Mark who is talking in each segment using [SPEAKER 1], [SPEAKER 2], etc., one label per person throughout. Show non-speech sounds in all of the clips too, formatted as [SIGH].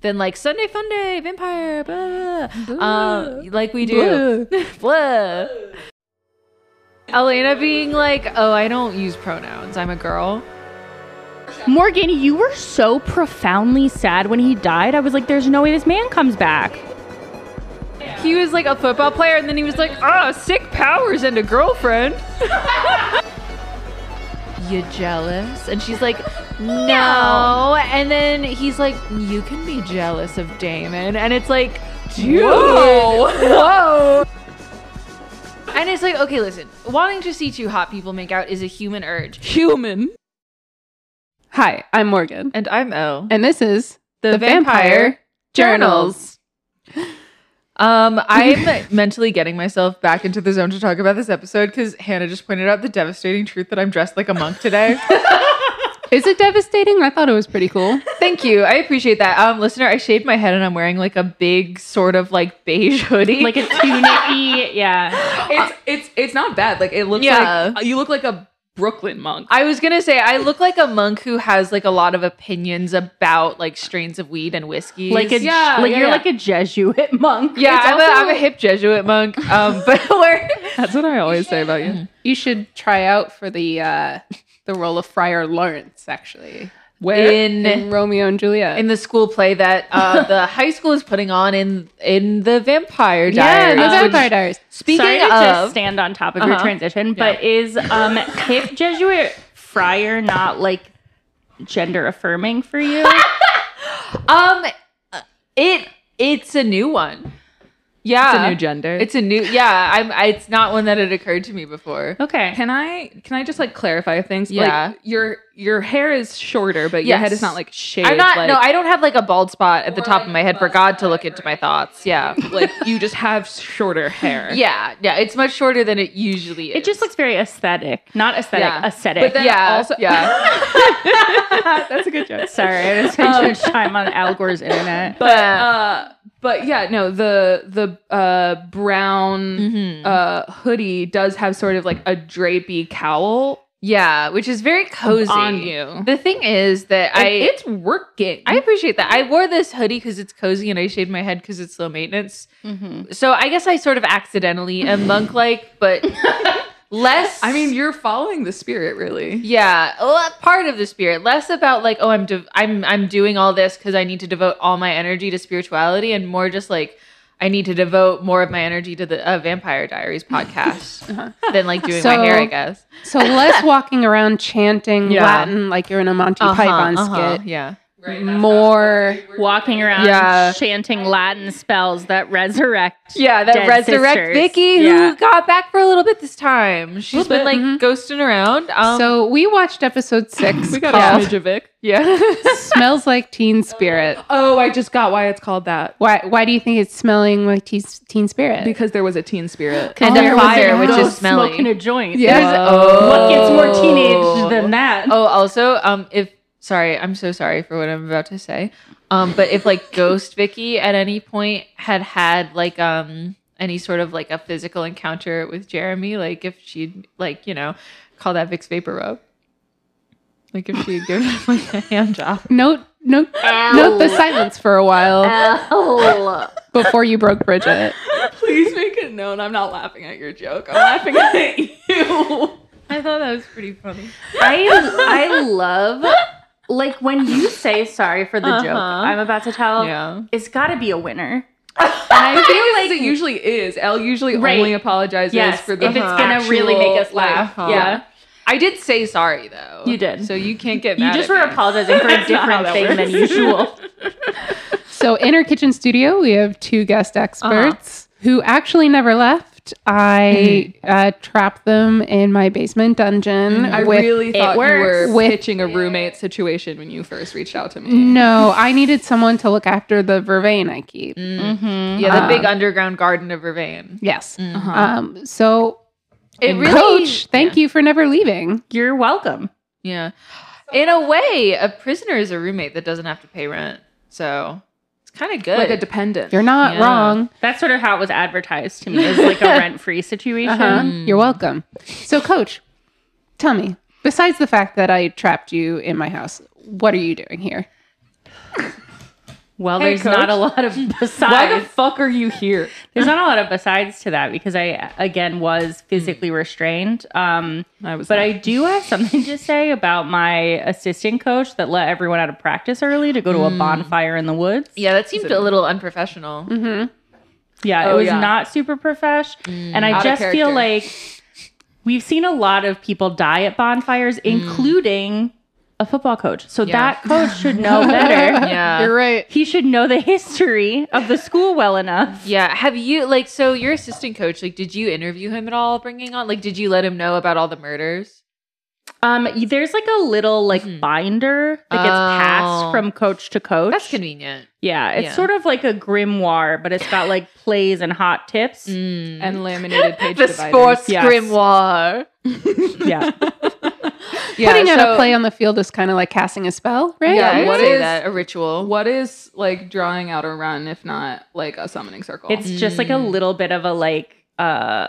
[SPEAKER 1] than like Sunday Fun Day, Vampire, blah, blah, blah. Um, like we do. [LAUGHS] Blah. Elena being like, oh, I don't use pronouns. I'm a girl.
[SPEAKER 2] Morgan, you were so profoundly sad when he died. I was like, there's no way this man comes back.
[SPEAKER 1] He was like a football player, and then he was like, oh, sick powers and a girlfriend. [LAUGHS] you jealous? And she's like, no. And then he's like, you can be jealous of Damon. And it's like, dude. [LAUGHS] Whoa. And it's like, okay, listen, wanting to see two hot people make out is a human urge.
[SPEAKER 3] Human. Hi, I'm Morgan.
[SPEAKER 1] And I'm O.
[SPEAKER 3] And this is The, Vampire, Journals.
[SPEAKER 1] [LAUGHS] Um, I'm [LAUGHS] mentally getting myself back into the zone to talk about this episode because Hannah just pointed out the devastating truth that I'm dressed like a monk today.
[SPEAKER 3] Is it devastating? I thought it was pretty cool.
[SPEAKER 1] [LAUGHS] Thank you. I appreciate that. Um, listener, I shaved my head and I'm wearing like a big sort of [LAUGHS] like beige hoodie.
[SPEAKER 2] [LAUGHS] Like a tunic yeah.
[SPEAKER 3] It's it's it's not bad. Like it looks
[SPEAKER 1] Yeah.
[SPEAKER 3] like you look like a Brooklyn monk.
[SPEAKER 1] I was gonna say I look like a monk who has like a lot of opinions about like strains of weed and whiskey.
[SPEAKER 2] Like a
[SPEAKER 3] Yeah,
[SPEAKER 2] like
[SPEAKER 3] yeah,
[SPEAKER 2] you're
[SPEAKER 3] yeah.
[SPEAKER 2] like a Jesuit [LAUGHS] monk.
[SPEAKER 1] yeah,
[SPEAKER 3] it's
[SPEAKER 1] I'm, a,
[SPEAKER 3] also-
[SPEAKER 1] I'm a hip Jesuit monk. Um, [LAUGHS] but we're
[SPEAKER 3] That's what I always say about you. Mm-hmm. You should try out for the uh the role of Friar Lawrence, actually. Where
[SPEAKER 1] In-
[SPEAKER 3] in, Romeo and Juliet.
[SPEAKER 1] in the school play that
[SPEAKER 3] [LAUGHS]
[SPEAKER 1] uh, the high school is putting on in in the Vampire Um,
[SPEAKER 3] yeah,
[SPEAKER 1] Diaries.
[SPEAKER 3] in the
[SPEAKER 1] which-
[SPEAKER 3] Vampire Diaries.
[SPEAKER 1] Speaking
[SPEAKER 2] Sorry to
[SPEAKER 1] of,
[SPEAKER 2] just stand on top of your
[SPEAKER 1] Uh-huh.
[SPEAKER 2] transition, but is um hip Jesuit friar not like gender affirming for
[SPEAKER 1] [LAUGHS]
[SPEAKER 2] you?
[SPEAKER 1] um, it it's a new one. Yeah,
[SPEAKER 3] It's a new gender.
[SPEAKER 1] It's a new yeah. I'm. I, it's not one that had occurred to me before.
[SPEAKER 2] Okay.
[SPEAKER 3] Can I can I just like clarify things?
[SPEAKER 1] Yeah.
[SPEAKER 3] Like your your hair is shorter, but your
[SPEAKER 1] Yes.
[SPEAKER 3] head is not like shaved.
[SPEAKER 1] I'm not.
[SPEAKER 3] like,
[SPEAKER 1] no, I don't have like a bald spot at the
[SPEAKER 3] Or,
[SPEAKER 1] top
[SPEAKER 3] like,
[SPEAKER 1] of my head.
[SPEAKER 3] a
[SPEAKER 1] For
[SPEAKER 3] buzz
[SPEAKER 1] God to
[SPEAKER 3] cut
[SPEAKER 1] look into my thoughts. Yeah.
[SPEAKER 3] [LAUGHS] like you just have
[SPEAKER 4] [LAUGHS]
[SPEAKER 3] shorter hair.
[SPEAKER 1] Yeah, yeah, it's much shorter than it usually is.
[SPEAKER 2] It just looks very aesthetic. Not aesthetic,
[SPEAKER 1] Yeah.
[SPEAKER 2] aesthetic.
[SPEAKER 3] But then
[SPEAKER 1] [LAUGHS]
[SPEAKER 2] [LAUGHS]
[SPEAKER 1] yeah,
[SPEAKER 3] also-
[SPEAKER 1] yeah.
[SPEAKER 3] That's a good joke.
[SPEAKER 2] Sorry, I was
[SPEAKER 1] Um,
[SPEAKER 2] spent too much time on Al Gore's
[SPEAKER 1] [LAUGHS]
[SPEAKER 2] internet.
[SPEAKER 3] But uh but yeah, no, the the uh brown
[SPEAKER 1] Mhm.
[SPEAKER 4] Mm-hmm.
[SPEAKER 3] uh hoodie does have sort of like a drapey cowl
[SPEAKER 1] yeah, which is very cozy.
[SPEAKER 3] on you.
[SPEAKER 1] The thing is that
[SPEAKER 3] And
[SPEAKER 1] I
[SPEAKER 3] it's working.
[SPEAKER 1] I appreciate that. I wore this hoodie because it's cozy, and I shaved my head because it's low maintenance.
[SPEAKER 2] Mhm.
[SPEAKER 1] So I guess I sort of accidentally am monk like,
[SPEAKER 4] [LAUGHS]
[SPEAKER 1] but less.
[SPEAKER 3] I mean, you're following the spirit really.
[SPEAKER 1] Yeah, well, part of the spirit, less about like, oh, I'm de- I'm I'm doing all this because I need to devote all my energy to spirituality, and more just like I need to devote more of my energy to the uh, Vampire Diaries
[SPEAKER 4] [LAUGHS]
[SPEAKER 1] podcast than like doing my
[SPEAKER 4] Uh-huh. So-
[SPEAKER 1] hair, I guess.
[SPEAKER 3] [LAUGHS]
[SPEAKER 4] So less walking around chanting
[SPEAKER 3] Yeah.
[SPEAKER 4] Latin like you're in a Monty
[SPEAKER 1] Uh-huh,
[SPEAKER 4] Python
[SPEAKER 1] uh-huh,
[SPEAKER 4] skit.
[SPEAKER 1] yeah.
[SPEAKER 4] More
[SPEAKER 2] Walking around
[SPEAKER 1] Yeah.
[SPEAKER 2] chanting Latin spells that resurrect.
[SPEAKER 1] Yeah, that
[SPEAKER 2] Dead
[SPEAKER 1] resurrect
[SPEAKER 2] sisters.
[SPEAKER 1] Vicky
[SPEAKER 2] Yeah.
[SPEAKER 1] who got back for a little bit this time. She's
[SPEAKER 3] Little
[SPEAKER 1] been
[SPEAKER 3] bit, mm-hmm.
[SPEAKER 1] like
[SPEAKER 4] mhm.
[SPEAKER 1] ghosting around. Um,
[SPEAKER 4] so we watched episode six
[SPEAKER 3] We got
[SPEAKER 4] called
[SPEAKER 3] a smidge of Vic.
[SPEAKER 1] yeah,
[SPEAKER 4] Smells Like Teen Spirit.
[SPEAKER 3] Oh, I just got why it's called that.
[SPEAKER 4] Why why do you think it's smelling like teen, teen
[SPEAKER 3] [LAUGHS]
[SPEAKER 4] spirit?
[SPEAKER 3] Because there was a teen spirit.
[SPEAKER 1] and
[SPEAKER 2] Oh,
[SPEAKER 1] a fire,
[SPEAKER 2] yeah.
[SPEAKER 1] which
[SPEAKER 2] Oh,
[SPEAKER 1] is smelly. Oh.
[SPEAKER 2] Smoking a joint.
[SPEAKER 3] Yeah.
[SPEAKER 1] There's-
[SPEAKER 3] Whoa.
[SPEAKER 2] What gets more teenage than that?
[SPEAKER 1] Oh, also, um, if sorry, I'm so sorry for what I'm about to say. Um, but if like Ghost Vicky at any point had had like um any sort of like a physical encounter with Jeremy, like if she'd like you know call that Vic's vapor rub, like if she'd given him like a hand job.
[SPEAKER 4] note note
[SPEAKER 1] Oh.
[SPEAKER 4] note the silence for a while
[SPEAKER 2] [LAUGHS]
[SPEAKER 4] before you broke Bridget.
[SPEAKER 3] Please make it known I'm not laughing at your joke. I'm laughing at you.
[SPEAKER 1] [LAUGHS] I thought that was pretty funny.
[SPEAKER 2] I I love like when you say sorry for the joke
[SPEAKER 1] Uh-huh.
[SPEAKER 2] I'm about to tell.
[SPEAKER 1] Yeah.
[SPEAKER 2] It's got to be a [LAUGHS] winner.
[SPEAKER 1] [LAUGHS]
[SPEAKER 3] I feel like it usually is. Elle usually
[SPEAKER 2] Right.
[SPEAKER 3] only apologizes
[SPEAKER 2] Yes,
[SPEAKER 3] for the
[SPEAKER 2] if it's gonna really make us laugh.
[SPEAKER 1] Uh-huh.
[SPEAKER 2] Yeah,
[SPEAKER 1] I did say sorry though.
[SPEAKER 2] You did.
[SPEAKER 1] so you can't get
[SPEAKER 2] you
[SPEAKER 1] mad.
[SPEAKER 2] just
[SPEAKER 1] at
[SPEAKER 2] were
[SPEAKER 1] me.
[SPEAKER 2] apologizing [LAUGHS] for a
[SPEAKER 3] That's not how
[SPEAKER 2] different
[SPEAKER 3] that
[SPEAKER 2] thing than
[SPEAKER 3] works.
[SPEAKER 2] [LAUGHS] usual.
[SPEAKER 4] So in our kitchen studio, we have two guest experts
[SPEAKER 3] Uh-huh.
[SPEAKER 4] who actually never left. I uh, trapped them in my basement dungeon.
[SPEAKER 3] Mm-hmm. I
[SPEAKER 4] with-
[SPEAKER 3] really thought you
[SPEAKER 2] works.
[SPEAKER 3] were
[SPEAKER 4] With-
[SPEAKER 3] pitching a roommate situation when you first reached out to
[SPEAKER 2] Mm-hmm.
[SPEAKER 3] me.
[SPEAKER 4] No, I needed someone to look after the vervain I keep.
[SPEAKER 1] yeah,
[SPEAKER 2] Uh-huh.
[SPEAKER 1] the big
[SPEAKER 4] Um,
[SPEAKER 1] underground garden of Vervain.
[SPEAKER 4] Yes.
[SPEAKER 3] Uh-huh.
[SPEAKER 4] Um, so,
[SPEAKER 1] It really
[SPEAKER 4] Coach, thank you for never leaving.
[SPEAKER 2] You're welcome.
[SPEAKER 1] Yeah. In a way, a prisoner is a roommate that doesn't have to pay rent. So it's kind of good.
[SPEAKER 3] Like a dependent.
[SPEAKER 4] You're not
[SPEAKER 1] Yeah.
[SPEAKER 4] wrong.
[SPEAKER 2] That's sort of how it was advertised to me as like a [LAUGHS] rent free situation.
[SPEAKER 4] Uh-huh. You're welcome. So, Coach, tell me, besides the fact that I trapped you in my house, what are you doing here?
[SPEAKER 2] Well,
[SPEAKER 5] Hey,
[SPEAKER 2] there's not
[SPEAKER 5] coach.
[SPEAKER 2] a lot [LAUGHS] of
[SPEAKER 5] Why the
[SPEAKER 2] besides.
[SPEAKER 5] fuck are you here?
[SPEAKER 2] there's not a lot of besides to that because I again was physically restrained. Um,
[SPEAKER 1] I was
[SPEAKER 2] but
[SPEAKER 1] not.
[SPEAKER 2] I do have something to say about my assistant coach that let everyone out of practice early to go to a bonfire in the woods.
[SPEAKER 1] yeah, that seemed a little unprofessional.
[SPEAKER 2] Yeah, Mm.
[SPEAKER 1] Oh,
[SPEAKER 2] it was
[SPEAKER 1] yeah.
[SPEAKER 2] not super profesh. And I
[SPEAKER 6] Out of
[SPEAKER 2] just feel
[SPEAKER 6] character.
[SPEAKER 2] like we've seen a lot of people die at bonfires, including a football coach. So
[SPEAKER 1] Yeah.
[SPEAKER 2] that coach should [LAUGHS] know
[SPEAKER 4] [LAUGHS]
[SPEAKER 2] better.
[SPEAKER 1] Yeah.
[SPEAKER 6] You're right.
[SPEAKER 2] He should know the history of the school well enough.
[SPEAKER 1] Yeah. Have you like so your assistant coach? Like, did you interview him at all? Bringing on like, did you let him know about all the murders?
[SPEAKER 2] Um, there's like a little like
[SPEAKER 1] Mhm.
[SPEAKER 2] binder that gets
[SPEAKER 1] Oh.
[SPEAKER 2] passed from coach to coach.
[SPEAKER 1] That's convenient.
[SPEAKER 2] yeah, it's
[SPEAKER 1] yeah.
[SPEAKER 2] sort of like a grimoire, but it's got like plays and hot
[SPEAKER 1] [LAUGHS]
[SPEAKER 2] tips.
[SPEAKER 1] Mm. [LAUGHS]
[SPEAKER 6] And laminated page
[SPEAKER 1] the
[SPEAKER 6] dividers.
[SPEAKER 1] sports
[SPEAKER 2] yes.
[SPEAKER 1] grimoire.
[SPEAKER 2] Yeah,
[SPEAKER 6] Yeah,
[SPEAKER 4] Putting out
[SPEAKER 6] so-
[SPEAKER 4] a play on the field is kind of like casting a spell, right?
[SPEAKER 6] Yeah,
[SPEAKER 1] Yeah,
[SPEAKER 6] what
[SPEAKER 1] what is
[SPEAKER 6] is-
[SPEAKER 1] that? A ritual?
[SPEAKER 6] What is like drawing out a run if not like a summoning circle?
[SPEAKER 2] [LAUGHS] it's just like a
[SPEAKER 1] Mm.
[SPEAKER 2] little bit of a like uh,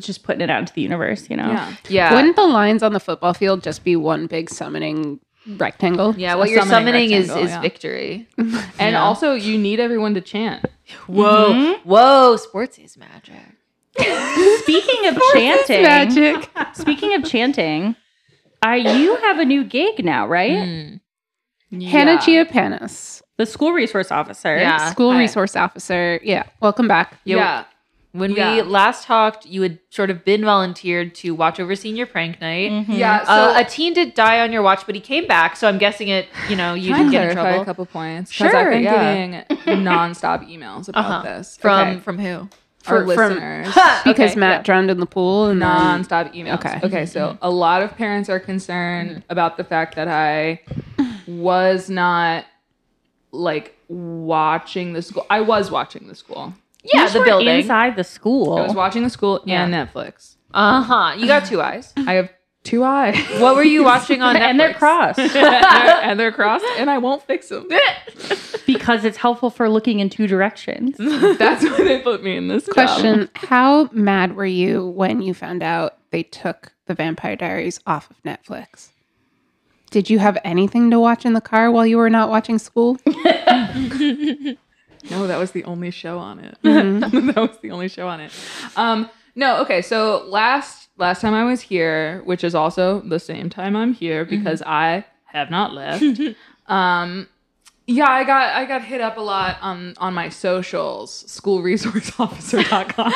[SPEAKER 2] just putting it out into the universe, you know.
[SPEAKER 6] yeah.
[SPEAKER 1] Yeah.
[SPEAKER 4] Wouldn't the lines on the football field just be one big summoning rectangle?
[SPEAKER 1] yeah,
[SPEAKER 6] a
[SPEAKER 1] what you're summoning
[SPEAKER 6] summoning
[SPEAKER 1] is
[SPEAKER 6] rectangle,
[SPEAKER 1] is
[SPEAKER 6] yeah.
[SPEAKER 1] victory.
[SPEAKER 6] And
[SPEAKER 1] Yeah.
[SPEAKER 6] also, you need everyone to chant.
[SPEAKER 1] Whoa, whoa! Sports is magic.
[SPEAKER 2] Speaking
[SPEAKER 1] [LAUGHS]
[SPEAKER 2] of chanting,
[SPEAKER 4] Magic.
[SPEAKER 2] [LAUGHS] speaking of chanting, I you have a new gig now, right?
[SPEAKER 1] Mm.
[SPEAKER 4] Hannah
[SPEAKER 6] Yeah.
[SPEAKER 4] Giopanis,
[SPEAKER 2] The school resource officer.
[SPEAKER 1] Yeah.
[SPEAKER 4] school
[SPEAKER 1] Hi.
[SPEAKER 4] resource officer. Yeah, welcome back.
[SPEAKER 1] Yo,
[SPEAKER 6] Yeah.
[SPEAKER 1] When we
[SPEAKER 6] Yeah.
[SPEAKER 1] last talked, you had sort of been volunteered to watch over senior prank night.
[SPEAKER 2] Mhm.
[SPEAKER 6] Yeah. Mm-hmm. So
[SPEAKER 1] uh, a teen did die on your watch, but he came back. So I'm guessing it. You know, you
[SPEAKER 6] Can I
[SPEAKER 1] didn't get in
[SPEAKER 6] clarify a
[SPEAKER 1] trouble
[SPEAKER 6] couple points?
[SPEAKER 1] Sure,
[SPEAKER 6] I've been
[SPEAKER 1] yeah.
[SPEAKER 6] getting nonstop emails about
[SPEAKER 1] Uh-huh.
[SPEAKER 6] this
[SPEAKER 1] from
[SPEAKER 6] Okay,
[SPEAKER 1] from who?
[SPEAKER 6] our
[SPEAKER 4] for-
[SPEAKER 1] [LAUGHS]
[SPEAKER 4] from-
[SPEAKER 6] listeners.
[SPEAKER 4] Because
[SPEAKER 1] Okay,
[SPEAKER 4] Matt drowned in the pool and then
[SPEAKER 6] nonstop emails.
[SPEAKER 4] Okay.
[SPEAKER 6] Okay. So a lot of parents are concerned about the fact that I was not like watching the school. I was watching the school.
[SPEAKER 1] Yeah,
[SPEAKER 2] You
[SPEAKER 1] the
[SPEAKER 2] were
[SPEAKER 1] building.
[SPEAKER 2] inside the school.
[SPEAKER 6] I was watching the school and Netflix.
[SPEAKER 1] Uh huh. [LAUGHS] You got two eyes.
[SPEAKER 6] [CLEARS THROAT] I have two eyes.
[SPEAKER 1] What were
[SPEAKER 6] [LAUGHS]
[SPEAKER 1] you watching on Netflix?
[SPEAKER 2] and they're
[SPEAKER 1] [LAUGHS]
[SPEAKER 2] crossed
[SPEAKER 6] and they're crossed, and I won't fix them.
[SPEAKER 2] because it's helpful for looking in two directions.
[SPEAKER 6] That's why they put me in this job.
[SPEAKER 4] question: How mad were you when you found out they took the Vampire Diaries off of Netflix? Did you have anything to watch in the car while you were not watching school?
[SPEAKER 6] No, that was the only show on it. [LAUGHS] that was the only show on it. Um, no, okay. So last last time I was here, which is also the same time I'm here
[SPEAKER 1] Mm-hmm.
[SPEAKER 6] because I have
[SPEAKER 1] [LAUGHS]
[SPEAKER 6] not left. um, yeah, I got I got hit up a lot on on my socials,
[SPEAKER 1] [LAUGHS]
[SPEAKER 6] schoolresourceofficer.com.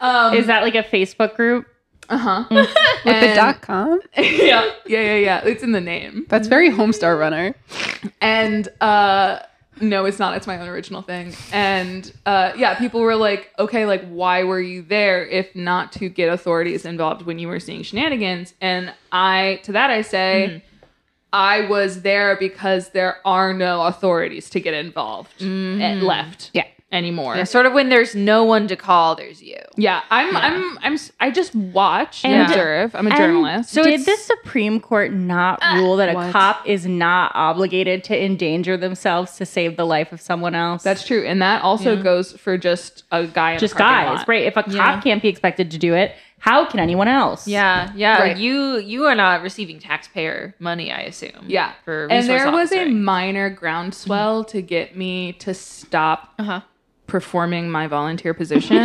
[SPEAKER 1] Um,
[SPEAKER 2] Is that like a Facebook group?
[SPEAKER 6] uh-huh.
[SPEAKER 4] With the
[SPEAKER 6] And-
[SPEAKER 4] dot com?
[SPEAKER 6] [LAUGHS] yeah, yeah, yeah, yeah. It's in the name.
[SPEAKER 4] That's very Homestar Runner.
[SPEAKER 6] and uh no it's not it's my own original thing and uh yeah people were like okay like why were you there if not to get authorities involved when you were seeing shenanigans and i to that i say i was there because there are no authorities to get involved and left
[SPEAKER 4] Yeah.
[SPEAKER 6] anymore
[SPEAKER 1] Yeah, sort of when there's no one to call, there's you.
[SPEAKER 6] yeah i'm i'm i'm s- i just watch and,
[SPEAKER 2] And-
[SPEAKER 6] observe i'm a
[SPEAKER 2] And Uh,
[SPEAKER 6] journalist
[SPEAKER 1] So
[SPEAKER 2] did
[SPEAKER 1] it's-
[SPEAKER 2] the Supreme Court not rule that a
[SPEAKER 4] what?
[SPEAKER 2] cop is not obligated to endanger themselves to save the life of someone else?
[SPEAKER 6] that's true and that also goes for just a guy in a
[SPEAKER 2] just
[SPEAKER 6] parking
[SPEAKER 2] guys,
[SPEAKER 6] lot.
[SPEAKER 2] right? If a cop
[SPEAKER 1] Yeah.
[SPEAKER 2] can't be expected to do it, how can anyone else?
[SPEAKER 1] Yeah, yeah.
[SPEAKER 6] Right.
[SPEAKER 1] You you are not receiving taxpayer money, I assume.
[SPEAKER 6] Yeah.
[SPEAKER 1] for
[SPEAKER 6] and
[SPEAKER 1] resource
[SPEAKER 6] there was a
[SPEAKER 1] officering.
[SPEAKER 6] minor groundswell to get me to stop
[SPEAKER 1] uh-huh.
[SPEAKER 6] performing my
[SPEAKER 1] [LAUGHS]
[SPEAKER 6] volunteer position.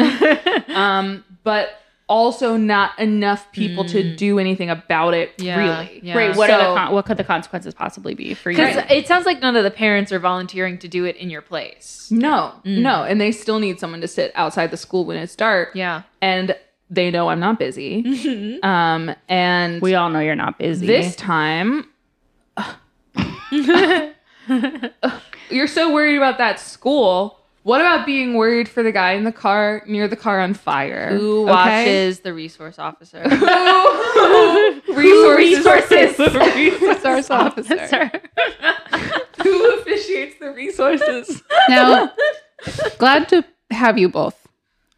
[SPEAKER 6] um, but also not enough people to do anything about it
[SPEAKER 1] Mm. Yeah,
[SPEAKER 6] really.
[SPEAKER 1] yeah.
[SPEAKER 2] Right. What, are
[SPEAKER 6] So-
[SPEAKER 2] the con- what could the consequences possibly be for you?
[SPEAKER 1] Because it sounds like none of the parents are volunteering to do it in your place.
[SPEAKER 6] No,
[SPEAKER 1] Mm.
[SPEAKER 6] no. And they still need someone to sit outside the school when it's dark.
[SPEAKER 1] Yeah.
[SPEAKER 6] And they know I'm not
[SPEAKER 1] [LAUGHS]
[SPEAKER 6] busy. um, and
[SPEAKER 2] We all know you're not busy.
[SPEAKER 6] this time [LAUGHS] you're so worried about that school what about being worried for the guy in the car near the car on fire
[SPEAKER 1] Who
[SPEAKER 6] [LAUGHS] okay?
[SPEAKER 1] watches the resource officer? [LAUGHS]
[SPEAKER 6] resources,
[SPEAKER 2] resources?
[SPEAKER 4] [LAUGHS]
[SPEAKER 6] resource officer who officiates the resources
[SPEAKER 4] Now, glad to have you both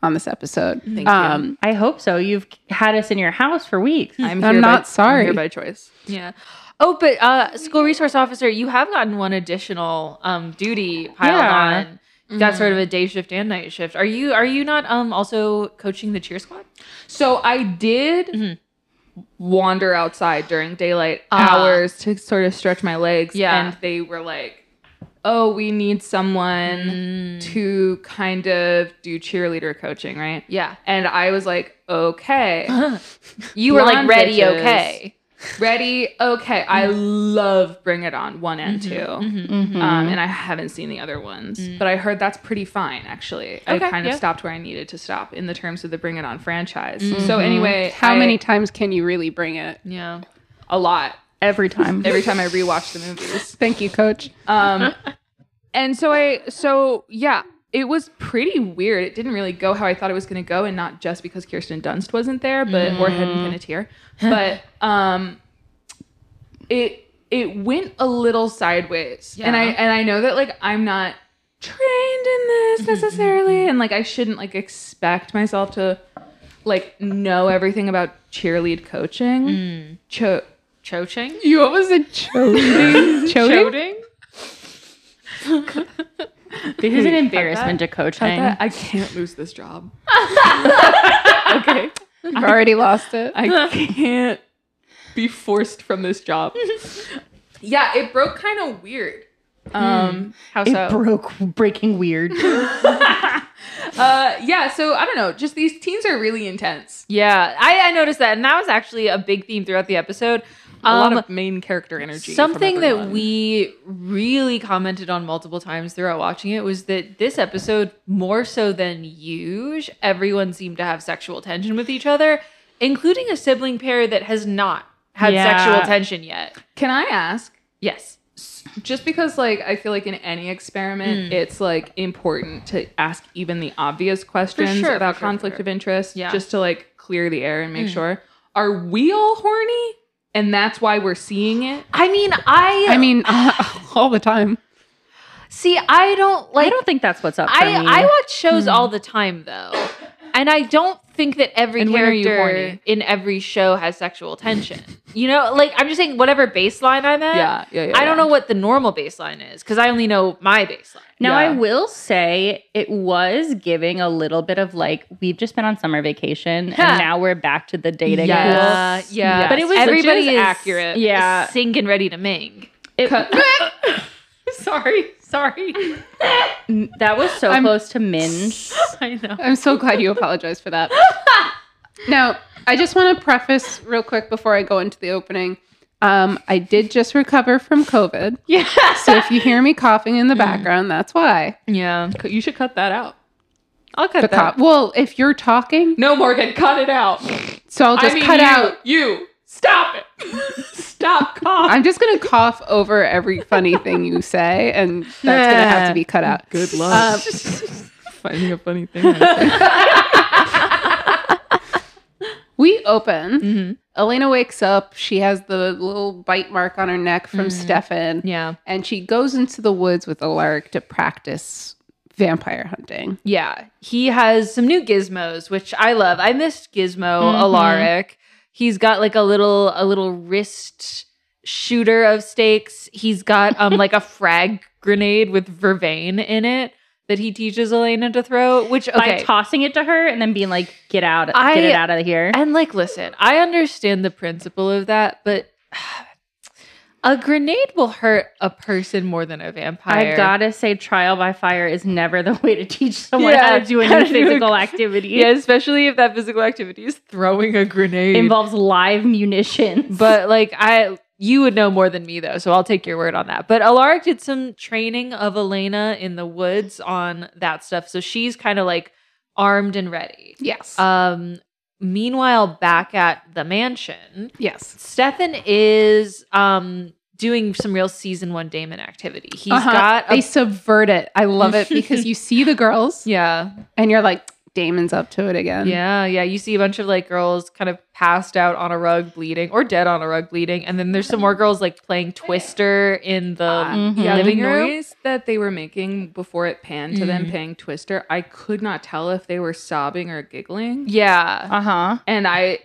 [SPEAKER 4] on this episode. Thank um,
[SPEAKER 2] [LAUGHS] I hope so. You've had us in your house for weeks.
[SPEAKER 6] i'm,
[SPEAKER 4] I'm
[SPEAKER 6] here by-
[SPEAKER 4] not sorry.
[SPEAKER 6] here by choice
[SPEAKER 1] yeah. Oh, but uh, school resource officer, you have gotten one additional um, duty piled
[SPEAKER 2] Yeah.
[SPEAKER 1] on. You Got sort of a day shift and night shift. Are you are you not um also coaching the cheer squad?
[SPEAKER 6] so i did wander outside during daylight
[SPEAKER 1] Ah.
[SPEAKER 6] hours to sort of stretch my legs.
[SPEAKER 1] Yeah.
[SPEAKER 6] And they were like, oh, we need someone
[SPEAKER 1] Mm.
[SPEAKER 6] to kind of do cheerleader coaching, right?
[SPEAKER 1] Yeah.
[SPEAKER 6] And I was like,
[SPEAKER 1] [LAUGHS]
[SPEAKER 6] okay.
[SPEAKER 1] You were like
[SPEAKER 6] Blonde
[SPEAKER 1] ready,
[SPEAKER 6] bitches.
[SPEAKER 1] okay. Mm.
[SPEAKER 6] Ready? Okay. I love Bring It On one and
[SPEAKER 1] Mm-hmm.
[SPEAKER 6] 2
[SPEAKER 2] Mhm.
[SPEAKER 6] Um, and I haven't seen the other ones, but I heard that's pretty fine, actually. I
[SPEAKER 1] Okay,
[SPEAKER 6] kind of
[SPEAKER 1] yeah.
[SPEAKER 6] stopped where I needed to stop in the terms of the Bring It On franchise. So, anyway,
[SPEAKER 4] How
[SPEAKER 6] I-
[SPEAKER 4] many times can you really bring it?
[SPEAKER 1] Yeah.
[SPEAKER 6] A lot.
[SPEAKER 2] every time.
[SPEAKER 6] Every time I rewatch the movies.
[SPEAKER 4] Thank you, coach.
[SPEAKER 6] Um, and so I, so yeah, it was pretty weird. It didn't really go how I thought it was going to go, and not just because Kirsten Dunst wasn't there, but or hadn't been a tear, but um, it it went a little sideways, and I
[SPEAKER 1] Yeah.
[SPEAKER 6] and I know that like I'm not trained in this necessarily, and like I shouldn't like expect myself to like know everything about cheerlead coaching. Cho-
[SPEAKER 1] Choaching?
[SPEAKER 4] You what was it?
[SPEAKER 6] [LAUGHS]
[SPEAKER 4] Choding? Choding?
[SPEAKER 1] [LAUGHS] Choating?
[SPEAKER 2] This is an embarrassment to
[SPEAKER 6] Cut
[SPEAKER 2] coaching.
[SPEAKER 6] that. I can't lose this job. [LAUGHS]
[SPEAKER 4] I've already lost it.
[SPEAKER 6] [LAUGHS] I can't be forced from this job. [LAUGHS] yeah, it broke kind of weird.
[SPEAKER 1] Hmm.
[SPEAKER 6] Um,
[SPEAKER 1] How so?
[SPEAKER 2] broke, breaking weird.
[SPEAKER 6] uh, yeah, so I don't know. Just these teens are really intense.
[SPEAKER 1] yeah. I, I noticed that. And that was actually a big theme throughout the episode.
[SPEAKER 6] a
[SPEAKER 1] Um,
[SPEAKER 6] lot of main character energy. from
[SPEAKER 1] Something that
[SPEAKER 6] everyone.
[SPEAKER 1] we really commented on multiple times throughout watching it was that this episode, more so than huge, everyone seemed to have sexual tension with each other, including a sibling pair that has not had
[SPEAKER 2] Yeah.
[SPEAKER 1] sexual tension yet.
[SPEAKER 6] can I ask?
[SPEAKER 1] Yes.
[SPEAKER 6] Just because, like, I feel like in any experiment, it's like important to ask even the obvious questions
[SPEAKER 1] sure, Hmm. for sure,
[SPEAKER 6] about
[SPEAKER 1] for
[SPEAKER 6] conflict
[SPEAKER 1] sure.
[SPEAKER 6] of interest,
[SPEAKER 1] Yeah. Hmm.
[SPEAKER 6] just to like clear the air and make sure. Are we all horny? And that's why we're seeing it.
[SPEAKER 1] I mean, I
[SPEAKER 4] I mean, [LAUGHS] all the time.
[SPEAKER 1] see, I don't like
[SPEAKER 2] I don't think that's what's up. For
[SPEAKER 1] I,
[SPEAKER 2] me.
[SPEAKER 1] I watch shows all the time though. And I don't think that every
[SPEAKER 6] And when are you
[SPEAKER 1] character
[SPEAKER 6] horny?
[SPEAKER 1] in every show has sexual tension. You know, like I'm just saying whatever baseline I'm at.
[SPEAKER 6] Yeah, yeah, yeah.
[SPEAKER 1] Uh, I don't
[SPEAKER 6] yeah.
[SPEAKER 1] know what the normal baseline is because I only know my baseline.
[SPEAKER 2] Now
[SPEAKER 6] Yeah.
[SPEAKER 2] I will say it was giving a little bit of like we've just been on summer vacation
[SPEAKER 1] Huh.
[SPEAKER 2] and now we're back to the dating.
[SPEAKER 6] Yes.
[SPEAKER 2] pool.
[SPEAKER 1] Uh, yeah,
[SPEAKER 6] yes.
[SPEAKER 2] But it was
[SPEAKER 1] everybody
[SPEAKER 2] which
[SPEAKER 1] is
[SPEAKER 2] is
[SPEAKER 1] accurate.
[SPEAKER 2] Yeah.
[SPEAKER 1] sink and ready to ming.
[SPEAKER 2] It- [LAUGHS]
[SPEAKER 1] sorry, sorry.
[SPEAKER 2] that was so
[SPEAKER 4] I'm-
[SPEAKER 2] close to minge.
[SPEAKER 1] I know.
[SPEAKER 4] I'm so glad you apologized for that. [LAUGHS] now, I just want to preface real quick before I go into the opening. Um, I did just recover from COVID.
[SPEAKER 1] Yeah,
[SPEAKER 4] So if you hear me coughing in the background, that's why.
[SPEAKER 1] yeah.
[SPEAKER 6] Cut- You should cut that out.
[SPEAKER 1] I'll cut
[SPEAKER 4] The
[SPEAKER 1] that.
[SPEAKER 4] cough. Well, if you're talking,
[SPEAKER 6] No, Morgan, cut it out.
[SPEAKER 4] so I'll
[SPEAKER 6] I
[SPEAKER 4] just
[SPEAKER 6] mean,
[SPEAKER 4] cut
[SPEAKER 6] you,
[SPEAKER 4] out.
[SPEAKER 6] You stop it. [LAUGHS] stop cough.
[SPEAKER 4] I'm just going to cough over every funny thing you say, and that's going to have to be cut out.
[SPEAKER 6] Good luck finding a funny thing. I
[SPEAKER 4] We open. Elena wakes up. She has the little bite mark on her neck from Stefan.
[SPEAKER 1] Yeah,
[SPEAKER 4] and she goes into the woods with a lark to practice vampire hunting.
[SPEAKER 1] yeah. He has some new gizmos, which I love. I missed Gizmo Alaric. He's got like a little a little wrist shooter of stakes. He's got um like a frag grenade with vervain in it that he teaches Elena to throw. Which okay,
[SPEAKER 2] By tossing it to her and then being like, "Get out,
[SPEAKER 1] I-
[SPEAKER 2] get it out of here."
[SPEAKER 1] And like, listen, I understand the principle of that, but [SIGHS] a grenade will hurt a person more than a vampire.
[SPEAKER 2] I gotta say, trial by fire is never the [LAUGHS] way to teach someone
[SPEAKER 1] Yeah,
[SPEAKER 2] [LAUGHS] how to do
[SPEAKER 1] how to
[SPEAKER 2] any
[SPEAKER 1] do
[SPEAKER 2] physical activity.
[SPEAKER 1] Yeah, especially if that physical activity is throwing a grenade.
[SPEAKER 2] involves live munitions.
[SPEAKER 1] but like, I you would know more than me though, so I'll take your word on that. But Alaric did some training of Elena in the woods on that stuff, so she's kind of like armed and ready.
[SPEAKER 4] Yes.
[SPEAKER 1] Um. Meanwhile, back at the mansion,
[SPEAKER 4] yes.
[SPEAKER 1] Stefan is um doing some real season one Damon activity. He's
[SPEAKER 4] Uh-huh.
[SPEAKER 1] got
[SPEAKER 4] They
[SPEAKER 1] a,
[SPEAKER 4] subvert it. I love it because [LAUGHS] you see the girls
[SPEAKER 1] yeah,
[SPEAKER 4] and you're like, Damon's up to it again.
[SPEAKER 1] yeah, yeah. You see a bunch of like girls kind of passed out on a rug bleeding or dead on a rug bleeding, and then there's some more girls like playing Twister in the
[SPEAKER 4] Ah.
[SPEAKER 2] Mhm.
[SPEAKER 6] [LAUGHS] yeah,
[SPEAKER 1] living
[SPEAKER 6] the
[SPEAKER 1] room.
[SPEAKER 6] noise Mm-hmm. that they were making before it panned to them paying Twister, I
[SPEAKER 2] uh-huh.
[SPEAKER 6] could not tell if they were sobbing or giggling.
[SPEAKER 1] Yeah,
[SPEAKER 2] uh huh.
[SPEAKER 6] And I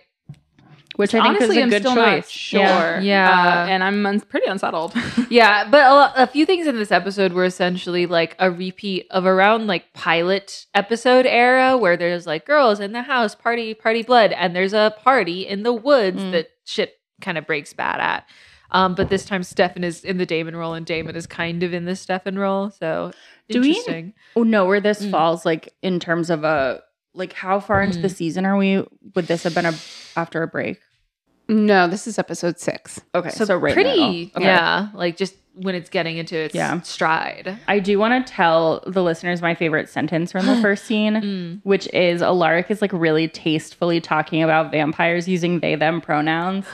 [SPEAKER 2] which I think
[SPEAKER 6] Honestly,
[SPEAKER 2] is a
[SPEAKER 6] I'm
[SPEAKER 2] good
[SPEAKER 6] still
[SPEAKER 2] choice.
[SPEAKER 6] not sure.
[SPEAKER 2] Yeah.
[SPEAKER 1] Yeah.
[SPEAKER 6] Uh, and I'm un- pretty [LAUGHS] unsettled.
[SPEAKER 1] Yeah, but a, lo- a few things in this episode were essentially like a repeat of around like pilot episode era where there's like girls in the house, party, party blood, and there's a party in the woods
[SPEAKER 2] Mm.
[SPEAKER 1] that shit kind of breaks bad at. Um, but this time Stefan is in the Damon role and Damon is kind of in the Stefan role. So
[SPEAKER 2] Do we-
[SPEAKER 1] interesting.
[SPEAKER 2] Oh no, where this
[SPEAKER 1] Mm.
[SPEAKER 2] falls, like in terms of a like how far into the season are we? Would this have been a after a break?
[SPEAKER 4] No, this is episode six.
[SPEAKER 2] Okay, so, right in the
[SPEAKER 1] pretty,
[SPEAKER 2] middle. Okay.
[SPEAKER 1] yeah. Like just when it's getting into its
[SPEAKER 2] Yeah.
[SPEAKER 1] stride.
[SPEAKER 2] I do want to tell the listeners my favorite sentence from the first scene,
[SPEAKER 1] Mm.
[SPEAKER 2] which is Alaric is like really tastefully talking about vampires using they them pronouns,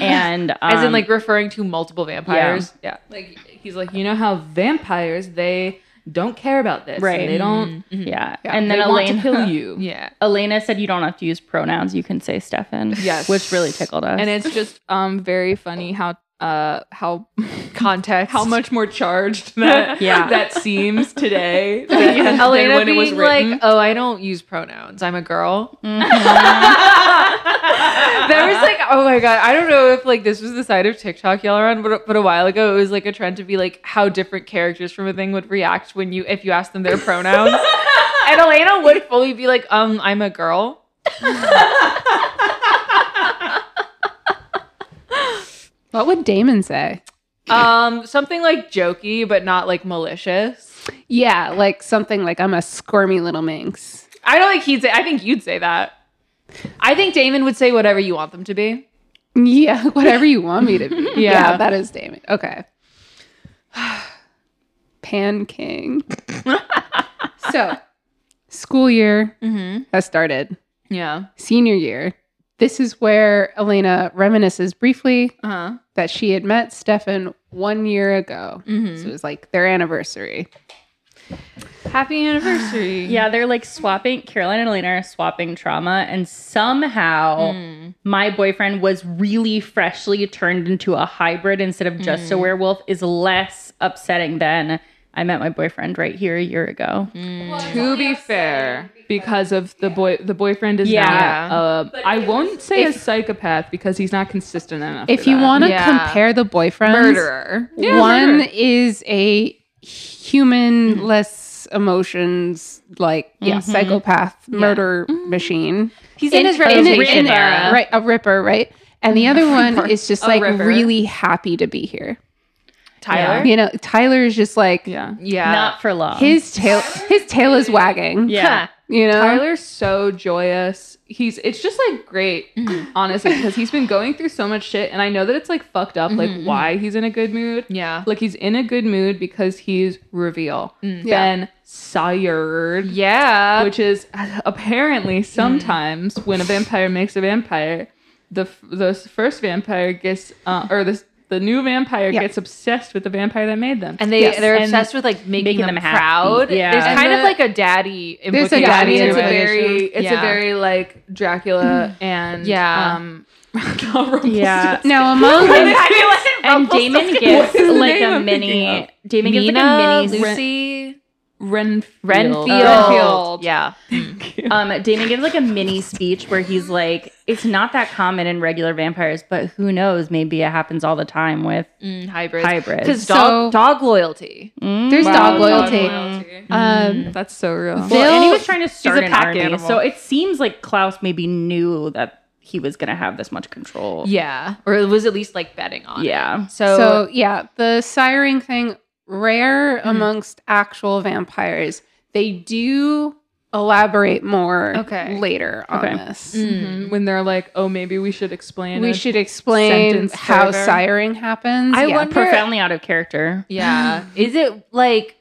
[SPEAKER 2] and um,
[SPEAKER 1] As in like referring to multiple vampires. Yeah.
[SPEAKER 6] like he's like, you know how vampires they don't care about this.
[SPEAKER 2] Right.
[SPEAKER 6] They don't.
[SPEAKER 2] yeah.
[SPEAKER 4] Yeah,
[SPEAKER 2] and
[SPEAKER 6] They
[SPEAKER 2] then
[SPEAKER 6] want
[SPEAKER 2] Elaine [LAUGHS]
[SPEAKER 6] to kill you.
[SPEAKER 1] Yeah.
[SPEAKER 2] Elena said you don't have to use pronouns; you can say Stefan.
[SPEAKER 6] Yes.
[SPEAKER 2] which really tickled us.
[SPEAKER 6] And it's just um very funny how uh how
[SPEAKER 1] Context.
[SPEAKER 6] how much more charged
[SPEAKER 1] [LAUGHS]
[SPEAKER 6] that
[SPEAKER 2] Yeah.
[SPEAKER 6] that seems today than, [LAUGHS]
[SPEAKER 1] yeah.
[SPEAKER 6] than
[SPEAKER 1] Elena
[SPEAKER 6] when it was
[SPEAKER 1] being
[SPEAKER 6] written.
[SPEAKER 1] like, "Oh, I don't use pronouns. I'm a girl." There was like, oh my god, I don't know if like this was the side of TikTok y'all are on, but, but a while ago it was like a trend to be like how different characters from a thing would react when you if you asked them their
[SPEAKER 6] [LAUGHS]
[SPEAKER 1] pronouns, and Elena would fully be like, "Um, I'm a girl."
[SPEAKER 4] What would Damon say?
[SPEAKER 1] Um, something like jokey, but not like malicious.
[SPEAKER 4] Yeah, like something like I'm a squirmy little minx.
[SPEAKER 1] I don't think he'd say. I think you'd say that. I think Damon would say whatever you want them to be.
[SPEAKER 4] [LAUGHS] Yeah, whatever you want me to be. yeah.
[SPEAKER 1] Yeah.
[SPEAKER 4] that is Damon. Okay. [SIGHS] Pan King. [LAUGHS] so, school year
[SPEAKER 1] Mm-hmm.
[SPEAKER 4] has started.
[SPEAKER 1] Yeah.
[SPEAKER 4] Senior year. This is where Elena reminisces briefly
[SPEAKER 1] Uh
[SPEAKER 6] Uh-huh.
[SPEAKER 1] huh.
[SPEAKER 4] that she had met Stefan one year ago. So it was like their anniversary.
[SPEAKER 1] Happy anniversary.
[SPEAKER 2] yeah, they're like swapping. Caroline and Elena are swapping trauma, and somehow.
[SPEAKER 6] Hmm.
[SPEAKER 2] my boyfriend was really freshly turned into a hybrid instead of just a
[SPEAKER 6] Hmm.
[SPEAKER 2] werewolf is less upsetting than I met my boyfriend right here a year ago.
[SPEAKER 6] Hmm. to be fair because of the boy the boyfriend is
[SPEAKER 2] Yeah.
[SPEAKER 6] not uh, i won't say a psychopath because he's not consistent enough
[SPEAKER 4] If
[SPEAKER 6] for
[SPEAKER 4] you
[SPEAKER 6] that.
[SPEAKER 4] want to
[SPEAKER 1] Yeah.
[SPEAKER 4] compare the boyfriends,
[SPEAKER 1] Murderer.
[SPEAKER 6] Yeah,
[SPEAKER 4] one
[SPEAKER 6] murderer.
[SPEAKER 4] is a human less emotions like yeah psychopath murder machine
[SPEAKER 1] Mm-hmm. He's
[SPEAKER 4] In-
[SPEAKER 1] in his
[SPEAKER 4] in a-
[SPEAKER 1] reputation
[SPEAKER 4] in a-
[SPEAKER 1] era.
[SPEAKER 4] right a ripper right and the other one is just
[SPEAKER 1] [LAUGHS] A
[SPEAKER 4] like
[SPEAKER 1] ripper.
[SPEAKER 4] really happy to be here
[SPEAKER 1] Tyler.
[SPEAKER 4] you know tyler is just like
[SPEAKER 6] yeah
[SPEAKER 1] Yeah.
[SPEAKER 2] Not for long.
[SPEAKER 4] his tail his tail
[SPEAKER 1] [LAUGHS]
[SPEAKER 4] is wagging
[SPEAKER 2] yeah.
[SPEAKER 4] you know
[SPEAKER 6] tyler's so joyous he's it's just like great
[SPEAKER 1] Mm-hmm.
[SPEAKER 6] honestly because he's been going through so much shit and i know that it's like fucked up like
[SPEAKER 1] Mm-hmm.
[SPEAKER 6] why he's in a good mood
[SPEAKER 1] yeah.
[SPEAKER 6] like he's in a good mood because he's reveal
[SPEAKER 1] Mm.
[SPEAKER 4] Yeah.
[SPEAKER 6] ben sired
[SPEAKER 1] Yeah.
[SPEAKER 6] which is [LAUGHS] apparently sometimes when a vampire makes a vampire, the f- the s- first vampire gets uh, or the s- the new vampire
[SPEAKER 4] Yeah.
[SPEAKER 6] gets obsessed with the vampire that made them.
[SPEAKER 1] and they
[SPEAKER 4] Yes.
[SPEAKER 1] they're
[SPEAKER 2] And
[SPEAKER 1] obsessed with like making,
[SPEAKER 2] making
[SPEAKER 1] them,
[SPEAKER 2] them happy.
[SPEAKER 1] proud.
[SPEAKER 2] Yeah.
[SPEAKER 1] There's
[SPEAKER 2] And
[SPEAKER 1] kind of
[SPEAKER 6] the-
[SPEAKER 1] like a daddy.
[SPEAKER 4] There's a
[SPEAKER 1] implication
[SPEAKER 6] yeah, I mean
[SPEAKER 1] to
[SPEAKER 6] it's a
[SPEAKER 1] it.
[SPEAKER 6] very it's
[SPEAKER 1] Yeah.
[SPEAKER 6] a very like [LAUGHS] Dracula and
[SPEAKER 1] Yeah.
[SPEAKER 6] um Rumpelstiltskin.
[SPEAKER 2] [LAUGHS]
[SPEAKER 6] [LAUGHS]
[SPEAKER 2] Yeah.
[SPEAKER 1] [LAUGHS]
[SPEAKER 4] now among
[SPEAKER 2] And Damon gives
[SPEAKER 6] is the
[SPEAKER 2] like
[SPEAKER 6] name
[SPEAKER 2] a
[SPEAKER 6] I'm thinking
[SPEAKER 2] mini
[SPEAKER 6] of?
[SPEAKER 2] Damon gives like
[SPEAKER 1] Mina,
[SPEAKER 2] a mini
[SPEAKER 1] Lucy,
[SPEAKER 6] Renfield. Oh,
[SPEAKER 1] Renfield. Oh.
[SPEAKER 6] Renfield.
[SPEAKER 1] Yeah.
[SPEAKER 2] [LAUGHS] um Damon gives like a mini speech where he's like, it's not that common in regular vampires, but who knows? Maybe it happens all the time with
[SPEAKER 1] Mm, hybrids.
[SPEAKER 2] hybrids.
[SPEAKER 1] Because
[SPEAKER 4] So-
[SPEAKER 1] dog, dog loyalty.
[SPEAKER 2] Mm.
[SPEAKER 4] there's
[SPEAKER 6] Wow,
[SPEAKER 4] dog loyalty um
[SPEAKER 6] Mm-hmm. That's so real.
[SPEAKER 4] Well,
[SPEAKER 2] Well, and he
[SPEAKER 4] Bill-
[SPEAKER 2] was trying to start
[SPEAKER 1] a
[SPEAKER 2] an
[SPEAKER 1] pack
[SPEAKER 2] army,
[SPEAKER 1] animal.
[SPEAKER 2] so it seems like Klaus maybe knew that he was going to have this much control.
[SPEAKER 1] Yeah. Or it was at least like betting on. it.
[SPEAKER 2] yeah.
[SPEAKER 1] So,
[SPEAKER 4] so yeah, the siring thing rare amongst actual vampires. They do elaborate more
[SPEAKER 1] Okay.
[SPEAKER 4] later on
[SPEAKER 2] Okay.
[SPEAKER 4] this.
[SPEAKER 1] mm.
[SPEAKER 6] Mhm. When they're like, oh, maybe we should explain.
[SPEAKER 4] We
[SPEAKER 6] it.
[SPEAKER 4] should explain
[SPEAKER 6] sentence
[SPEAKER 4] how
[SPEAKER 6] further.
[SPEAKER 4] siring happens.
[SPEAKER 1] I wonder-
[SPEAKER 2] profoundly out
[SPEAKER 1] [LAUGHS]
[SPEAKER 2] of character.
[SPEAKER 1] Yeah. Is it like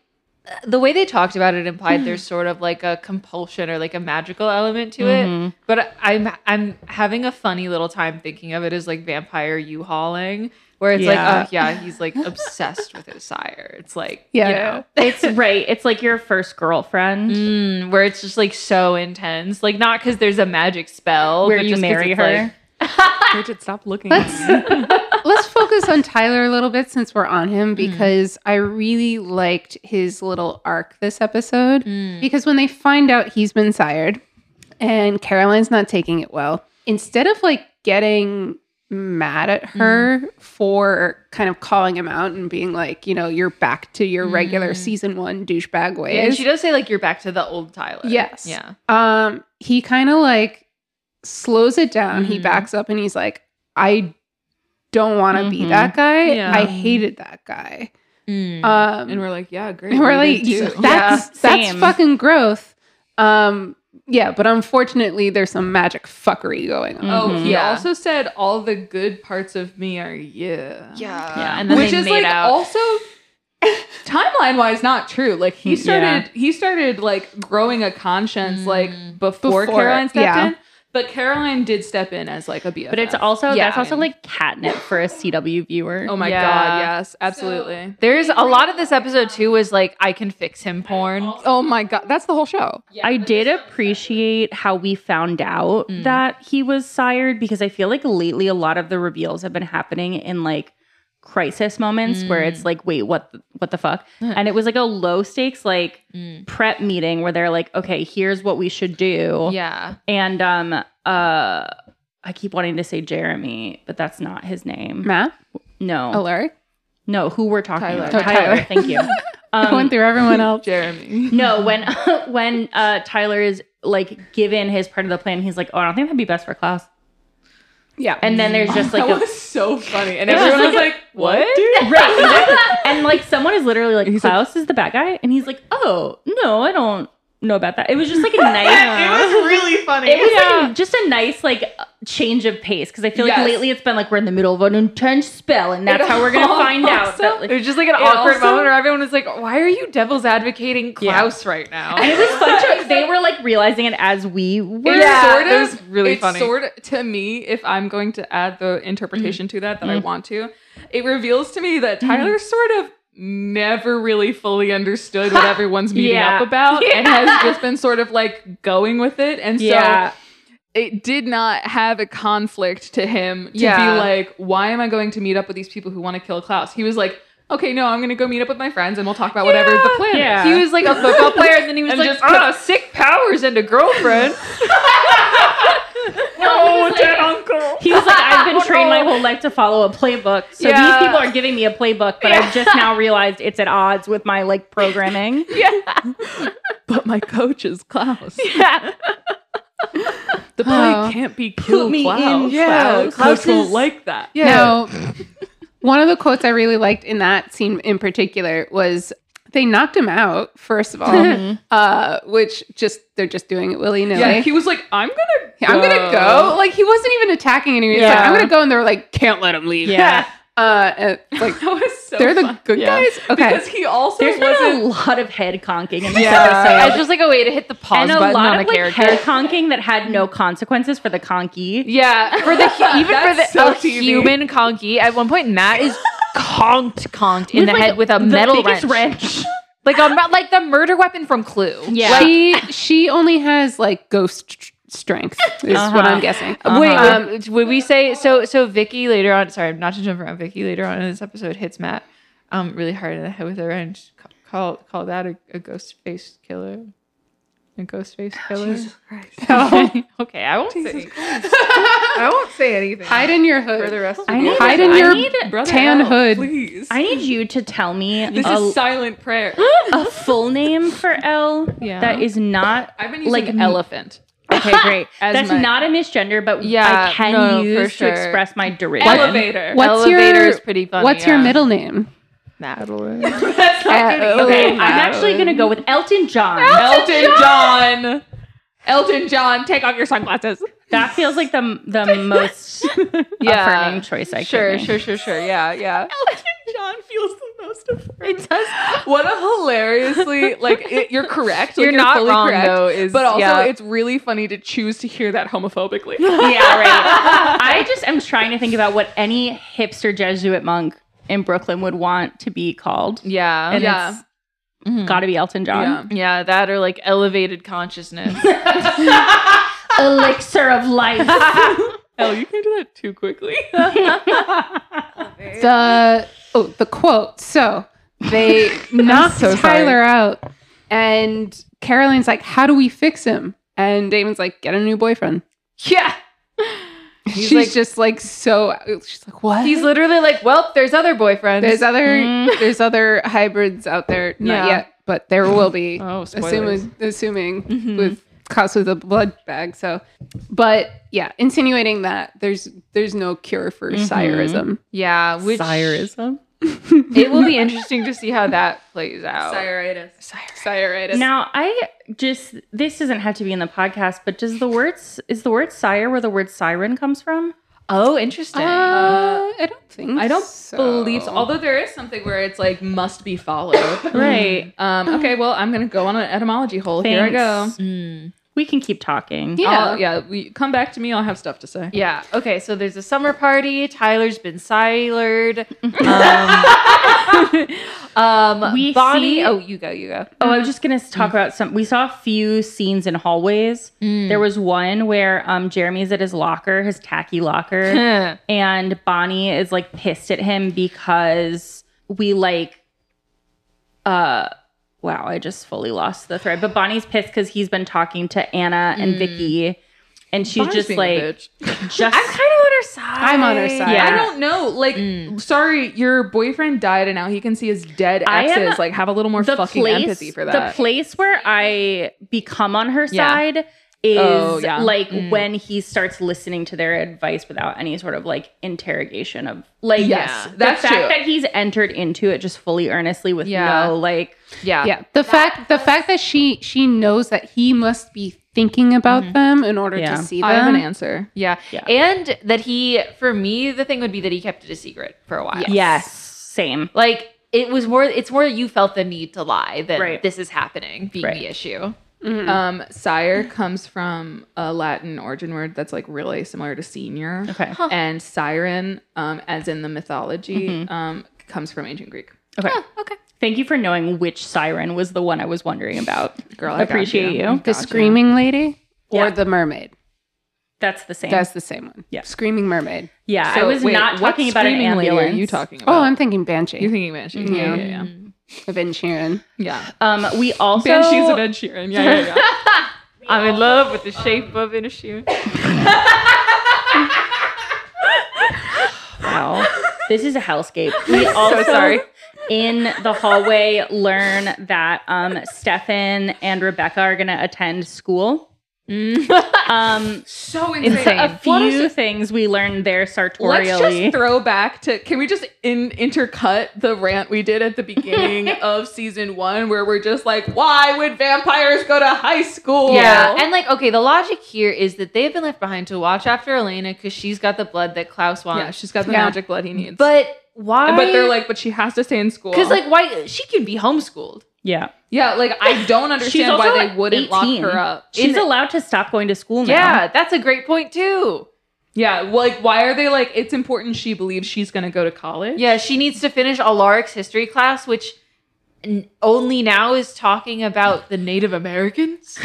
[SPEAKER 1] the way they talked about it implied there's sort of like a compulsion or like a magical element to it.
[SPEAKER 2] Mhm.
[SPEAKER 1] But I'm I'm having a funny little time thinking of it as like vampire U-hauling, where it's
[SPEAKER 2] Yeah.
[SPEAKER 1] like, oh yeah, he's like obsessed with his sire. It's like,
[SPEAKER 4] Yeah.
[SPEAKER 1] you know,
[SPEAKER 2] It's right. It's like your first girlfriend.
[SPEAKER 1] mm, where it's just like so intense. Like not because there's a magic spell,
[SPEAKER 2] Where
[SPEAKER 1] but
[SPEAKER 2] you
[SPEAKER 1] just 'cause
[SPEAKER 2] marry
[SPEAKER 1] it's,
[SPEAKER 2] her,
[SPEAKER 1] like-
[SPEAKER 6] [LAUGHS] Bridget, stop
[SPEAKER 2] [LAUGHS]
[SPEAKER 6] looking. at me.
[SPEAKER 4] [LAUGHS] Let's let's focus on Tyler a little bit since we're on him because I really liked his little arc this episode. Mm-hmm.
[SPEAKER 1] mm.
[SPEAKER 4] Because when they find out he's been sired and Caroline's not taking it well, instead of like getting mad at her
[SPEAKER 1] Mm.
[SPEAKER 4] for kind of calling him out and being like, you know, you're back to your regular season one douchebag ways.
[SPEAKER 1] Mm. Yeah, and she does say like you're back to the old Tyler.
[SPEAKER 4] Yes.
[SPEAKER 1] Yeah.
[SPEAKER 4] um he kind of like slows it down he
[SPEAKER 1] Mhm.
[SPEAKER 4] backs up and he's like i don't want to be
[SPEAKER 1] Mhm.
[SPEAKER 4] that guy
[SPEAKER 1] Yeah.
[SPEAKER 4] i hated that guy
[SPEAKER 1] Mm.
[SPEAKER 4] um
[SPEAKER 6] and we're like, yeah, great.
[SPEAKER 4] and we're
[SPEAKER 6] we
[SPEAKER 4] like
[SPEAKER 6] did too.
[SPEAKER 4] that's that's
[SPEAKER 2] Same.
[SPEAKER 4] fucking growth um yeah but unfortunately there's some magic fuckery going on
[SPEAKER 6] [LAUGHS] Oh,
[SPEAKER 2] Mhm.
[SPEAKER 6] he
[SPEAKER 1] Mm-hmm. Yeah.
[SPEAKER 6] also said all the good parts of me are yeah.
[SPEAKER 1] yeah. And then
[SPEAKER 6] Which
[SPEAKER 1] they
[SPEAKER 6] is
[SPEAKER 1] made
[SPEAKER 6] like
[SPEAKER 1] out.
[SPEAKER 6] also timeline wise not true. Like he
[SPEAKER 2] Mm, yeah.
[SPEAKER 6] started he started like growing a conscience like
[SPEAKER 1] Mm.
[SPEAKER 6] before,
[SPEAKER 4] Before,
[SPEAKER 6] Caroline stepped
[SPEAKER 4] yeah.
[SPEAKER 6] in. But Caroline did step in as like a BFF.
[SPEAKER 2] But it's also
[SPEAKER 1] Yeah,
[SPEAKER 2] that's
[SPEAKER 1] I
[SPEAKER 2] also
[SPEAKER 1] mean-
[SPEAKER 2] like catnip for a CW viewer.
[SPEAKER 6] Oh my
[SPEAKER 1] Yeah.
[SPEAKER 6] god, yes, absolutely.
[SPEAKER 1] There's a lot of this episode too was like I can fix him porn.
[SPEAKER 6] oh my god, that's the whole show.
[SPEAKER 2] I did appreciate how we found out
[SPEAKER 1] Mm.
[SPEAKER 2] that he was sired because I feel like lately a lot of the reveals have been happening in like crisis moments where it's like wait what th- what the fuck and it was like a low stakes like
[SPEAKER 1] Mm.
[SPEAKER 2] prep meeting where they're like okay here's what we should do
[SPEAKER 1] Yeah.
[SPEAKER 2] and um uh I keep wanting to say Jeremy but that's not his name
[SPEAKER 4] matt
[SPEAKER 2] no
[SPEAKER 6] Oh.
[SPEAKER 4] alaric
[SPEAKER 2] no who we're talking
[SPEAKER 6] Tyler.
[SPEAKER 2] about
[SPEAKER 4] Oh,
[SPEAKER 2] Tyler.
[SPEAKER 4] Tyler.
[SPEAKER 2] thank you Um,
[SPEAKER 6] Um,
[SPEAKER 4] i went through
[SPEAKER 6] [LAUGHS]
[SPEAKER 4] everyone
[SPEAKER 1] [LAUGHS]
[SPEAKER 4] else
[SPEAKER 6] Jeremy.
[SPEAKER 2] No, when [LAUGHS] when uh, Tyler is like given his part of the plan, he's like, "Oh, I don't think that'd be best for class."
[SPEAKER 4] yeah
[SPEAKER 2] And then there's just
[SPEAKER 6] [LAUGHS]
[SPEAKER 2] like,
[SPEAKER 6] that
[SPEAKER 2] a,
[SPEAKER 6] was so funny.
[SPEAKER 4] [LAUGHS]
[SPEAKER 6] And
[SPEAKER 2] It was
[SPEAKER 6] everyone was
[SPEAKER 1] [LAUGHS]
[SPEAKER 2] like
[SPEAKER 6] like, What? Dude?
[SPEAKER 2] [LAUGHS]
[SPEAKER 6] [LAUGHS]
[SPEAKER 2] right, and like someone is literally like,
[SPEAKER 6] He's like-
[SPEAKER 2] "Klaus is the bad guy," and he's like, "Oh no, I don't know about that." It was just like a
[SPEAKER 6] [LAUGHS]
[SPEAKER 2] nice.
[SPEAKER 6] It was really funny.
[SPEAKER 2] It was like just a nice like change of pace because I feel like
[SPEAKER 6] Yes.
[SPEAKER 2] lately it's been like we're in the middle of an intense spell and that's
[SPEAKER 6] It
[SPEAKER 2] how we're
[SPEAKER 6] [LAUGHS]
[SPEAKER 2] gonna find out.
[SPEAKER 6] also- [LAUGHS]
[SPEAKER 2] That, like,
[SPEAKER 1] It was just like an awkward moment where everyone was like, "Why are you devil's advocating Klaus right now?"
[SPEAKER 2] and it was fun. to- they were like realizing it as we were.
[SPEAKER 1] Yeah,
[SPEAKER 6] sort of,
[SPEAKER 1] it was really
[SPEAKER 6] it's
[SPEAKER 1] funny.
[SPEAKER 6] Sort of to me, if I'm going to add the interpretation to that that
[SPEAKER 1] Mm-hmm.
[SPEAKER 6] I want to, it reveals to me that Tyler sort of never really fully
[SPEAKER 1] [LAUGHS]
[SPEAKER 6] understood what everyone's meeting
[SPEAKER 2] Yeah.
[SPEAKER 6] up about and
[SPEAKER 2] Yeah.
[SPEAKER 6] has just been sort of like going with it. And so
[SPEAKER 2] Yeah.
[SPEAKER 6] it did not have a conflict to him to
[SPEAKER 1] Yeah.
[SPEAKER 6] be like, why am I going to meet up with these people who want to kill Klaus? He was like, okay, no, I'm going to go meet up with my friends and we'll talk about whatever the plan
[SPEAKER 2] Yeah.
[SPEAKER 6] is.
[SPEAKER 1] He was like a football player, and then
[SPEAKER 6] [LAUGHS]
[SPEAKER 1] he was
[SPEAKER 6] And
[SPEAKER 1] like,
[SPEAKER 6] just put-
[SPEAKER 1] "Ah, sick powers and a
[SPEAKER 6] [LAUGHS]
[SPEAKER 1] girlfriend."
[SPEAKER 2] No, dead uncle. He was like, I've been trained my whole life to follow a playbook. So
[SPEAKER 1] Yeah.
[SPEAKER 2] these people are giving me a playbook, but I've just now realized it's at odds with my like programming.
[SPEAKER 6] But my coach is Klaus.
[SPEAKER 1] yeah,
[SPEAKER 6] The play
[SPEAKER 4] Oh.
[SPEAKER 6] can't be kill
[SPEAKER 2] me
[SPEAKER 6] Klaus.
[SPEAKER 2] in
[SPEAKER 4] jail.
[SPEAKER 6] Klaus. Klaus
[SPEAKER 4] Klaus
[SPEAKER 6] won't
[SPEAKER 4] is-
[SPEAKER 6] like that.
[SPEAKER 4] Now, one of the quotes I really liked in that scene in particular was they knocked him out, first of all, uh, which just they're just doing it willy nilly.
[SPEAKER 6] Mm-hmm. Yeah, he was like, I'm gonna go.
[SPEAKER 4] I'm gonna go. Like he wasn't even attacking anyone. He was like,
[SPEAKER 2] Yeah.
[SPEAKER 4] I'm gonna go, and they were like, can't let him leave.
[SPEAKER 2] Yeah.
[SPEAKER 4] Uh, and, like
[SPEAKER 6] [LAUGHS] That was so
[SPEAKER 4] they're the
[SPEAKER 6] fun.
[SPEAKER 4] good
[SPEAKER 2] Yeah.
[SPEAKER 4] guys. Okay.
[SPEAKER 6] Because he also
[SPEAKER 2] There's
[SPEAKER 6] wasn't
[SPEAKER 2] been a lot of head conking in this
[SPEAKER 1] it's
[SPEAKER 2] episode.
[SPEAKER 1] just like a way to hit the pause
[SPEAKER 2] And a
[SPEAKER 1] button
[SPEAKER 2] lot
[SPEAKER 1] on
[SPEAKER 2] of
[SPEAKER 1] a
[SPEAKER 2] like
[SPEAKER 1] character.
[SPEAKER 2] head conking that had no consequences for the conky.
[SPEAKER 6] [LAUGHS]
[SPEAKER 1] yeah, for the hu- even for the
[SPEAKER 6] That's so
[SPEAKER 1] a
[SPEAKER 6] TV.
[SPEAKER 1] human conky. At one point, Matt is conked, conked in the
[SPEAKER 2] like,
[SPEAKER 1] head with a
[SPEAKER 2] the
[SPEAKER 1] metal wrench.
[SPEAKER 2] biggest [LAUGHS] wrench.
[SPEAKER 1] like a mu- like the murder weapon from Clue.
[SPEAKER 2] Yeah.
[SPEAKER 6] [LAUGHS]
[SPEAKER 4] she she only has like ghost tr- strength is
[SPEAKER 2] Uh-huh.
[SPEAKER 4] what I'm guessing.
[SPEAKER 1] Wait,
[SPEAKER 2] Uh-huh.
[SPEAKER 1] um, would we say so? So Vicky later on. Sorry, not to jump around. Vicky later on in this episode hits Matt um really hard in the head with a wrench. Ca- Call call that a, a ghost face killer. A ghost face killer. [LAUGHS] Oh, okay, I won't say.
[SPEAKER 6] [LAUGHS]
[SPEAKER 1] I won't say anything
[SPEAKER 4] Hide in your hood.
[SPEAKER 1] for the rest. Of
[SPEAKER 2] I need,
[SPEAKER 4] Hide in
[SPEAKER 2] I
[SPEAKER 4] your
[SPEAKER 2] need,
[SPEAKER 6] brother
[SPEAKER 4] tan
[SPEAKER 6] out,
[SPEAKER 4] hood.
[SPEAKER 6] Please.
[SPEAKER 2] I need you to tell me
[SPEAKER 6] this
[SPEAKER 2] a,
[SPEAKER 6] is silent prayer.
[SPEAKER 2] a full name for L
[SPEAKER 1] Yeah.
[SPEAKER 2] that is not
[SPEAKER 6] I've been using
[SPEAKER 2] Like,
[SPEAKER 6] like
[SPEAKER 2] m-
[SPEAKER 6] elephant.
[SPEAKER 2] Okay, great. [LAUGHS]
[SPEAKER 6] As
[SPEAKER 2] That's
[SPEAKER 6] my-
[SPEAKER 2] not a misgender, but
[SPEAKER 1] Yeah,
[SPEAKER 2] I can
[SPEAKER 1] no, for
[SPEAKER 2] use
[SPEAKER 1] sure.
[SPEAKER 2] to express my derision.
[SPEAKER 6] Elevator.
[SPEAKER 4] What's
[SPEAKER 1] Elevator
[SPEAKER 4] your
[SPEAKER 1] is pretty funny,
[SPEAKER 4] What's your
[SPEAKER 2] uh,
[SPEAKER 1] yeah.
[SPEAKER 4] middle name?
[SPEAKER 1] Madeline.
[SPEAKER 2] Okay, I'm actually gonna go with Oh, Elton John.
[SPEAKER 6] Oh, Elton John. Elton John, take off your sunglasses.
[SPEAKER 2] That feels like the the most affirming choice I
[SPEAKER 1] Sure,
[SPEAKER 2] could.
[SPEAKER 1] sure, sure, sure. Yeah, yeah. [LAUGHS]
[SPEAKER 6] Elton John feels the most affirming. It does. What a hilariously like it, you're correct. Like,
[SPEAKER 1] You're not
[SPEAKER 6] fully
[SPEAKER 1] wrong,
[SPEAKER 6] correct,
[SPEAKER 1] though, is-
[SPEAKER 6] but also
[SPEAKER 1] yeah.
[SPEAKER 6] it's really funny to choose to hear that
[SPEAKER 4] [LAUGHS]
[SPEAKER 6] homophobically.
[SPEAKER 2] Make. Yeah, right. I just am trying to think about what any hipster Jesuit monk in Brooklyn would want to be called,
[SPEAKER 1] [LAUGHS] Yeah.
[SPEAKER 2] and
[SPEAKER 6] Yeah.
[SPEAKER 2] it's got to be Elton
[SPEAKER 6] Yeah.
[SPEAKER 2] John.
[SPEAKER 1] yeah, that or like elevated consciousness.
[SPEAKER 2] Elixir of life. [LAUGHS]
[SPEAKER 6] Hell, you can do that [LAUGHS] too quickly.
[SPEAKER 4] the oh the quote. So
[SPEAKER 2] [LAUGHS]
[SPEAKER 4] they knocked
[SPEAKER 1] so sorry.
[SPEAKER 4] Tyler out, and Caroline's like, "How do we fix him?" And Damon's like, "Get a new boyfriend."
[SPEAKER 1] yeah. He's
[SPEAKER 4] she's
[SPEAKER 1] like-
[SPEAKER 4] just like so. She's like, what? Mm-hmm.
[SPEAKER 1] He's literally like, well, there's other boyfriends.
[SPEAKER 4] there's other
[SPEAKER 5] Mm.
[SPEAKER 4] there's other hybrids out there. Not
[SPEAKER 6] Yeah.
[SPEAKER 4] yet, but there will be.
[SPEAKER 1] oh, spoilers.
[SPEAKER 4] assuming assuming with cops with a blood bag. So, but yeah, insinuating that there's there's no cure for sirism.
[SPEAKER 1] yeah, which
[SPEAKER 6] [LAUGHS]
[SPEAKER 2] Sirism.
[SPEAKER 1] it will be interesting to see how that plays out.
[SPEAKER 2] Siritis.
[SPEAKER 4] Siritis.
[SPEAKER 2] Now, I just this doesn't have to be in the podcast, but does the words is the word sire where the word siren comes from?
[SPEAKER 1] [LAUGHS] Oh, interesting.
[SPEAKER 4] Uh, I don't think.
[SPEAKER 6] I don't
[SPEAKER 4] so.
[SPEAKER 6] believe. So. Although there is something where it's like must be
[SPEAKER 1] [LAUGHS]
[SPEAKER 6] followed.
[SPEAKER 2] Right.
[SPEAKER 1] [GASPS]
[SPEAKER 6] um, okay, well I'm gonna go on an etymology hole. Oh, Here I go.
[SPEAKER 2] Thanks.
[SPEAKER 1] hmm.
[SPEAKER 2] We can keep talking.
[SPEAKER 4] Yeah.
[SPEAKER 6] I'll- yeah. We, come back to me. I'll have stuff to say.
[SPEAKER 1] Yeah. Okay. So there's a summer party. Tyler's been silered. Um, um, [LAUGHS]
[SPEAKER 2] We
[SPEAKER 1] Bonnie.
[SPEAKER 2] see-
[SPEAKER 1] oh, you go. You [LAUGHS] go.
[SPEAKER 2] Oh, I was just gonna
[SPEAKER 6] Mm.
[SPEAKER 2] talk about some. We saw a few scenes in hallways. There was one where um, Jeremy's at his locker, his tacky
[SPEAKER 6] [LAUGHS]
[SPEAKER 2] locker, and Bonnie is like pissed at him because we like, uh, wow, I just fully lost the thread. But Bonnie's pissed because he's been talking to Anna and Vicky, and she's
[SPEAKER 6] Mm. Bonnie's
[SPEAKER 2] just
[SPEAKER 6] being a
[SPEAKER 2] like,
[SPEAKER 6] bitch.
[SPEAKER 2] just
[SPEAKER 1] on her side.
[SPEAKER 4] I'm on her side.
[SPEAKER 2] Yeah.
[SPEAKER 6] I don't know. Like,
[SPEAKER 2] Mm.
[SPEAKER 6] sorry, your boyfriend died, and now he can see his dead
[SPEAKER 2] I am
[SPEAKER 6] exes. Like, have a little more
[SPEAKER 2] the
[SPEAKER 6] fucking
[SPEAKER 2] place,
[SPEAKER 6] empathy for that.
[SPEAKER 2] The place where I become on her
[SPEAKER 1] Yeah.
[SPEAKER 2] side is
[SPEAKER 6] Oh, yeah.
[SPEAKER 2] like when he starts listening to their advice without any sort of like interrogation of like
[SPEAKER 6] Yes,
[SPEAKER 2] the
[SPEAKER 6] that's
[SPEAKER 2] fact
[SPEAKER 6] true.
[SPEAKER 2] that he's entered into it just fully earnestly with
[SPEAKER 1] Yeah.
[SPEAKER 2] no like
[SPEAKER 1] Yeah.
[SPEAKER 4] Yeah, the fact the fact that she she knows that he must be thinking about them in order
[SPEAKER 2] Yeah.
[SPEAKER 4] to see them.
[SPEAKER 6] I have an answer.
[SPEAKER 1] Yeah.
[SPEAKER 2] Yeah.
[SPEAKER 1] And that he, for me, the thing would be that he kept it a secret for a while.
[SPEAKER 2] yes, same
[SPEAKER 1] Like it was more. It's more you felt the need to lie that
[SPEAKER 2] Right.
[SPEAKER 1] this is happening being
[SPEAKER 2] Right.
[SPEAKER 1] the issue.
[SPEAKER 6] Um, sire comes from a Latin origin word that's like really similar to senior.
[SPEAKER 2] okay
[SPEAKER 6] And siren, um, as in the mythology,
[SPEAKER 4] Mm-hmm.
[SPEAKER 6] um, comes from ancient Greek.
[SPEAKER 2] okay
[SPEAKER 1] Okay.
[SPEAKER 2] thank you for knowing which siren was the one I was wondering about
[SPEAKER 6] Girl, I got
[SPEAKER 2] appreciate you.
[SPEAKER 4] The screaming lady or
[SPEAKER 2] Yeah.
[SPEAKER 4] the mermaid.
[SPEAKER 2] that's the same
[SPEAKER 4] That's the same one.
[SPEAKER 2] Yeah.
[SPEAKER 4] Screaming mermaid.
[SPEAKER 2] yeah I
[SPEAKER 6] So,
[SPEAKER 2] was
[SPEAKER 6] wait,
[SPEAKER 2] not
[SPEAKER 6] what
[SPEAKER 2] talking about an
[SPEAKER 6] screaming lady
[SPEAKER 2] ambulance Mm-hmm.
[SPEAKER 6] Are you talking about?
[SPEAKER 4] Oh, I'm thinking banshee.
[SPEAKER 6] You're thinking Banshee. Yeah, yeah, yeah.
[SPEAKER 4] of Ed Sheeran.
[SPEAKER 6] yeah.
[SPEAKER 2] um we also
[SPEAKER 6] Banshees of Ed Sheeran. Yeah, yeah, yeah.
[SPEAKER 1] [LAUGHS] I'm in love with the shape of an issue.
[SPEAKER 6] [LAUGHS]
[SPEAKER 2] Wow. This is a hellscape. We also
[SPEAKER 1] sorry.
[SPEAKER 2] in the hallway learn that um Stefan and Rebecca are gonna attend school. um
[SPEAKER 6] so insane.
[SPEAKER 1] Insane.
[SPEAKER 2] a
[SPEAKER 6] What is
[SPEAKER 2] few things we learned there
[SPEAKER 6] Let's just
[SPEAKER 2] sartorially.
[SPEAKER 6] throw back to. Can we just in intercut the rant we did at the
[SPEAKER 1] [LAUGHS]
[SPEAKER 6] beginning of season one, where we're just like, "Why would vampires go to high school?"
[SPEAKER 1] Yeah, and like, okay, the logic here is that they've been left behind to watch after Elena because she's got the blood that Klaus
[SPEAKER 6] yeah,
[SPEAKER 1] wants.
[SPEAKER 6] she's got the
[SPEAKER 4] Yeah.
[SPEAKER 6] magic blood he needs.
[SPEAKER 1] But why?
[SPEAKER 6] but they're like, but she has to stay in school.
[SPEAKER 1] because like, why she can be homeschooled?
[SPEAKER 2] yeah.
[SPEAKER 6] yeah, like
[SPEAKER 1] [LAUGHS]
[SPEAKER 6] I don't understand
[SPEAKER 2] also,
[SPEAKER 6] why
[SPEAKER 2] like,
[SPEAKER 6] they
[SPEAKER 2] 18.
[SPEAKER 6] wouldn't lock her up.
[SPEAKER 2] She's
[SPEAKER 1] In-
[SPEAKER 2] allowed to stop going to school now.
[SPEAKER 1] Yeah, that's a great point too.
[SPEAKER 6] Yeah, well, like why are they like? It's important she believes she's gonna go to college.
[SPEAKER 1] Yeah, she needs to finish Alaric's history class, which n- only now is talking about the Native Americans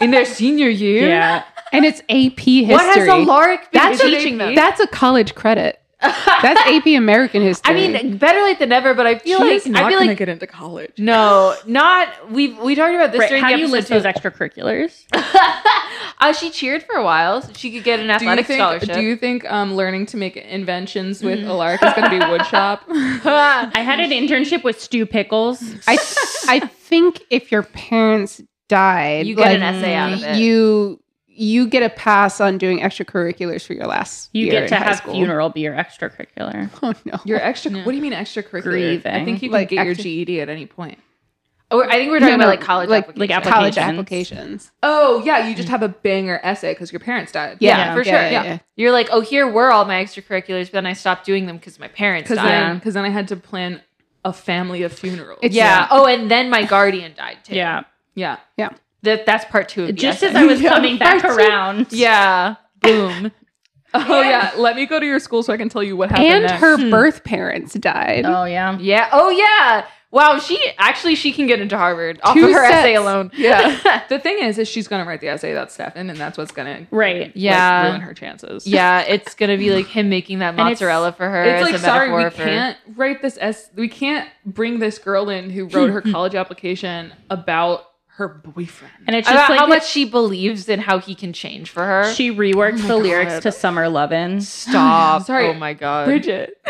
[SPEAKER 1] in their senior year.
[SPEAKER 2] Yeah.
[SPEAKER 4] And it's AP history.
[SPEAKER 1] What has Alaric been
[SPEAKER 4] That's a-
[SPEAKER 1] teaching them?
[SPEAKER 4] That's a college credit.
[SPEAKER 1] [LAUGHS]
[SPEAKER 4] That's AP American
[SPEAKER 1] I
[SPEAKER 4] history.
[SPEAKER 1] mean, better late than never, but I feel
[SPEAKER 6] she's
[SPEAKER 1] like
[SPEAKER 6] not
[SPEAKER 1] I feel
[SPEAKER 6] gonna
[SPEAKER 1] like
[SPEAKER 6] get into college.
[SPEAKER 1] no, not we we talked about this
[SPEAKER 2] Right,
[SPEAKER 1] during
[SPEAKER 2] How
[SPEAKER 1] the
[SPEAKER 2] do you
[SPEAKER 1] episode
[SPEAKER 2] list
[SPEAKER 1] too.
[SPEAKER 2] those extracurriculars?
[SPEAKER 6] [LAUGHS]
[SPEAKER 1] Uh, she cheered for a while. So she could get an
[SPEAKER 6] Do you
[SPEAKER 1] athletic
[SPEAKER 6] think?
[SPEAKER 1] scholarship.
[SPEAKER 6] Do you think um, learning to make inventions with Alaric is gonna be [LAUGHS] woodshop?
[SPEAKER 1] Ah,
[SPEAKER 2] I had an internship with Stu Pickles.
[SPEAKER 1] [LAUGHS]
[SPEAKER 4] I I think if your parents died,
[SPEAKER 1] You get an essay out of it.
[SPEAKER 4] You you get a pass on doing extracurriculars for your last.
[SPEAKER 2] You
[SPEAKER 4] year
[SPEAKER 2] get
[SPEAKER 4] in
[SPEAKER 2] to
[SPEAKER 4] high
[SPEAKER 2] have
[SPEAKER 4] school.
[SPEAKER 2] funeral be your extracurricular.
[SPEAKER 4] [LAUGHS] Oh no!
[SPEAKER 6] Your extra. What do you mean extracurricular? I
[SPEAKER 2] Grieving.
[SPEAKER 6] think you can
[SPEAKER 4] Like
[SPEAKER 6] get your
[SPEAKER 4] extra-
[SPEAKER 6] GED at any point.
[SPEAKER 1] [LAUGHS] or I think we're talking
[SPEAKER 4] No,
[SPEAKER 1] about
[SPEAKER 4] no,
[SPEAKER 1] like college
[SPEAKER 4] like-
[SPEAKER 1] applications.
[SPEAKER 2] like
[SPEAKER 4] college
[SPEAKER 2] applications.
[SPEAKER 4] applications.
[SPEAKER 6] Oh yeah, you just have a banger essay because your parents died.
[SPEAKER 1] yeah,
[SPEAKER 4] Yeah,
[SPEAKER 1] for
[SPEAKER 4] yeah,
[SPEAKER 1] sure.
[SPEAKER 4] yeah,
[SPEAKER 1] Yeah.
[SPEAKER 4] yeah.
[SPEAKER 1] You're like, oh, here were all my extracurriculars, but then I stopped doing them because my parents
[SPEAKER 6] because
[SPEAKER 1] died.
[SPEAKER 6] then
[SPEAKER 2] Yeah.
[SPEAKER 6] because then I had to plan a family of funerals.
[SPEAKER 4] It's-
[SPEAKER 1] yeah. Oh, and then my guardian died too.
[SPEAKER 2] Yeah.
[SPEAKER 6] [LAUGHS] yeah,
[SPEAKER 1] That that's part two of the
[SPEAKER 2] Just
[SPEAKER 1] essay.
[SPEAKER 2] as I
[SPEAKER 1] [LAUGHS]
[SPEAKER 6] [LAUGHS]
[SPEAKER 2] was coming back around.
[SPEAKER 1] Yeah. Boom.
[SPEAKER 6] Oh yeah, let me go to your school so I can tell you what happened.
[SPEAKER 4] And
[SPEAKER 6] next.
[SPEAKER 4] her birth parents died.
[SPEAKER 2] Oh yeah.
[SPEAKER 1] yeah. Hmm. Oh yeah. Wow. She actually she can get into Harvard off
[SPEAKER 4] Two
[SPEAKER 1] of her essay
[SPEAKER 4] sets.
[SPEAKER 6] [LAUGHS]
[SPEAKER 1] alone.
[SPEAKER 6] Yeah. the thing is, is she's gonna write the essay that's Stefan, and that's what's gonna like,
[SPEAKER 2] Right.
[SPEAKER 1] Yeah.
[SPEAKER 6] ruin her chances.
[SPEAKER 1] Yeah, it's gonna be like him making that
[SPEAKER 2] And it's-
[SPEAKER 1] mozzarella for her
[SPEAKER 6] It's
[SPEAKER 1] as
[SPEAKER 6] like
[SPEAKER 1] a
[SPEAKER 6] sorry,
[SPEAKER 1] metaphor
[SPEAKER 6] we
[SPEAKER 1] for
[SPEAKER 6] can't [LAUGHS] write this s. We can't bring this girl in who wrote her college application about her boyfriend.
[SPEAKER 2] And it's just
[SPEAKER 1] About
[SPEAKER 2] like
[SPEAKER 1] how much she believes in how he can change for her.
[SPEAKER 2] she reworked the lyrics
[SPEAKER 1] God.
[SPEAKER 2] to Summer
[SPEAKER 1] [LAUGHS]
[SPEAKER 2] Lovin'.
[SPEAKER 1] Stop.
[SPEAKER 6] Sorry.
[SPEAKER 1] Oh my god.
[SPEAKER 6] Bridget,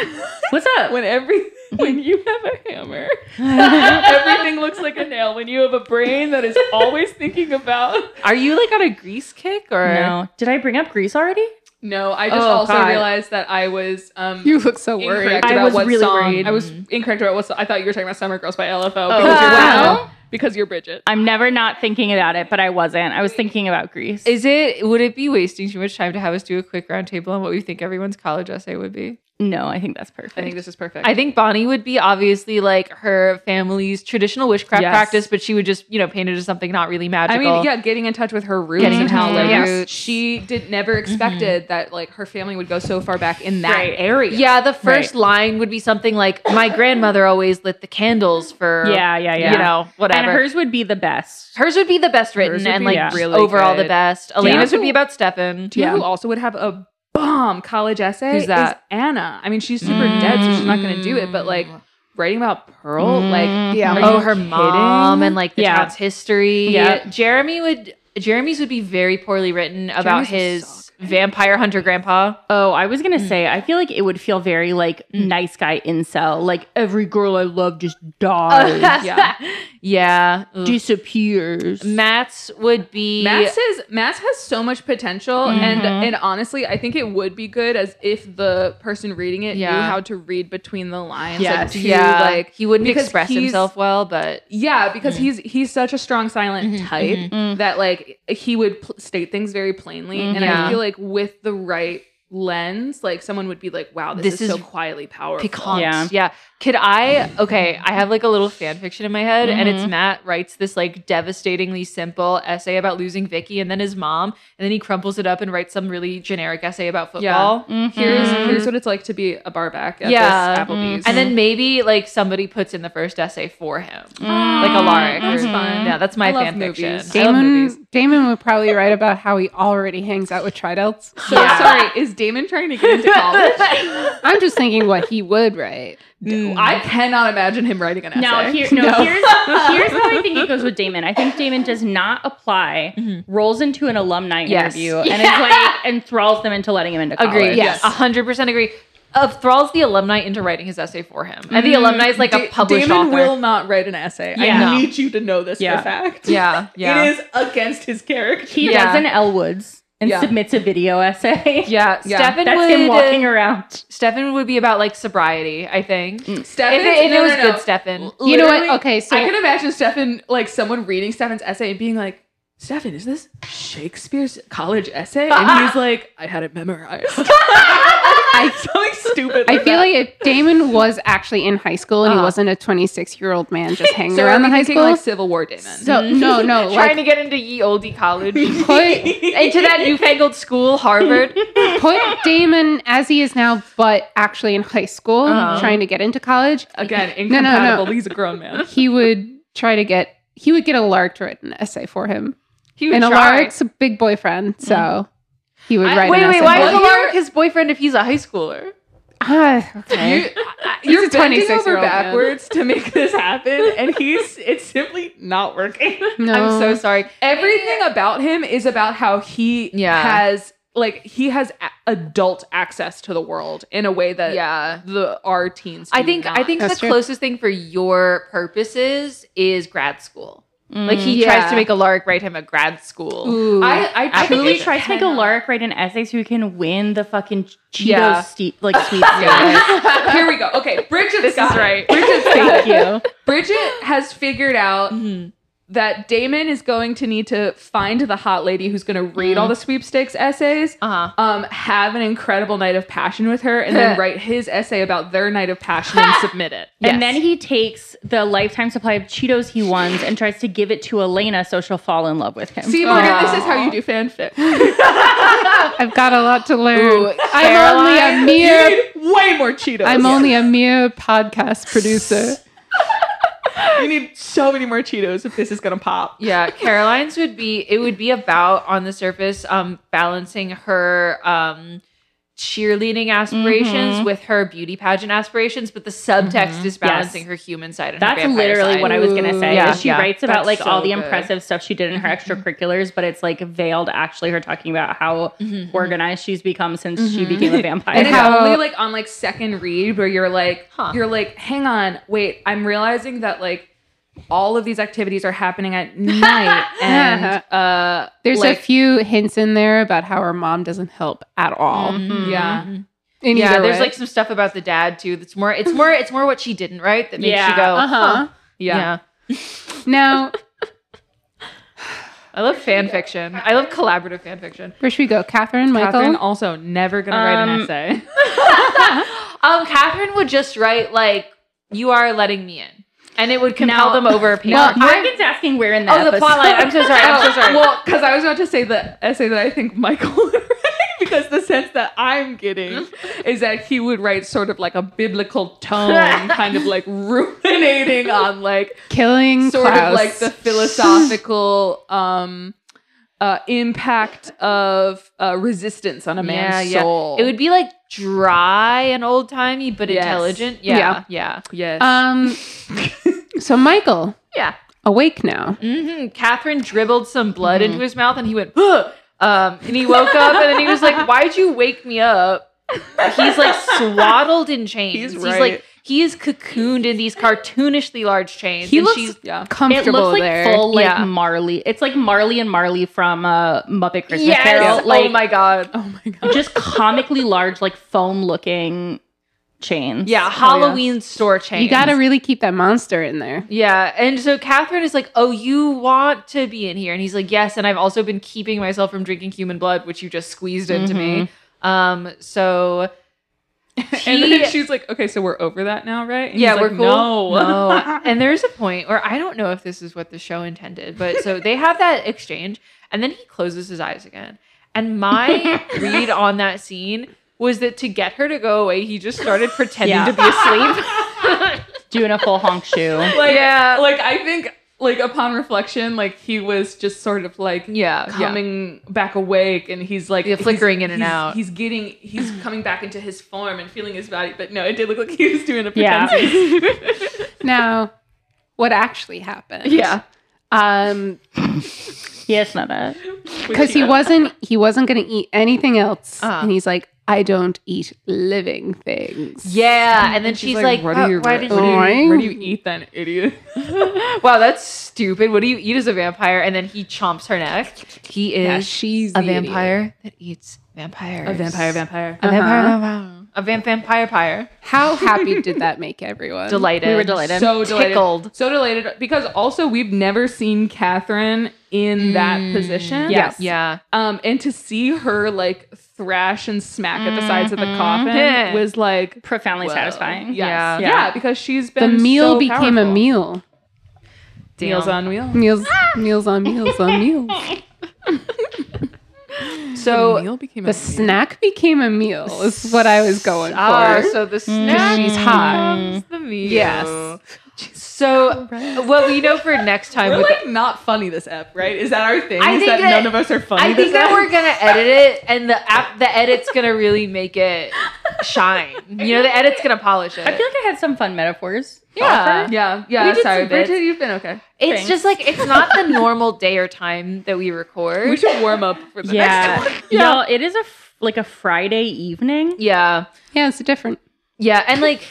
[SPEAKER 2] What's up?
[SPEAKER 6] when every [LAUGHS] when you have a hammer, [LAUGHS] everything looks like a nail. When you have a brain that is always thinking about.
[SPEAKER 1] Are you like on a grease kick or
[SPEAKER 2] No. Did I bring up Grease already?
[SPEAKER 6] [LAUGHS] No, I just
[SPEAKER 1] Oh,
[SPEAKER 6] also
[SPEAKER 1] God.
[SPEAKER 6] realized that I was um
[SPEAKER 4] You look so worried.
[SPEAKER 6] incorrect
[SPEAKER 2] I
[SPEAKER 6] about
[SPEAKER 2] was
[SPEAKER 6] what
[SPEAKER 2] really
[SPEAKER 6] song.
[SPEAKER 2] worried.
[SPEAKER 6] I was incorrect about what song. I thought you were talking about Summer Girls by
[SPEAKER 1] Oh,
[SPEAKER 6] LFO. because, you're
[SPEAKER 2] wow.
[SPEAKER 6] Bridget. because you're Bridget.
[SPEAKER 2] I'm never not thinking about it, but I wasn't. I was thinking about Grease.
[SPEAKER 1] is it would it be wasting too much time to have us do a quick roundtable on what we think everyone's college essay would be?
[SPEAKER 2] no, I think that's perfect.
[SPEAKER 6] I think this is perfect.
[SPEAKER 1] I think Bonnie would be obviously like her family's traditional witchcraft
[SPEAKER 2] Yes.
[SPEAKER 1] practice, but she would just, you know, paint it as something not really
[SPEAKER 6] I
[SPEAKER 1] magical.
[SPEAKER 6] mean, yeah, getting in touch with her roots
[SPEAKER 1] Getting
[SPEAKER 6] and
[SPEAKER 1] into
[SPEAKER 6] how
[SPEAKER 1] her
[SPEAKER 6] like
[SPEAKER 1] Yes. Mm-hmm.
[SPEAKER 4] roots.
[SPEAKER 6] she did never expected that like her family would go so far back in that
[SPEAKER 2] Right.
[SPEAKER 6] area.
[SPEAKER 1] Yeah, the first line would be something like, My grandmother always lit the candles for
[SPEAKER 2] yeah, yeah, yeah.
[SPEAKER 1] you know, whatever.
[SPEAKER 2] and hers would be the best.
[SPEAKER 1] Hers would be the best written
[SPEAKER 6] would
[SPEAKER 1] and
[SPEAKER 6] be
[SPEAKER 1] like
[SPEAKER 2] yeah.
[SPEAKER 6] really
[SPEAKER 1] overall the
[SPEAKER 6] good.
[SPEAKER 1] best.
[SPEAKER 2] you
[SPEAKER 1] Elena's
[SPEAKER 6] know
[SPEAKER 1] would
[SPEAKER 6] who-
[SPEAKER 1] be about Stefan.
[SPEAKER 6] Do you know
[SPEAKER 2] Yeah.
[SPEAKER 6] who also would have a bomb college essay?
[SPEAKER 1] Who's that? Mm.
[SPEAKER 6] Is Anna. I mean, she's super dead, so she's not going to do it. But like writing about Pearl, like
[SPEAKER 4] Yeah.
[SPEAKER 6] are
[SPEAKER 1] Oh,
[SPEAKER 6] you
[SPEAKER 1] her
[SPEAKER 6] kidding?
[SPEAKER 1] mom and like the
[SPEAKER 2] Yeah.
[SPEAKER 1] town's history.
[SPEAKER 2] Yeah.
[SPEAKER 1] Jeremy would Jeremy's would be very poorly written about
[SPEAKER 6] Jeremy's
[SPEAKER 1] his
[SPEAKER 6] would suck.
[SPEAKER 1] vampire hunter grandpa.
[SPEAKER 2] Oh, I was gonna say, I feel like it would feel very like nice guy incel. Like every girl I love just
[SPEAKER 1] Oh, [LAUGHS]
[SPEAKER 2] dies, [LAUGHS]
[SPEAKER 6] yeah.
[SPEAKER 1] yeah. Oof.
[SPEAKER 2] disappears.
[SPEAKER 1] Matt's would be
[SPEAKER 6] Matt's has Matt's has so much potential, and
[SPEAKER 1] Mm-hmm.
[SPEAKER 6] and honestly, I think it would be good as if the person reading it knew
[SPEAKER 1] Yeah.
[SPEAKER 6] how to read between the lines.
[SPEAKER 2] Yes.
[SPEAKER 6] like, to,
[SPEAKER 1] yeah.
[SPEAKER 6] like
[SPEAKER 1] he wouldn't
[SPEAKER 6] because
[SPEAKER 1] express
[SPEAKER 6] he's-
[SPEAKER 1] himself well, but
[SPEAKER 6] Yeah, because
[SPEAKER 1] Mm-hmm.
[SPEAKER 6] he's he's such a strong silent type
[SPEAKER 1] Mm.
[SPEAKER 6] that like he would pl- state things very plainly, and
[SPEAKER 1] Mm-hmm. Yeah.
[SPEAKER 6] I feel like with the right lens, like someone would be like, "Wow, this,
[SPEAKER 1] This
[SPEAKER 6] is, so
[SPEAKER 1] is
[SPEAKER 6] quietly powerful."
[SPEAKER 1] piquant.
[SPEAKER 2] Yeah.
[SPEAKER 1] Yeah. Could I? Okay, I have like a little fan fiction in my head, and it's Matt writes this like devastatingly simple essay about losing Vicky, and then his mom, and then he crumples it up and writes some really generic essay about
[SPEAKER 6] Yeah.
[SPEAKER 1] football.
[SPEAKER 6] Here's here's what it's like to be a barback at
[SPEAKER 1] Mm-hmm. Yeah. Mm-hmm.
[SPEAKER 6] this Applebee's,
[SPEAKER 1] And
[SPEAKER 4] Mm-hmm.
[SPEAKER 1] then maybe like somebody puts in the first essay for him, like a lyric.
[SPEAKER 6] That's
[SPEAKER 1] or-
[SPEAKER 6] fun.
[SPEAKER 1] Yeah, that's my
[SPEAKER 6] Mm-hmm. I love
[SPEAKER 1] fan
[SPEAKER 6] movies.
[SPEAKER 1] fiction. I love movies.
[SPEAKER 4] Damon, Damon would probably write about how he already hangs out with
[SPEAKER 1] [LAUGHS]
[SPEAKER 4] tridelts.
[SPEAKER 6] So sorry, is Damon trying to get into college?
[SPEAKER 4] I'm just thinking what he would write.
[SPEAKER 1] Mm.
[SPEAKER 6] I cannot imagine him writing an essay.
[SPEAKER 2] Now here, no, here's here's how I think it goes with Damon. I think Damon does not apply, rolls into an alumni
[SPEAKER 1] Yes.
[SPEAKER 2] interview, and is like enthralls them into letting him into college.
[SPEAKER 1] Agree. Yes.
[SPEAKER 4] Yes.
[SPEAKER 1] 100% agree. Uh, thralls the alumni into writing his essay for him. And the alumni is like a
[SPEAKER 6] Mm-hmm. Da-
[SPEAKER 1] published
[SPEAKER 6] Damon
[SPEAKER 1] author.
[SPEAKER 6] will not write an essay.
[SPEAKER 2] Yeah.
[SPEAKER 1] No.
[SPEAKER 6] I need you to know this for
[SPEAKER 2] Yeah.
[SPEAKER 6] a
[SPEAKER 1] [LAUGHS]
[SPEAKER 6] fact.
[SPEAKER 1] yeah. Yeah.
[SPEAKER 6] [LAUGHS] It is against his character.
[SPEAKER 2] He
[SPEAKER 1] Yeah.
[SPEAKER 2] does an Elwoods and
[SPEAKER 6] Yeah.
[SPEAKER 2] submits a video essay.
[SPEAKER 1] Yeah.
[SPEAKER 6] Yeah.
[SPEAKER 1] Stefan
[SPEAKER 2] That's
[SPEAKER 1] would
[SPEAKER 2] him walking around.
[SPEAKER 1] Stefan would be about like sobriety, I think.
[SPEAKER 4] Mm.
[SPEAKER 6] Stefan,
[SPEAKER 1] If it, if it was good Stefan.
[SPEAKER 4] You know what?
[SPEAKER 6] Literally,
[SPEAKER 4] Okay, so-
[SPEAKER 6] I can imagine Stefan, like someone reading Stefan's essay and being like, Stefan, is this Shakespeare's college essay? And [LAUGHS] he's like, I had it memorized. [LAUGHS] I something stupid.
[SPEAKER 4] I
[SPEAKER 6] like
[SPEAKER 4] feel
[SPEAKER 6] that.
[SPEAKER 4] like if Damon was actually in high school and
[SPEAKER 1] Uh-huh.
[SPEAKER 4] he wasn't a 26 year old man
[SPEAKER 1] [LAUGHS]
[SPEAKER 4] just hanging
[SPEAKER 6] so
[SPEAKER 4] around
[SPEAKER 6] are
[SPEAKER 4] the
[SPEAKER 6] we
[SPEAKER 4] high
[SPEAKER 6] thinking,
[SPEAKER 4] school.
[SPEAKER 6] like Civil War Damon.
[SPEAKER 4] so no, no,
[SPEAKER 1] Trying
[SPEAKER 4] like
[SPEAKER 1] to get into ye oldie
[SPEAKER 6] [LAUGHS]
[SPEAKER 1] college.
[SPEAKER 4] put
[SPEAKER 1] into that newfangled school, Harvard. [LAUGHS]
[SPEAKER 4] put Damon as he is now, but actually in high school,
[SPEAKER 1] Uh-huh.
[SPEAKER 4] trying to get into college.
[SPEAKER 6] Again,
[SPEAKER 4] [LAUGHS] no, no.
[SPEAKER 6] incompatible. He's a grown man.
[SPEAKER 4] [LAUGHS] He would try to get. He would get a Lark to write an essay for him,
[SPEAKER 1] He would
[SPEAKER 4] and a
[SPEAKER 1] try. Mm-hmm.
[SPEAKER 4] Lark's a big boyfriend, so he would
[SPEAKER 6] I-
[SPEAKER 4] write.
[SPEAKER 1] Wait,
[SPEAKER 4] an
[SPEAKER 1] wait,
[SPEAKER 4] essay
[SPEAKER 1] why
[SPEAKER 4] for
[SPEAKER 1] is
[SPEAKER 4] him.
[SPEAKER 1] Alaric his boyfriend if he's a high schooler?
[SPEAKER 4] Ah, okay.
[SPEAKER 6] You're
[SPEAKER 4] a
[SPEAKER 6] bending
[SPEAKER 4] 26
[SPEAKER 6] over
[SPEAKER 4] year old man.
[SPEAKER 6] backwards
[SPEAKER 4] [LAUGHS]
[SPEAKER 6] to make this happen, and he's it's simply not working.
[SPEAKER 4] no.
[SPEAKER 1] I'm so sorry.
[SPEAKER 6] Everything about him is about how he
[SPEAKER 1] Yeah.
[SPEAKER 6] has like he has a- adult access to the world in a way that
[SPEAKER 1] Yeah.
[SPEAKER 6] the our teens.
[SPEAKER 1] I
[SPEAKER 6] do
[SPEAKER 1] think I
[SPEAKER 6] not.
[SPEAKER 1] think
[SPEAKER 4] That's
[SPEAKER 1] the
[SPEAKER 4] true.
[SPEAKER 1] closest thing for your purposes is grad school. Like he tries
[SPEAKER 6] yeah.
[SPEAKER 1] to make Alaric write him a grad school.
[SPEAKER 4] Ooh.
[SPEAKER 6] I I
[SPEAKER 2] I think
[SPEAKER 6] truly
[SPEAKER 2] he
[SPEAKER 1] Absolutely.
[SPEAKER 6] try
[SPEAKER 2] tries to make Alaric write an essay so he can win the fucking Cheetos
[SPEAKER 1] Yeah.
[SPEAKER 2] ste- like sweet yeah.
[SPEAKER 6] Here we go. Okay, Bridget's
[SPEAKER 1] This
[SPEAKER 6] got
[SPEAKER 1] is
[SPEAKER 6] it.
[SPEAKER 1] right.
[SPEAKER 6] Bridget's got
[SPEAKER 2] [LAUGHS] Thank
[SPEAKER 6] it.
[SPEAKER 2] you.
[SPEAKER 6] Bridget has figured out that Damon is going to need to find the hot lady who's going to read all the sweepstakes essays.
[SPEAKER 1] Uh-huh.
[SPEAKER 6] um, have an incredible night of passion with her and then write his essay about their night of passion and submit it.
[SPEAKER 2] And then he takes the lifetime supply of Cheetos he wants and tries to give it to Elena so she'll fall in love with him.
[SPEAKER 6] See, Morgan, Oh, this is how you do fanfic.
[SPEAKER 4] Ah, I've got a lot to learn. I'm only
[SPEAKER 1] Caroline,
[SPEAKER 4] a
[SPEAKER 6] [LAUGHS]
[SPEAKER 4] mere
[SPEAKER 6] Way more Cheetos.
[SPEAKER 4] I'm only a mere podcast producer.
[SPEAKER 6] You need so many more Cheetos if this is gonna pop.
[SPEAKER 1] Yeah, Caroline's would be it would be about on the surface um balancing her um cheerleading aspirations with her beauty pageant aspirations, but the subtext is balancing
[SPEAKER 2] Yes.
[SPEAKER 1] her human side and
[SPEAKER 2] That's
[SPEAKER 1] her vampire
[SPEAKER 2] literally
[SPEAKER 1] side.
[SPEAKER 2] what I was gonna say.
[SPEAKER 1] Yeah,
[SPEAKER 2] is she
[SPEAKER 1] yeah.
[SPEAKER 2] writes about
[SPEAKER 1] That's
[SPEAKER 2] like all
[SPEAKER 1] so
[SPEAKER 2] the
[SPEAKER 1] good. Mm-hmm.
[SPEAKER 2] impressive stuff she did in her extracurriculars, but it's like veiled. Actually, her talking about how
[SPEAKER 1] Mm-hmm.
[SPEAKER 2] organized she's become since she
[SPEAKER 1] [LAUGHS]
[SPEAKER 2] became a vampire.
[SPEAKER 6] And it's
[SPEAKER 4] how-
[SPEAKER 6] only like on like second read where you're like,
[SPEAKER 1] Huh.
[SPEAKER 6] you're like, hang on, wait, I'm realizing that like all of these activities are
[SPEAKER 1] [LAUGHS]
[SPEAKER 6] happening at night, and uh,
[SPEAKER 4] There's
[SPEAKER 6] like,
[SPEAKER 4] a few hints in there about how her mom doesn't help at all.
[SPEAKER 6] Mm-hmm.
[SPEAKER 1] Mm-hmm.
[SPEAKER 6] yeah,
[SPEAKER 4] In
[SPEAKER 1] yeah,
[SPEAKER 4] either
[SPEAKER 1] there's
[SPEAKER 4] way.
[SPEAKER 1] like some stuff about the dad too. That's more. It's more. It's more what she didn't write that makes
[SPEAKER 2] Yeah,
[SPEAKER 1] you go.
[SPEAKER 4] uh-huh.
[SPEAKER 1] Yeah.
[SPEAKER 4] Now,
[SPEAKER 1] I love fan fiction. I love collaborative fan fiction.
[SPEAKER 4] where should we go? Catherine,
[SPEAKER 6] Catherine
[SPEAKER 4] Michael?
[SPEAKER 6] also never gonna write an
[SPEAKER 2] Um,
[SPEAKER 6] essay.
[SPEAKER 1] Um, Catherine would just write like, "You are letting me in," and it would compel
[SPEAKER 2] Now-
[SPEAKER 1] them over a paper.
[SPEAKER 2] well, Morgan's asking where in the
[SPEAKER 6] [LAUGHS]
[SPEAKER 1] oh, the plot line. I'm so sorry. I'm so sorry.
[SPEAKER 6] Well, because I was about to say the essay that I think Michael [LAUGHS] would write, because the sense that
[SPEAKER 1] [LAUGHS]
[SPEAKER 6] I'm getting is that he would write sort of like a biblical tone, kind
[SPEAKER 1] [LAUGHS]
[SPEAKER 6] of like ruminating on like
[SPEAKER 4] Killing
[SPEAKER 6] sort
[SPEAKER 4] Klaus.
[SPEAKER 6] of like the philosophical um uh impact of uh resistance on a man's soul.
[SPEAKER 1] It would be like dry and old timey, but
[SPEAKER 6] Yes.
[SPEAKER 1] intelligent. Yeah, yeah,
[SPEAKER 6] yes.
[SPEAKER 4] um, so, Michael,
[SPEAKER 1] yeah.
[SPEAKER 4] awake now.
[SPEAKER 1] hmm Catherine dribbled some blood into his mouth, and he went, "Ugh." um, and he woke up, and then he was like, "Why'd you wake me up?" He's like swaddled in chains.
[SPEAKER 6] He's
[SPEAKER 1] like
[SPEAKER 6] right.
[SPEAKER 1] he is cocooned in these cartoonishly large chains.
[SPEAKER 4] He
[SPEAKER 1] and
[SPEAKER 4] looks
[SPEAKER 1] she's- [LAUGHS]
[SPEAKER 2] [LAUGHS]
[SPEAKER 6] yeah.
[SPEAKER 2] It
[SPEAKER 4] Comfortable
[SPEAKER 2] looks like
[SPEAKER 4] there.
[SPEAKER 2] full like
[SPEAKER 1] Yeah.
[SPEAKER 2] Marley. It's like Marley and Marley from uh, Muppet Christmas
[SPEAKER 1] yes.
[SPEAKER 2] Carol. Like
[SPEAKER 1] oh my god.
[SPEAKER 6] Oh my god.
[SPEAKER 2] just comically large, like foam looking chains.
[SPEAKER 1] Yeah, Halloween store chains.
[SPEAKER 4] You got to really keep that monster in there.
[SPEAKER 1] Yeah. And so Catherine is like, Oh, you want to be in here? And he's like, Yes. And I've also been keeping myself from drinking human blood, which you just squeezed into me. Um, so
[SPEAKER 6] and
[SPEAKER 1] he-
[SPEAKER 6] then she's like, okay, so we're over that now, right? And
[SPEAKER 1] yeah,
[SPEAKER 6] he's
[SPEAKER 1] we're
[SPEAKER 6] like,
[SPEAKER 1] cool.
[SPEAKER 6] No.
[SPEAKER 1] No. and there's a point where I don't know if this is what the show intended, but so they have that exchange, and then he closes his eyes again. And my read on that scene was that to get her to go away, he just started pretending
[SPEAKER 2] Yeah.
[SPEAKER 1] to be asleep.
[SPEAKER 2] doing a
[SPEAKER 1] [LAUGHS]
[SPEAKER 2] full honk shoe.
[SPEAKER 6] [LAUGHS] like,
[SPEAKER 1] Yeah.
[SPEAKER 6] like I think like upon reflection, like he was just sort of like
[SPEAKER 1] yeah, coming.
[SPEAKER 6] coming back awake and he's like
[SPEAKER 1] Yeah, flickering in and
[SPEAKER 6] he's-
[SPEAKER 1] out.
[SPEAKER 6] He's getting he's coming back into his form and feeling his body, but no, it did look like he was doing a
[SPEAKER 2] Yeah.
[SPEAKER 6] pretend. sleep.
[SPEAKER 1] [LAUGHS]
[SPEAKER 6] [LAUGHS]
[SPEAKER 4] Now, what actually happened?
[SPEAKER 1] Yeah.
[SPEAKER 4] Um,
[SPEAKER 2] yes, not that.
[SPEAKER 4] because he wasn't he wasn't going to eat anything else
[SPEAKER 1] Uh-huh.
[SPEAKER 4] and he's like i don't eat living things
[SPEAKER 1] Yeah, and then she's, like,
[SPEAKER 6] what do you,
[SPEAKER 1] "Oh, why
[SPEAKER 6] what,
[SPEAKER 1] did
[SPEAKER 6] do you,
[SPEAKER 1] you
[SPEAKER 4] Why?
[SPEAKER 6] what do you eat then, idiot?
[SPEAKER 1] Wow, that's stupid. What do you eat as a vampire? And then he chomps her neck. He is
[SPEAKER 4] she's
[SPEAKER 1] a
[SPEAKER 4] the idiot.
[SPEAKER 1] vampire that eats vampires.
[SPEAKER 6] vampire.
[SPEAKER 1] A vampire,
[SPEAKER 4] Uh-huh.
[SPEAKER 1] vampire. A vamp, vampire, pyre.
[SPEAKER 4] how happy did that make everyone
[SPEAKER 1] Delighted.
[SPEAKER 2] We were delighted.
[SPEAKER 6] So delighted.
[SPEAKER 1] Tickled.
[SPEAKER 6] So delighted because also we've never seen Catherine in that position.
[SPEAKER 2] Yes.
[SPEAKER 1] Yeah.
[SPEAKER 6] Um, and to see her like thrash and smack at the sides of the coffin
[SPEAKER 1] Yeah.
[SPEAKER 6] was like
[SPEAKER 2] Profoundly
[SPEAKER 6] whoa.
[SPEAKER 2] satisfying.
[SPEAKER 6] Yes.
[SPEAKER 1] Yeah.
[SPEAKER 6] Yeah.
[SPEAKER 2] Yeah.
[SPEAKER 6] because she's
[SPEAKER 4] the
[SPEAKER 6] been
[SPEAKER 4] meal
[SPEAKER 6] so
[SPEAKER 4] became a
[SPEAKER 6] powerful.
[SPEAKER 4] meal
[SPEAKER 6] Meals
[SPEAKER 1] Damn.
[SPEAKER 6] on wheels.
[SPEAKER 4] meals meals on meals on meals
[SPEAKER 1] So,
[SPEAKER 6] meal became [LAUGHS]
[SPEAKER 4] the snack became a meal is what i was going for
[SPEAKER 1] ah, so the snack
[SPEAKER 4] she's hot
[SPEAKER 1] becomes the meal.
[SPEAKER 4] Yes.
[SPEAKER 1] Ah. So, what we know for next time
[SPEAKER 6] We're
[SPEAKER 1] with
[SPEAKER 6] like not funny this ep, right? Is that our thing?
[SPEAKER 1] I
[SPEAKER 6] Is
[SPEAKER 1] think
[SPEAKER 6] that,
[SPEAKER 1] that-
[SPEAKER 6] none of us are funny
[SPEAKER 1] I think
[SPEAKER 6] this
[SPEAKER 1] that
[SPEAKER 6] ep?
[SPEAKER 1] we're gonna edit it, and the app, the edit's gonna really make it shine. You know, the edit's gonna polish it.
[SPEAKER 2] I feel like I had some fun metaphors.
[SPEAKER 1] yeah,
[SPEAKER 6] yeah, yeah.
[SPEAKER 1] We did
[SPEAKER 6] sorry,
[SPEAKER 1] some bits.
[SPEAKER 6] Bridget, you've been okay.
[SPEAKER 1] it's
[SPEAKER 2] Thanks.
[SPEAKER 1] just like it's not the normal day or time that we
[SPEAKER 6] We
[SPEAKER 1] record.
[SPEAKER 6] should warm up for the next one.
[SPEAKER 2] Yeah. Y'all, it is a f- like a Friday evening.
[SPEAKER 1] yeah,
[SPEAKER 4] yeah it's different
[SPEAKER 1] yeah, and
[SPEAKER 6] [LAUGHS]
[SPEAKER 1] like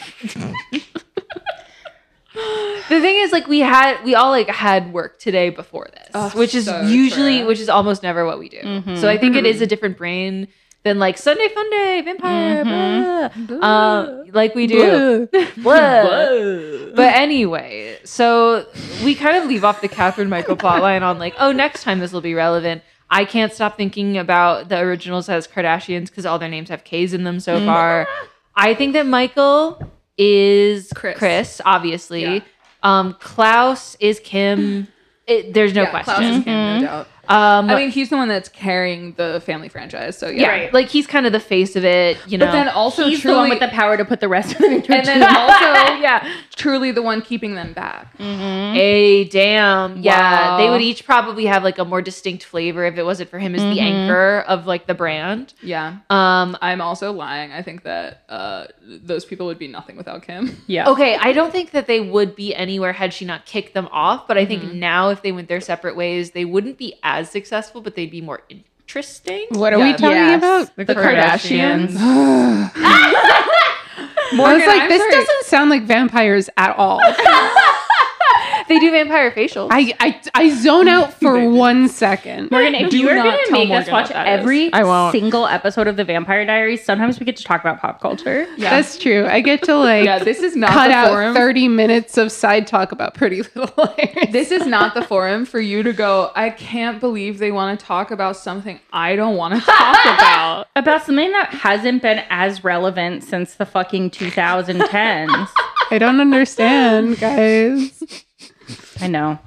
[SPEAKER 1] the thing is, like we had we all like had work today before this,
[SPEAKER 6] Oh,
[SPEAKER 1] which is
[SPEAKER 6] so
[SPEAKER 1] usually
[SPEAKER 6] true. Mm-hmm.
[SPEAKER 1] which is almost never what we do. So I think it is a different brain than like Sunday Fun Day, Vampire,
[SPEAKER 6] Mm-hmm.
[SPEAKER 1] blah, uh, like we do. Blah. But anyway, so we kind of leave off the Catherine Michael plotline on like, oh, next time this will be relevant. I can't stop thinking about the originals as Kardashians because all their names have K's in them so far. I think that Michael is Chris,
[SPEAKER 6] Chris.
[SPEAKER 1] obviously.
[SPEAKER 6] Yeah.
[SPEAKER 1] Um, Klaus is Kim. It, there's no question.
[SPEAKER 6] no doubt.
[SPEAKER 1] Um,
[SPEAKER 6] I mean, he's the one that's carrying the family franchise. So yeah.
[SPEAKER 1] yeah, like he's kind of the face of it, you know.
[SPEAKER 6] But then also
[SPEAKER 2] He's
[SPEAKER 6] truly,
[SPEAKER 2] the one with the power to put the rest of them into
[SPEAKER 6] and [LAUGHS] then also
[SPEAKER 1] yeah.
[SPEAKER 6] truly the one keeping them back.
[SPEAKER 4] Mm-hmm.
[SPEAKER 1] A damn. Yeah.
[SPEAKER 6] Wow.
[SPEAKER 1] They would each probably have like a more distinct flavor if it wasn't for him
[SPEAKER 4] Mm-hmm.
[SPEAKER 1] as the anchor of like the brand.
[SPEAKER 6] Yeah.
[SPEAKER 1] Um
[SPEAKER 6] I'm also lying. I think that uh, those people would be nothing without Kim. [LAUGHS]
[SPEAKER 2] Yeah.
[SPEAKER 1] okay, I don't think that they would be anywhere had she not kicked them off, but I think
[SPEAKER 4] Mm-hmm.
[SPEAKER 1] now if they went their separate ways, they wouldn't be as successful, but they'd be more interesting.
[SPEAKER 4] What are we
[SPEAKER 6] Yeah.
[SPEAKER 4] talking
[SPEAKER 2] Yes.
[SPEAKER 4] about?
[SPEAKER 2] The,
[SPEAKER 6] Kardashians.
[SPEAKER 2] Kardashians.
[SPEAKER 4] I was
[SPEAKER 6] Morgan,
[SPEAKER 4] like,
[SPEAKER 6] I'm
[SPEAKER 4] this
[SPEAKER 6] sorry.
[SPEAKER 4] doesn't sound like vampires at all.
[SPEAKER 1] They do vampire facials.
[SPEAKER 4] I, I I zone out for one second.
[SPEAKER 2] Morgan, if
[SPEAKER 6] Do
[SPEAKER 2] you are
[SPEAKER 6] not
[SPEAKER 2] going to
[SPEAKER 6] tell
[SPEAKER 2] make us
[SPEAKER 6] Morgan
[SPEAKER 2] watch
[SPEAKER 6] what that is.
[SPEAKER 2] every
[SPEAKER 1] I won't.
[SPEAKER 2] single episode of The Vampire Diaries, sometimes we get to talk about pop culture.
[SPEAKER 6] [LAUGHS] Yeah.
[SPEAKER 4] That's true. I get to like
[SPEAKER 6] yeah, this is not
[SPEAKER 4] cut
[SPEAKER 6] the
[SPEAKER 4] out
[SPEAKER 6] forum.
[SPEAKER 4] 30 minutes of side talk about Pretty Little Liars.
[SPEAKER 6] this is not the forum for you to go, I can't believe they want to talk about something I don't want to talk about.
[SPEAKER 2] [LAUGHS] About something that hasn't been as relevant since the fucking
[SPEAKER 6] [LAUGHS]
[SPEAKER 2] 2010s.
[SPEAKER 4] I don't understand, guys.
[SPEAKER 2] I know.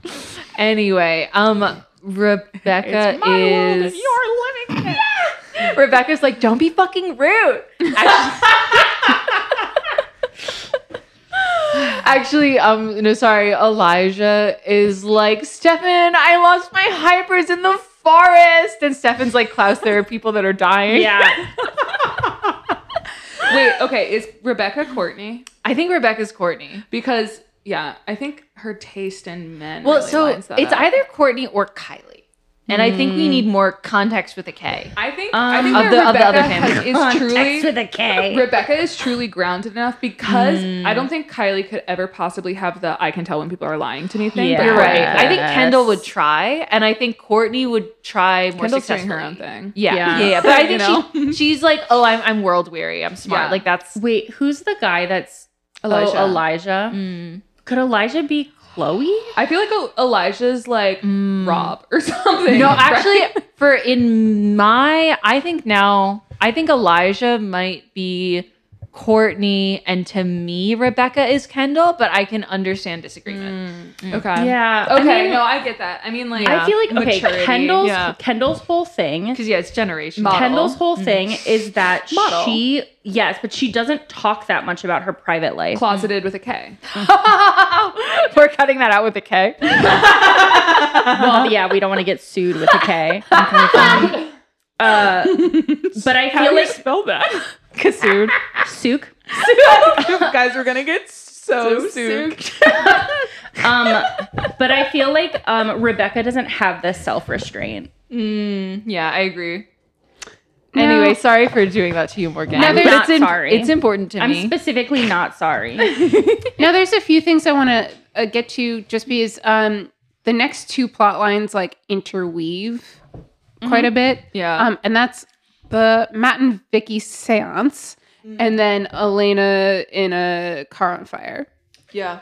[SPEAKER 1] Anyway, um Rebecca is
[SPEAKER 6] You're living
[SPEAKER 1] [LAUGHS] Rebecca's like, don't be fucking rude. [LAUGHS] Actually, um, no, sorry, Elijah is like, Stefan, I lost my hypers in the forest. And Stefan's like, Klaus, there are people that are dying.
[SPEAKER 2] [LAUGHS] Yeah.
[SPEAKER 6] Wait, okay, is Rebecca Courtney?
[SPEAKER 1] [LAUGHS] I think Rebecca's Courtney.
[SPEAKER 6] Because, yeah, I think her taste in men.
[SPEAKER 1] Well,
[SPEAKER 6] really
[SPEAKER 1] so
[SPEAKER 6] lines
[SPEAKER 1] it's
[SPEAKER 6] that up.
[SPEAKER 1] either Courtney or Kylie. And I think we need more context with a K.
[SPEAKER 6] I think, I think
[SPEAKER 1] Um, of
[SPEAKER 6] that
[SPEAKER 1] the- of the
[SPEAKER 6] Rebecca
[SPEAKER 1] other
[SPEAKER 6] has,
[SPEAKER 1] family.
[SPEAKER 6] is truly.
[SPEAKER 2] with a K.
[SPEAKER 6] Rebecca is truly grounded enough because I
[SPEAKER 1] Hmm.
[SPEAKER 6] don't think Kylie could ever possibly have the I can tell when people are lying to me thing.
[SPEAKER 2] Yeah.
[SPEAKER 6] but
[SPEAKER 1] You're right. I think
[SPEAKER 2] Yes.
[SPEAKER 1] Kendall would try, and I think Courtney would try more
[SPEAKER 6] Kendall's doing
[SPEAKER 1] successfully.
[SPEAKER 6] her own thing.
[SPEAKER 1] Yeah,
[SPEAKER 2] Yeah.
[SPEAKER 1] yeah, yeah. But I
[SPEAKER 6] You
[SPEAKER 1] think she [LAUGHS] she's like, oh, I'm I'm world weary. I'm smart.
[SPEAKER 6] Yeah.
[SPEAKER 1] Like that's
[SPEAKER 2] Wait, who's the guy that's
[SPEAKER 6] Elijah. Mm.
[SPEAKER 2] Oh, Elijah. Could Elijah be Chloe?
[SPEAKER 6] I feel like El- Elijah's like Rob or [LAUGHS] something.
[SPEAKER 1] Hmm. no.
[SPEAKER 6] right?
[SPEAKER 1] Actually, for in my, I think now, I think Elijah might be Courtney, and to me, Rebecca is Kendall. But I can understand disagreement.
[SPEAKER 6] okay.
[SPEAKER 2] Yeah.
[SPEAKER 6] Okay.
[SPEAKER 2] I mean,
[SPEAKER 6] no, I get that. I mean, like,
[SPEAKER 2] I feel like okay,
[SPEAKER 6] Maturity.
[SPEAKER 2] Kendall's
[SPEAKER 1] Yeah.
[SPEAKER 2] Kendall's whole thing.
[SPEAKER 1] Because yeah, it's generational.
[SPEAKER 6] Model.
[SPEAKER 2] Kendall's whole
[SPEAKER 1] Mm-hmm.
[SPEAKER 2] thing is that
[SPEAKER 6] Model.
[SPEAKER 2] she yes, but she doesn't talk that much about her private life.
[SPEAKER 6] closeted with a K.
[SPEAKER 1] [LAUGHS] We're cutting that out with a K.
[SPEAKER 2] [LAUGHS] well, yeah, we don't want to get sued with a K.
[SPEAKER 1] [LAUGHS]
[SPEAKER 2] uh, but I feel like
[SPEAKER 6] spell
[SPEAKER 2] [LAUGHS]
[SPEAKER 6] that?
[SPEAKER 1] Kasood.
[SPEAKER 2] Sook.
[SPEAKER 6] Guys, we're gonna get so,
[SPEAKER 1] So
[SPEAKER 6] soon.
[SPEAKER 2] Um, but I feel like um, Rebecca doesn't have this self restraint.
[SPEAKER 1] Mm, yeah, I agree. Anyway, sorry for doing that to you, Morgan.
[SPEAKER 2] No,
[SPEAKER 1] but
[SPEAKER 2] there's-
[SPEAKER 1] it's, im-
[SPEAKER 2] sorry.
[SPEAKER 1] it's important to
[SPEAKER 2] I'm
[SPEAKER 1] me.
[SPEAKER 2] specifically not sorry.
[SPEAKER 4] Now, there's a few things I want to uh, get to just because um, the next two plot lines like interweave quite a bit.
[SPEAKER 1] Mm-hmm. Yeah.
[SPEAKER 4] Um, and that's the Matt and Vicky seance and then Elena in a car on fire.
[SPEAKER 6] Yeah.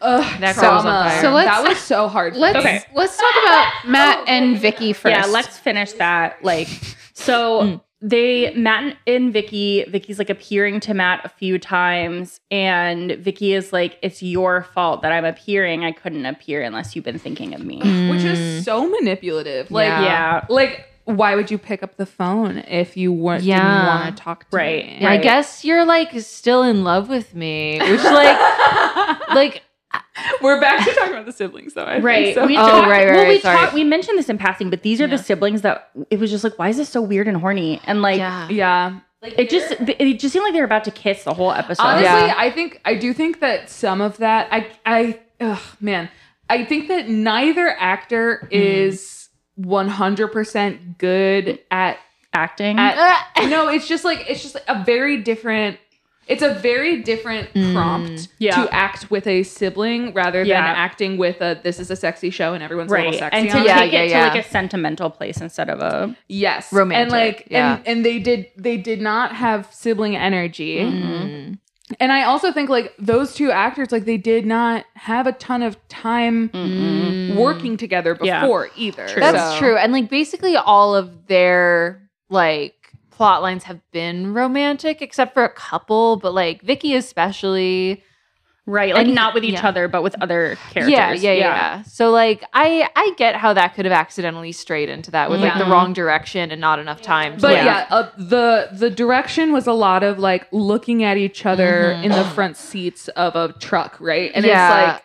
[SPEAKER 6] Ugh,
[SPEAKER 1] That girl was on
[SPEAKER 6] trauma.
[SPEAKER 1] fire.
[SPEAKER 4] So let's-
[SPEAKER 6] that was so hard. for
[SPEAKER 4] Let's
[SPEAKER 6] me.
[SPEAKER 2] Okay.
[SPEAKER 4] let's talk about Matt and Vicky first.
[SPEAKER 2] Yeah, let's finish that. Like, so
[SPEAKER 1] Mm.
[SPEAKER 2] they Matt and, and Vicky. Vicky's like appearing to Matt a few times, and Vicky is like, "It's your fault that I'm appearing. I couldn't appear unless you've been thinking of me."
[SPEAKER 6] which is so manipulative. Like,
[SPEAKER 1] Mm. Yeah.
[SPEAKER 2] Mm. Yeah.
[SPEAKER 6] like why would you pick up the phone if you weren't didn't
[SPEAKER 1] Yeah.
[SPEAKER 6] want to talk to
[SPEAKER 2] Right.
[SPEAKER 6] me?
[SPEAKER 2] Yeah.
[SPEAKER 1] I guess you're like still in love with me, which [LAUGHS] like like
[SPEAKER 6] [LAUGHS] We're back to talking about the siblings, though. I think
[SPEAKER 2] Right.
[SPEAKER 6] so.
[SPEAKER 2] We
[SPEAKER 1] Oh,
[SPEAKER 2] talked,
[SPEAKER 1] right, right,
[SPEAKER 2] well, we
[SPEAKER 1] right, sorry.
[SPEAKER 2] talked. We mentioned this in passing, but these are the siblings that it was just like, why is this so weird and horny? And like,
[SPEAKER 1] yeah.
[SPEAKER 6] [LAUGHS] yeah.
[SPEAKER 2] it [LAUGHS] just it just seemed like they were about to kiss the whole episode.
[SPEAKER 6] Honestly,
[SPEAKER 1] Yeah.
[SPEAKER 6] I think I do think that some of that I I ugh, man, I think that neither
[SPEAKER 2] Mm.
[SPEAKER 6] actor is 100% good at
[SPEAKER 2] Acting.
[SPEAKER 6] at [LAUGHS] no, it's just like it's just like a very different it's a very different
[SPEAKER 1] Mm.
[SPEAKER 6] prompt
[SPEAKER 2] Yeah.
[SPEAKER 6] to act with a sibling rather than
[SPEAKER 2] Yeah.
[SPEAKER 6] acting with a this is a sexy show and everyone's a
[SPEAKER 2] Right,
[SPEAKER 6] little sexy
[SPEAKER 2] and to
[SPEAKER 6] on
[SPEAKER 2] take
[SPEAKER 6] it.
[SPEAKER 1] Yeah,
[SPEAKER 2] it
[SPEAKER 1] yeah,
[SPEAKER 2] to
[SPEAKER 1] yeah.
[SPEAKER 2] like a sentimental place instead of a
[SPEAKER 6] Yes. And
[SPEAKER 1] Romantic,
[SPEAKER 6] like
[SPEAKER 1] yeah.
[SPEAKER 6] and, and they did they did not have sibling energy.
[SPEAKER 1] Mm-hmm.
[SPEAKER 6] And I also think like those two actors, like they did not have a ton of time Mm.
[SPEAKER 1] Mm.
[SPEAKER 6] working together
[SPEAKER 2] Yeah.
[SPEAKER 6] before either.
[SPEAKER 1] That's
[SPEAKER 6] So-
[SPEAKER 1] true. And like basically all of their like plot lines have been romantic except for a couple, but like Vicky especially
[SPEAKER 2] Right. Like
[SPEAKER 1] Anything-
[SPEAKER 2] not with each
[SPEAKER 1] yeah.
[SPEAKER 2] other, but with other characters.
[SPEAKER 1] Yeah, yeah, yeah, yeah. So like I I get how that could have accidentally strayed into that with like the
[SPEAKER 2] Yeah.
[SPEAKER 1] wrong direction and not enough time. to,
[SPEAKER 6] But
[SPEAKER 1] like-
[SPEAKER 6] yeah, uh, the the direction was a lot of like looking at each other in the front seats of a truck, right? And
[SPEAKER 1] Yeah.
[SPEAKER 6] it's like,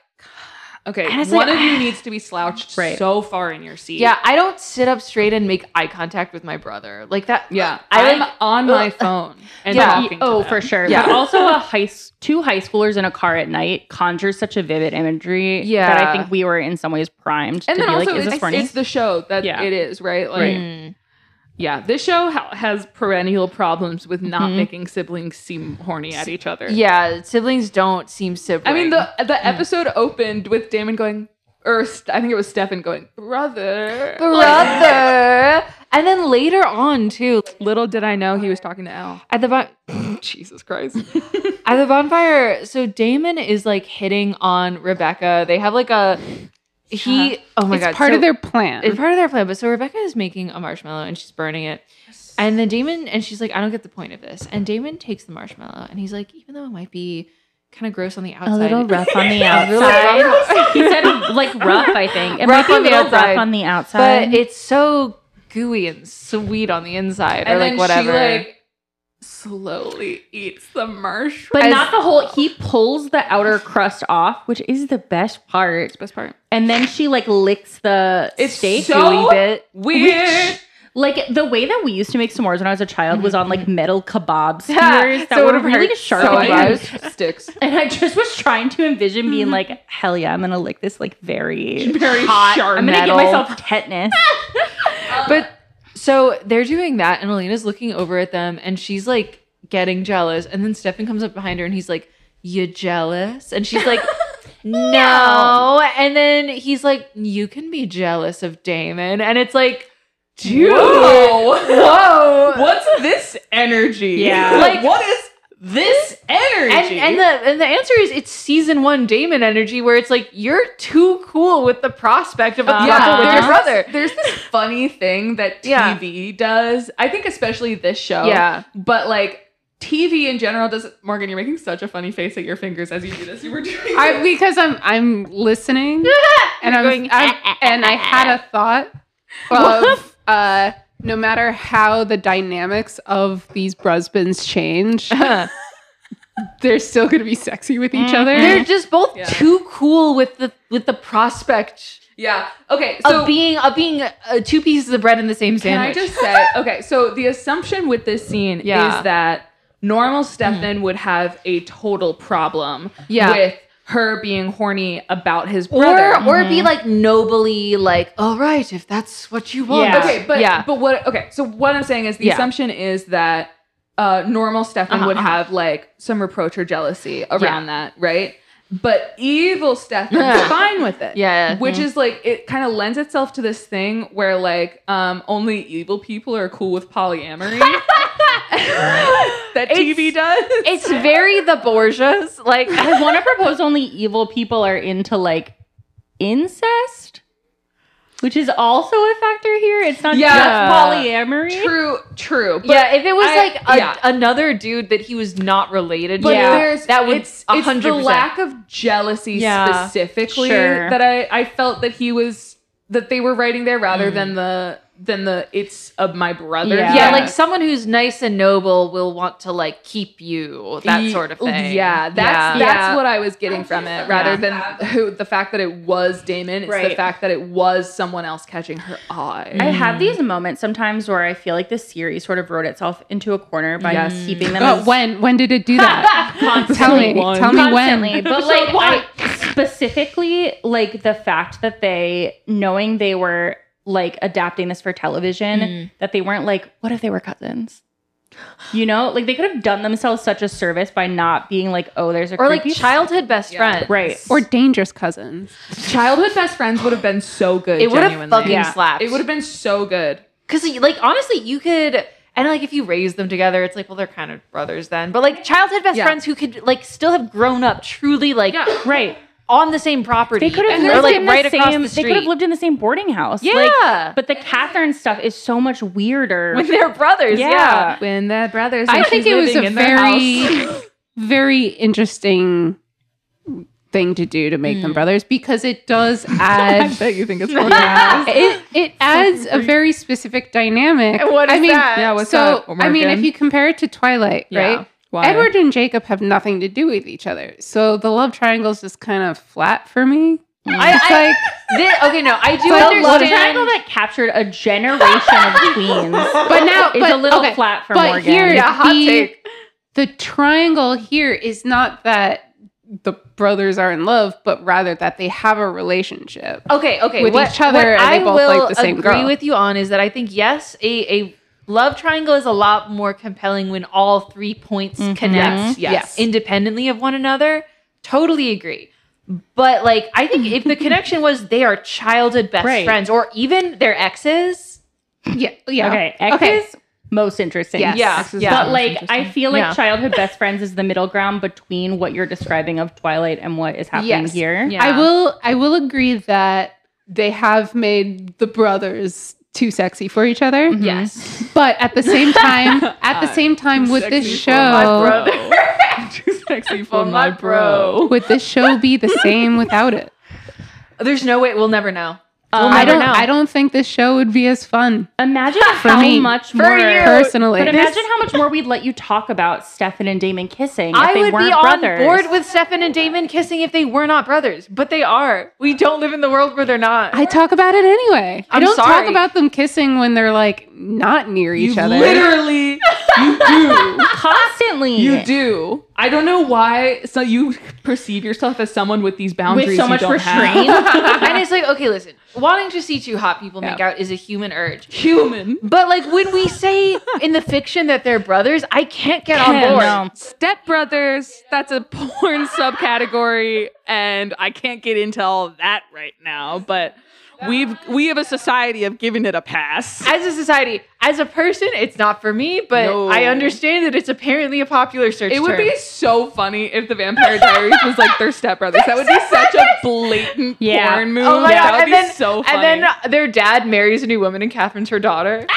[SPEAKER 6] okay,
[SPEAKER 1] And it's
[SPEAKER 6] one
[SPEAKER 1] like-
[SPEAKER 6] of you needs to be slouched
[SPEAKER 2] Right.
[SPEAKER 6] so far in your seat.
[SPEAKER 1] Yeah, I don't sit up straight and make eye contact with my brother like that.
[SPEAKER 6] yeah.
[SPEAKER 1] I
[SPEAKER 6] I'm
[SPEAKER 1] like,
[SPEAKER 6] on my phone and
[SPEAKER 1] Yeah.
[SPEAKER 6] talking. To
[SPEAKER 2] Oh,
[SPEAKER 6] them.
[SPEAKER 2] for sure.
[SPEAKER 1] Yeah.
[SPEAKER 2] But also a high s- two high schoolers in a car at night conjures such a vivid imagery
[SPEAKER 1] Yeah.
[SPEAKER 2] that I think we were in some ways primed
[SPEAKER 6] And
[SPEAKER 2] to
[SPEAKER 6] then
[SPEAKER 2] be
[SPEAKER 6] also,
[SPEAKER 2] like, is this
[SPEAKER 6] it's,
[SPEAKER 2] horny?
[SPEAKER 6] it's the show that
[SPEAKER 2] Yeah.
[SPEAKER 6] it is, right? Like,
[SPEAKER 1] Mm.
[SPEAKER 6] yeah, this show ha- has perennial problems with not
[SPEAKER 2] Mhm.
[SPEAKER 6] making siblings seem horny at each other.
[SPEAKER 1] yeah, siblings don't seem sibling.
[SPEAKER 6] I mean, the the episode opened with Damon going, or St- I think it was Stefan going, brother. [LAUGHS]
[SPEAKER 1] brother. and then later on too,
[SPEAKER 6] Little did I know he was talking to Elle.
[SPEAKER 1] at the bon-
[SPEAKER 6] Jesus [LAUGHS] Christ.
[SPEAKER 1] at the bonfire, so Damon is like hitting on Rebecca. They have like a he. Oh my
[SPEAKER 4] it's
[SPEAKER 1] god!
[SPEAKER 4] part
[SPEAKER 1] so-
[SPEAKER 4] of their plan.
[SPEAKER 1] It's part of their plan. But so Rebecca is making a marshmallow and she's burning it. And then Damon, and she's like, I don't get the point of this. And Damon takes the marshmallow and he's like, even though it might be kind of gross on the outside,
[SPEAKER 2] a little rough on the
[SPEAKER 1] A little
[SPEAKER 2] outside.
[SPEAKER 1] rough.
[SPEAKER 2] he said like rough, I think. It
[SPEAKER 1] Rough
[SPEAKER 2] might be a
[SPEAKER 1] on the
[SPEAKER 2] little
[SPEAKER 1] outside,
[SPEAKER 2] rough on the outside.
[SPEAKER 1] but it's so gooey and sweet on the inside or
[SPEAKER 6] and
[SPEAKER 1] like
[SPEAKER 6] then
[SPEAKER 1] whatever.
[SPEAKER 6] she like slowly eats the marshmallow.
[SPEAKER 2] but
[SPEAKER 1] as-
[SPEAKER 2] not the whole he pulls the outer crust off, which is the best part.
[SPEAKER 6] best part.
[SPEAKER 2] And then she like licks the
[SPEAKER 6] It's
[SPEAKER 2] steak
[SPEAKER 6] so
[SPEAKER 2] gooey bit.
[SPEAKER 6] Weird.
[SPEAKER 2] Like the way that we used to make s'mores when I was a child was on like metal kebab skewers [LAUGHS] that
[SPEAKER 1] So it
[SPEAKER 2] were
[SPEAKER 1] would've
[SPEAKER 2] really
[SPEAKER 1] hurt
[SPEAKER 2] sharp.
[SPEAKER 1] so
[SPEAKER 2] and-
[SPEAKER 1] much. [LAUGHS]
[SPEAKER 6] sticks.
[SPEAKER 2] [LAUGHS] And I just was trying to envision being like, hell yeah, I'm gonna lick this like very
[SPEAKER 6] Very
[SPEAKER 1] Hot
[SPEAKER 6] sharp.
[SPEAKER 2] I'm gonna
[SPEAKER 1] metal.
[SPEAKER 2] give myself tetanus.
[SPEAKER 1] But so they're doing that, and Elena's looking over at them, and she's like getting jealous. And then Stefan comes up behind her, and he's like, "You jealous?" And she's like, "No." And then he's like, "You can be jealous of Damon," and it's like, "Dude, whoa."
[SPEAKER 6] [LAUGHS] What's this energy?
[SPEAKER 2] Yeah.
[SPEAKER 1] Like-
[SPEAKER 6] what is this
[SPEAKER 1] And,
[SPEAKER 6] energy?
[SPEAKER 1] [LAUGHS] and the and the answer is it's season one Damon energy where it's like you're too cool with the prospect of a
[SPEAKER 2] Uh,
[SPEAKER 1] couple
[SPEAKER 2] yeah,
[SPEAKER 1] with your
[SPEAKER 2] there's-
[SPEAKER 1] brother.
[SPEAKER 6] There's this funny thing that
[SPEAKER 1] Yeah.
[SPEAKER 6] TV does. I think especially this show.
[SPEAKER 1] Yeah.
[SPEAKER 6] But like TV in general does Morgan, you're making such a funny face at your fingers as you do this. You were doing
[SPEAKER 4] I, because I'm I'm listening and I'm,
[SPEAKER 1] going,
[SPEAKER 4] I'm- and I had a thought of uh, no matter how the dynamics of these brusbands change, they're still going to be sexy with each other.
[SPEAKER 1] They're just both
[SPEAKER 6] Yeah.
[SPEAKER 1] too cool with the with the prospect
[SPEAKER 6] Yeah. Okay. So
[SPEAKER 1] of being of being uh, two pieces of bread in the same
[SPEAKER 6] can I
[SPEAKER 1] sandwich.
[SPEAKER 6] just say okay? So the assumption with this scene
[SPEAKER 1] Yeah. Mm-hmm.
[SPEAKER 6] is that normal Stefan would have a total problem
[SPEAKER 1] Yeah.
[SPEAKER 6] with her being horny about his
[SPEAKER 1] or
[SPEAKER 6] brother.
[SPEAKER 1] or be like nobly like, all right, if that's what you want.
[SPEAKER 2] Yeah.
[SPEAKER 6] Okay, but
[SPEAKER 1] yeah,
[SPEAKER 6] but what? Okay, so what I'm saying is the
[SPEAKER 1] Yeah.
[SPEAKER 6] assumption is that uh, normal Stefan
[SPEAKER 1] Uh-huh,
[SPEAKER 6] would
[SPEAKER 1] uh-huh.
[SPEAKER 6] have like some reproach or jealousy around that, right? But evil Stefan's
[SPEAKER 1] Yeah.
[SPEAKER 6] fine with it,
[SPEAKER 1] Yeah.
[SPEAKER 6] Which is like it kind of lends itself to this thing where like um, only evil people are cool with [LAUGHS] polyamory. that TV does.
[SPEAKER 1] it's very the Borgias. [LAUGHS] Like
[SPEAKER 2] I wanna propose only evil people are into like incest, which is also a factor here. It's not
[SPEAKER 6] Yeah.
[SPEAKER 2] just polyamory.
[SPEAKER 6] true, true. But
[SPEAKER 1] yeah, if it was
[SPEAKER 6] I-
[SPEAKER 1] like a,
[SPEAKER 6] yeah.
[SPEAKER 1] another dude that he was not related
[SPEAKER 6] But
[SPEAKER 1] to,
[SPEAKER 6] there's
[SPEAKER 1] that would
[SPEAKER 6] it's,
[SPEAKER 1] a
[SPEAKER 6] it's the
[SPEAKER 1] hundred percent.
[SPEAKER 6] lack of jealousy
[SPEAKER 1] Yeah.
[SPEAKER 6] specifically
[SPEAKER 2] Sure.
[SPEAKER 6] that I, I felt that he was that they were writing there rather than the than the it's of my brother.
[SPEAKER 2] Yeah.
[SPEAKER 1] Yeah, like someone who's nice and noble will want to like keep you, that
[SPEAKER 6] Ye-
[SPEAKER 1] sort of thing.
[SPEAKER 6] E, Yeah, that's
[SPEAKER 1] Yeah.
[SPEAKER 6] that's
[SPEAKER 1] Yeah.
[SPEAKER 6] what I was getting from it rather
[SPEAKER 1] Yeah.
[SPEAKER 6] than who the fact that it was Damon. It's the
[SPEAKER 2] Right.
[SPEAKER 6] fact that it was someone else catching her eye.
[SPEAKER 2] I have these moments sometimes where I feel like this series sort of wrote itself into a corner by
[SPEAKER 6] Yes.
[SPEAKER 2] keeping them
[SPEAKER 4] But
[SPEAKER 2] as
[SPEAKER 4] Oh, when when did it do that?
[SPEAKER 6] [LAUGHS]
[SPEAKER 4] tell me, tell me
[SPEAKER 2] constantly,
[SPEAKER 1] [LAUGHS]
[SPEAKER 4] when.
[SPEAKER 2] but like I, specifically, like the fact that they knowing they were like adapting this for television,
[SPEAKER 1] Mm.
[SPEAKER 2] that they weren't like, what if they were cousins? You know, like they could have done themselves such a service by not being like, oh, there's a
[SPEAKER 1] Or like
[SPEAKER 2] creepy-
[SPEAKER 1] childhood best
[SPEAKER 6] Yeah.
[SPEAKER 1] friend.
[SPEAKER 2] [LAUGHS] right.
[SPEAKER 4] Or dangerous cousins.
[SPEAKER 6] Childhood best friends would have been so good.
[SPEAKER 1] It would have
[SPEAKER 6] genuinely.
[SPEAKER 1] fucking
[SPEAKER 2] Yeah.
[SPEAKER 1] slapped.
[SPEAKER 6] It would have been so good.
[SPEAKER 1] Because, like, honestly, you could, and like, if you raise them together, it's like, well, they're kind of brothers then. But like, childhood best
[SPEAKER 6] Yeah.
[SPEAKER 1] friends who could like still have grown up truly like
[SPEAKER 6] Yeah.
[SPEAKER 2] right.
[SPEAKER 1] on the same property.
[SPEAKER 2] They could have
[SPEAKER 1] And
[SPEAKER 2] lived
[SPEAKER 1] they're, like
[SPEAKER 2] in
[SPEAKER 1] right
[SPEAKER 2] the same.
[SPEAKER 1] across the
[SPEAKER 2] they
[SPEAKER 1] street.
[SPEAKER 2] could have lived in the same boarding house.
[SPEAKER 1] yeah,
[SPEAKER 2] Like, but the Catherine stuff is so much weirder.
[SPEAKER 1] when they're brothers. Yeah.
[SPEAKER 2] Yeah.
[SPEAKER 6] When the brothers,
[SPEAKER 4] I
[SPEAKER 6] and
[SPEAKER 4] think
[SPEAKER 1] [LAUGHS]
[SPEAKER 6] she's
[SPEAKER 4] it was [LAUGHS]
[SPEAKER 6] living
[SPEAKER 4] a
[SPEAKER 6] in their house.
[SPEAKER 4] very, very interesting thing to do to make them brothers because it does
[SPEAKER 6] I
[SPEAKER 4] add
[SPEAKER 6] bet you think it's yeah.
[SPEAKER 4] it,
[SPEAKER 1] [LAUGHS]
[SPEAKER 4] it adds a very specific dynamic.
[SPEAKER 1] What
[SPEAKER 4] I
[SPEAKER 1] is
[SPEAKER 4] mean,
[SPEAKER 1] that?
[SPEAKER 6] Yeah, what's
[SPEAKER 4] so
[SPEAKER 6] that,
[SPEAKER 4] I mean, if
[SPEAKER 6] Morgan?
[SPEAKER 4] you compare it to Twilight,
[SPEAKER 1] [LAUGHS] Yeah.
[SPEAKER 4] right?
[SPEAKER 6] Why?
[SPEAKER 4] Edward and Jacob have nothing to do with each other, so the love triangle is just kind of flat for me.
[SPEAKER 1] I,
[SPEAKER 4] It's
[SPEAKER 1] I
[SPEAKER 4] [LAUGHS] like
[SPEAKER 1] thi- okay, no, I do
[SPEAKER 4] [LAUGHS] But
[SPEAKER 2] The love
[SPEAKER 1] understand.
[SPEAKER 2] triangle that captured a generation
[SPEAKER 1] [LAUGHS]
[SPEAKER 2] of queens.
[SPEAKER 4] but now
[SPEAKER 2] It's
[SPEAKER 4] but,
[SPEAKER 2] a little
[SPEAKER 4] okay,
[SPEAKER 2] flat for
[SPEAKER 4] but
[SPEAKER 2] Morgan.
[SPEAKER 4] here
[SPEAKER 6] Yeah, hot
[SPEAKER 4] the,
[SPEAKER 6] take.
[SPEAKER 4] the triangle here is not that the brothers are in love but rather that they have a relationship
[SPEAKER 1] okay, okay,
[SPEAKER 4] with
[SPEAKER 1] what,
[SPEAKER 4] each other
[SPEAKER 1] what
[SPEAKER 4] and they
[SPEAKER 1] I
[SPEAKER 4] both
[SPEAKER 1] will
[SPEAKER 4] like the same
[SPEAKER 1] agree
[SPEAKER 4] girl.
[SPEAKER 1] with you on is that I think yes, a a love triangle is a lot more compelling when all three points connect, yes,
[SPEAKER 4] Yes.
[SPEAKER 1] independently of one another. Totally agree. But like, I think if the connection was they are childhood best
[SPEAKER 2] Right.
[SPEAKER 1] friends or even their exes,
[SPEAKER 4] yeah yeah
[SPEAKER 2] Okay, X
[SPEAKER 4] Okay.
[SPEAKER 2] is most interesting.
[SPEAKER 4] Yes.
[SPEAKER 1] yeah,
[SPEAKER 6] Exes
[SPEAKER 1] yeah.
[SPEAKER 2] But
[SPEAKER 6] Sounds
[SPEAKER 2] like, I
[SPEAKER 6] interesting.
[SPEAKER 2] feel like
[SPEAKER 1] Yeah.
[SPEAKER 2] childhood best friends is the middle ground between what you're describing of Twilight and what is happening
[SPEAKER 4] Yes.
[SPEAKER 2] here.
[SPEAKER 1] Yeah.
[SPEAKER 4] I will I will agree that they have made the brothers too sexy for each other.
[SPEAKER 1] Mm-hmm. yes,
[SPEAKER 4] But at the same time, at the same time with this show,
[SPEAKER 1] [LAUGHS]
[SPEAKER 6] Too sexy
[SPEAKER 1] for
[SPEAKER 6] for
[SPEAKER 1] my
[SPEAKER 6] my bro.
[SPEAKER 4] would this show be the same without it?
[SPEAKER 1] [LAUGHS] there's no way we'll never know. We'll
[SPEAKER 2] Um,
[SPEAKER 4] I
[SPEAKER 1] never
[SPEAKER 4] don't
[SPEAKER 1] know.
[SPEAKER 4] I don't think this show would be as fun
[SPEAKER 2] Imagine
[SPEAKER 4] For
[SPEAKER 2] how
[SPEAKER 4] me.
[SPEAKER 2] much
[SPEAKER 4] For
[SPEAKER 2] more.
[SPEAKER 1] you.
[SPEAKER 4] personally.
[SPEAKER 2] But imagine how much more we'd let you talk about Stefan and Damon kissing. If
[SPEAKER 1] I
[SPEAKER 2] they
[SPEAKER 1] would
[SPEAKER 2] weren't
[SPEAKER 1] be
[SPEAKER 2] brothers.
[SPEAKER 1] on
[SPEAKER 2] [LAUGHS]
[SPEAKER 1] board with Stefan and Damon kissing if they were not brothers, but they are. We don't live in the world where they're not.
[SPEAKER 2] [LAUGHS]
[SPEAKER 4] I talk about it anyway. I
[SPEAKER 1] I'm
[SPEAKER 4] don't
[SPEAKER 1] sorry.
[SPEAKER 4] talk about them kissing when they're like not near each other.
[SPEAKER 6] Literally, [LAUGHS] you do.
[SPEAKER 2] constantly.
[SPEAKER 6] You [LAUGHS] do. I don't know why. So you perceive yourself as someone with these boundaries.
[SPEAKER 2] with so
[SPEAKER 6] you
[SPEAKER 2] much
[SPEAKER 6] don't have.
[SPEAKER 2] restraint.
[SPEAKER 1] [LAUGHS] and it's like, okay, listen, wanting to see two hot people make
[SPEAKER 6] Yeah.
[SPEAKER 1] out is a human urge.
[SPEAKER 6] [LAUGHS] Human.
[SPEAKER 1] But like when we say in the fiction that they're brothers, I can't get on board.
[SPEAKER 2] No.
[SPEAKER 6] Step Brothers, that's
[SPEAKER 1] [LAUGHS]
[SPEAKER 6] a porn subcategory, and I can't get into all of that right now, but we've we have a society of giving it a pass.
[SPEAKER 1] As a society, as a person, it's not for me, but
[SPEAKER 6] No.
[SPEAKER 1] I understand that it's apparently a popular search.
[SPEAKER 6] It
[SPEAKER 1] term.
[SPEAKER 6] would be so funny if the Vampire Diaries was like their Step Brothers. That would be such a blatant
[SPEAKER 2] Yeah.
[SPEAKER 6] porn move.
[SPEAKER 1] Oh my god!
[SPEAKER 6] that would
[SPEAKER 1] And
[SPEAKER 6] be
[SPEAKER 1] then,
[SPEAKER 6] so funny.
[SPEAKER 1] and then their dad marries a new woman, and Catherine's her daughter.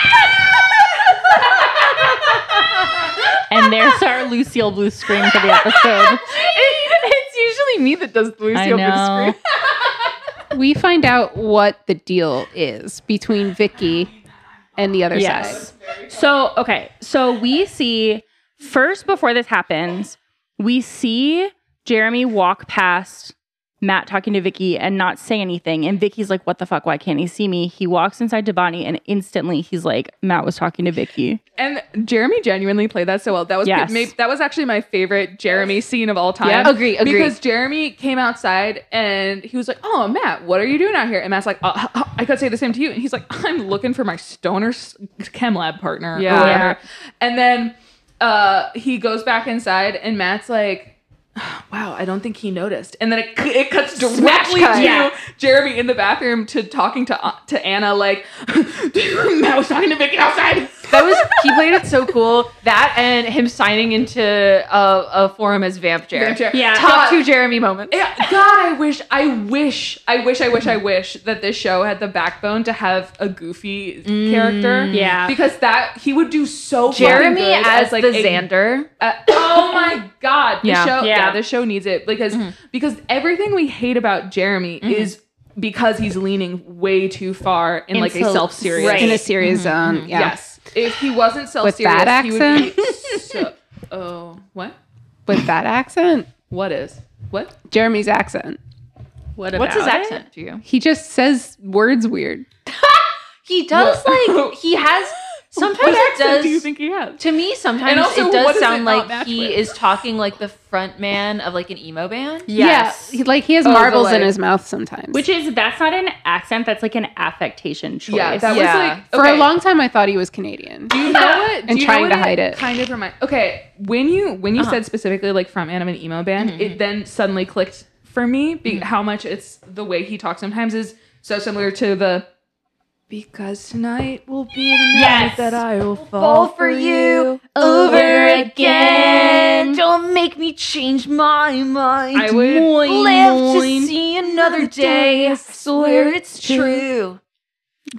[SPEAKER 2] and there's our Lucille Blue scream for the episode.
[SPEAKER 1] It- [LAUGHS] it's usually me that does the
[SPEAKER 2] I
[SPEAKER 1] Lucio
[SPEAKER 2] know.
[SPEAKER 1] Blue
[SPEAKER 4] we find out what the deal is between Vicky and the other side.
[SPEAKER 2] Yes. So, okay. So we see first before this happens, we see Jeremy walk past Matt talking to Vicky and not say anything. And Vicky's like, what the fuck? Why can't he see me? He walks inside Devani and instantly he's like, Matt was talking to Vicky.
[SPEAKER 6] And Jeremy genuinely played that so well. That was
[SPEAKER 2] Yes.
[SPEAKER 6] maybe, that was actually my favorite Jeremy scene of all time.
[SPEAKER 1] Yeah, agree, agree.
[SPEAKER 6] Because Jeremy came outside and he was like, "Oh, Matt, what are you doing out here?" And Matt's like, oh, "I could say the same to you." And he's like, "I'm looking for my stoner s- chem lab partner."
[SPEAKER 1] Yeah.
[SPEAKER 6] Or whatever. And then uh, he goes back inside, and Matt's like. Wow, I don't think he noticed. And then it, c- it cuts directly
[SPEAKER 1] cut.
[SPEAKER 6] to
[SPEAKER 2] Yeah.
[SPEAKER 6] Jeremy in the bathroom to talking to uh, to Anna like, [LAUGHS] Matt was talking to Vicky outside.
[SPEAKER 1] [LAUGHS] That was he played it so cool. That and him signing into a, a forum as Vamp Jer.
[SPEAKER 6] Vamp Jer.
[SPEAKER 2] Yeah.
[SPEAKER 1] Top
[SPEAKER 6] God.
[SPEAKER 1] two Jeremy moments.
[SPEAKER 6] Yeah, God, I wish, I wish, I wish, I wish, I wish that this show had the backbone to have a goofy character.
[SPEAKER 2] yeah.
[SPEAKER 6] because that he would do so. fucking
[SPEAKER 1] Jeremy
[SPEAKER 6] good
[SPEAKER 1] as, the
[SPEAKER 6] a-
[SPEAKER 1] Xander.
[SPEAKER 6] uh, oh my God, the
[SPEAKER 1] Yeah.
[SPEAKER 6] show. Yeah.
[SPEAKER 2] Yeah.
[SPEAKER 6] this show needs it because because everything we hate about Jeremy is because he's leaning way too far in like a
[SPEAKER 2] so-
[SPEAKER 6] self serious.
[SPEAKER 2] Right.
[SPEAKER 4] In a series, um, yeah.
[SPEAKER 6] Yes, if he wasn't self serious,
[SPEAKER 4] that
[SPEAKER 6] he would be so. Oh, what?
[SPEAKER 4] With that accent,
[SPEAKER 6] What is what?
[SPEAKER 4] Jeremy's accent.
[SPEAKER 2] What
[SPEAKER 1] What's his accent to you?
[SPEAKER 4] He just says words weird.
[SPEAKER 1] He does
[SPEAKER 6] What-
[SPEAKER 1] [LAUGHS] like he has sometimes
[SPEAKER 6] What
[SPEAKER 1] it
[SPEAKER 6] accent
[SPEAKER 1] does
[SPEAKER 6] do you think he has?
[SPEAKER 1] to me sometimes
[SPEAKER 6] And also,
[SPEAKER 1] it
[SPEAKER 6] what
[SPEAKER 1] does
[SPEAKER 6] does
[SPEAKER 1] sound
[SPEAKER 6] it not
[SPEAKER 1] like
[SPEAKER 6] match
[SPEAKER 1] he
[SPEAKER 6] with?
[SPEAKER 1] is talking like the front man of like an emo band.
[SPEAKER 2] Yes.
[SPEAKER 4] Yeah, he- like he has
[SPEAKER 6] Oh, the,
[SPEAKER 4] marbles in
[SPEAKER 6] like-
[SPEAKER 4] his mouth sometimes.
[SPEAKER 2] Which is, that's not an accent, that's like an affectation choice.
[SPEAKER 6] Yeah, that
[SPEAKER 1] Yeah.
[SPEAKER 6] was like
[SPEAKER 4] for a
[SPEAKER 6] okay.
[SPEAKER 4] long time I thought he was Canadian.
[SPEAKER 6] Do
[SPEAKER 1] [LAUGHS]
[SPEAKER 6] you know what? do
[SPEAKER 4] And
[SPEAKER 6] you know
[SPEAKER 4] trying
[SPEAKER 6] what
[SPEAKER 4] to hide it.
[SPEAKER 6] Kind of remind. Okay, when you when you
[SPEAKER 1] Uh-huh.
[SPEAKER 6] said specifically like from anime and emo band,
[SPEAKER 1] Mm-hmm.
[SPEAKER 6] it then suddenly clicked for me be- how much it's the way he talks sometimes is so similar to the because tonight will be the night
[SPEAKER 2] Yes.
[SPEAKER 6] that I will fall,
[SPEAKER 1] Fall for you over again. Don't make me change my mind.
[SPEAKER 6] I would
[SPEAKER 1] live to see another day. I swear it's true.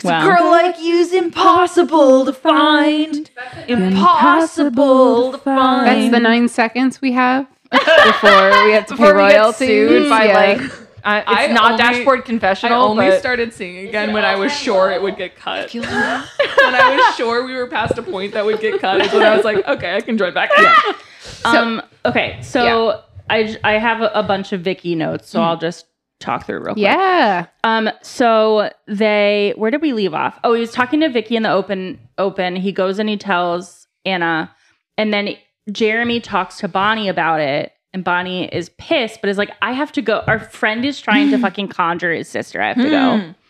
[SPEAKER 2] Wow.
[SPEAKER 1] Girl like you's impossible to find. Impossible to find. [LAUGHS]
[SPEAKER 4] That's the nine seconds we have. before we have to
[SPEAKER 1] Before
[SPEAKER 4] pay
[SPEAKER 1] we get
[SPEAKER 4] royalties.
[SPEAKER 1] sued by,
[SPEAKER 4] Yeah.
[SPEAKER 1] like- I, it's
[SPEAKER 6] I
[SPEAKER 1] not
[SPEAKER 6] only-
[SPEAKER 1] dashboard
[SPEAKER 6] I
[SPEAKER 1] confessional.
[SPEAKER 6] only
[SPEAKER 1] but-
[SPEAKER 6] started singing again when I was sure it would get cut. when I was sure we were past a point that would get cut, is when I was like, okay, I can join back.
[SPEAKER 1] [LAUGHS]
[SPEAKER 2] um, okay, so I j- I have a, a bunch of Vicky notes,
[SPEAKER 6] Mm-hmm.
[SPEAKER 2] so I'll just talk through real quick.
[SPEAKER 4] yeah.
[SPEAKER 2] Um, so they where did we leave off? Oh, he was talking to Vicky in the open open. He goes and he tells Anna, and then Jeremy talks to Bonnie about it, and Bonnie is pissed, but is like, I have to go. Our friend is trying to fucking conjure his sister. I have to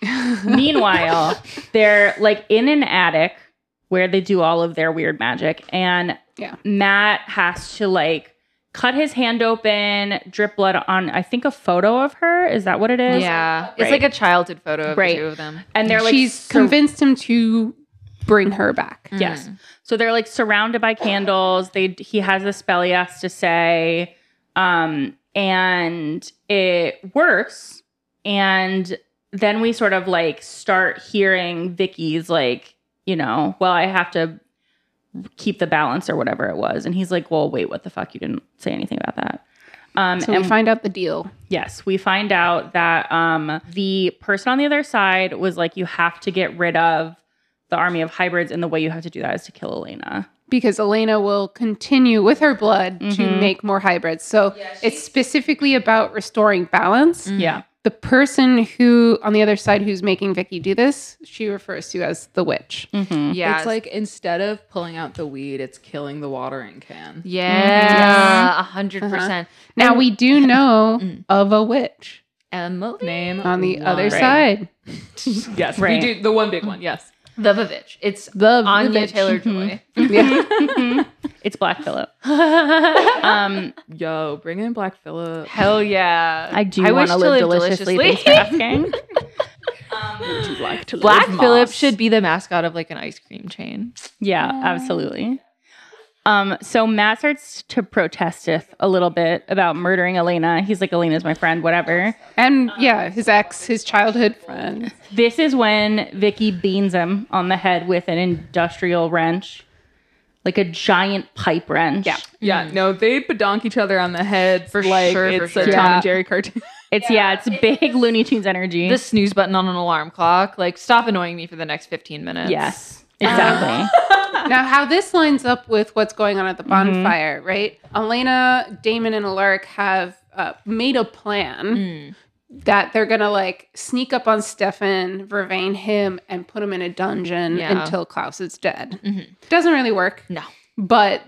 [SPEAKER 2] go. [LAUGHS] Meanwhile, they're like in an attic where they do all of their weird magic, and
[SPEAKER 4] Yeah.
[SPEAKER 2] Matt has to like cut his hand open, drip blood on I think a photo of her. Is that what it is?
[SPEAKER 1] Yeah, it's
[SPEAKER 2] Right.
[SPEAKER 1] like a childhood photo of
[SPEAKER 2] Right.
[SPEAKER 1] the two of them.
[SPEAKER 2] and they're like
[SPEAKER 4] she's
[SPEAKER 2] sur- mm.
[SPEAKER 4] convinced him to bring her back.
[SPEAKER 2] Yes. So they're like surrounded by candles. They he has a spell he has to say, um, and it works. And then we sort of like start hearing Vicky's like, you know, well, I have to keep the balance or whatever it was, and he's like, well, wait, what the fuck? You didn't say anything about that. Um,
[SPEAKER 4] So
[SPEAKER 2] and
[SPEAKER 4] we find out the deal.
[SPEAKER 2] Yes, we find out that um, the person on the other side was like, you have to get rid of the army of hybrids, and the way you have to do that is to kill Elena.
[SPEAKER 4] because Elena will continue with her blood
[SPEAKER 2] Mhm.
[SPEAKER 4] to make more hybrids. So it's specifically about restoring balance.
[SPEAKER 2] Yeah.
[SPEAKER 4] The person who on the other side who's making Vicky do this, she refers to as the witch.
[SPEAKER 2] hmm
[SPEAKER 1] Yeah,
[SPEAKER 6] It's like instead of pulling out the weed, it's killing the watering can.
[SPEAKER 1] yeah, a hundred
[SPEAKER 4] Uh-huh.
[SPEAKER 1] percent.
[SPEAKER 4] Now we do know
[SPEAKER 1] Mm.
[SPEAKER 4] of a witch
[SPEAKER 1] Emily
[SPEAKER 6] Name
[SPEAKER 4] on the
[SPEAKER 6] one.
[SPEAKER 4] other
[SPEAKER 2] Right.
[SPEAKER 4] side.
[SPEAKER 6] [LAUGHS] Yes,
[SPEAKER 2] Right.
[SPEAKER 6] we do the one big one. Yes,
[SPEAKER 1] Lubavitch. It's
[SPEAKER 4] The
[SPEAKER 1] Anya
[SPEAKER 4] witch.
[SPEAKER 1] Taylor [LAUGHS] Joy.
[SPEAKER 4] Yeah.
[SPEAKER 2] It's Black [LAUGHS] Phillip. um,
[SPEAKER 6] yo, bring in Black Phillip.
[SPEAKER 1] Hell yeah!
[SPEAKER 2] I do
[SPEAKER 1] I wish
[SPEAKER 2] want to live deliciously. Thanks for [LAUGHS] asking. um,
[SPEAKER 1] Black
[SPEAKER 6] Live
[SPEAKER 1] Phillip
[SPEAKER 6] Moss.
[SPEAKER 1] should be the mascot of like an ice cream chain.
[SPEAKER 2] yeah, absolutely. Um, so Matt starts to protesteth a little bit about murdering Elena. He's like, Elena's my friend, whatever.
[SPEAKER 4] And yeah, his ex, his childhood friend.
[SPEAKER 2] This is when Vicky beans him on the head with an industrial wrench, like a giant pipe wrench.
[SPEAKER 4] Yeah.
[SPEAKER 6] Yeah, no, they bedonk each other on the head for like
[SPEAKER 1] sure, Mm. for
[SPEAKER 6] it's
[SPEAKER 1] sure.
[SPEAKER 6] a Tom
[SPEAKER 4] Yeah.
[SPEAKER 6] and Jerry cartoon. [LAUGHS]
[SPEAKER 2] It's yeah, it's big Looney Tunes energy.
[SPEAKER 1] The snooze button on an alarm clock. Like, stop annoying me for the next fifteen minutes.
[SPEAKER 2] yes. Exactly.
[SPEAKER 4] now how this lines up with what's going on at the bonfire right elena damon and alaric have uh, made a plan that they're gonna like sneak up on stefan vervain him and put him in a dungeon
[SPEAKER 1] Yeah.
[SPEAKER 4] until klaus is dead
[SPEAKER 1] Mhm.
[SPEAKER 4] doesn't really work
[SPEAKER 1] No.
[SPEAKER 4] but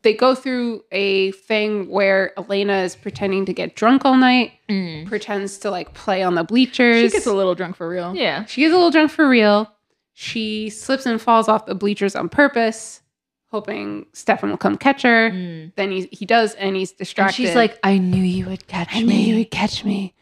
[SPEAKER 4] they go through a thing where elena is pretending to get drunk all night
[SPEAKER 1] Mm.
[SPEAKER 4] pretends to like play on the bleachers
[SPEAKER 6] she gets a little drunk for real.
[SPEAKER 1] Yeah.
[SPEAKER 4] she gets a little drunk for real. She slips and falls off the bleachers on purpose, hoping Stefan will come catch her.
[SPEAKER 1] Mm.
[SPEAKER 4] Then he, he does, and he's
[SPEAKER 1] And
[SPEAKER 4] distracted.
[SPEAKER 1] she's like, I knew you would catch
[SPEAKER 4] I knew
[SPEAKER 1] me.
[SPEAKER 4] you [LAUGHS] would catch me.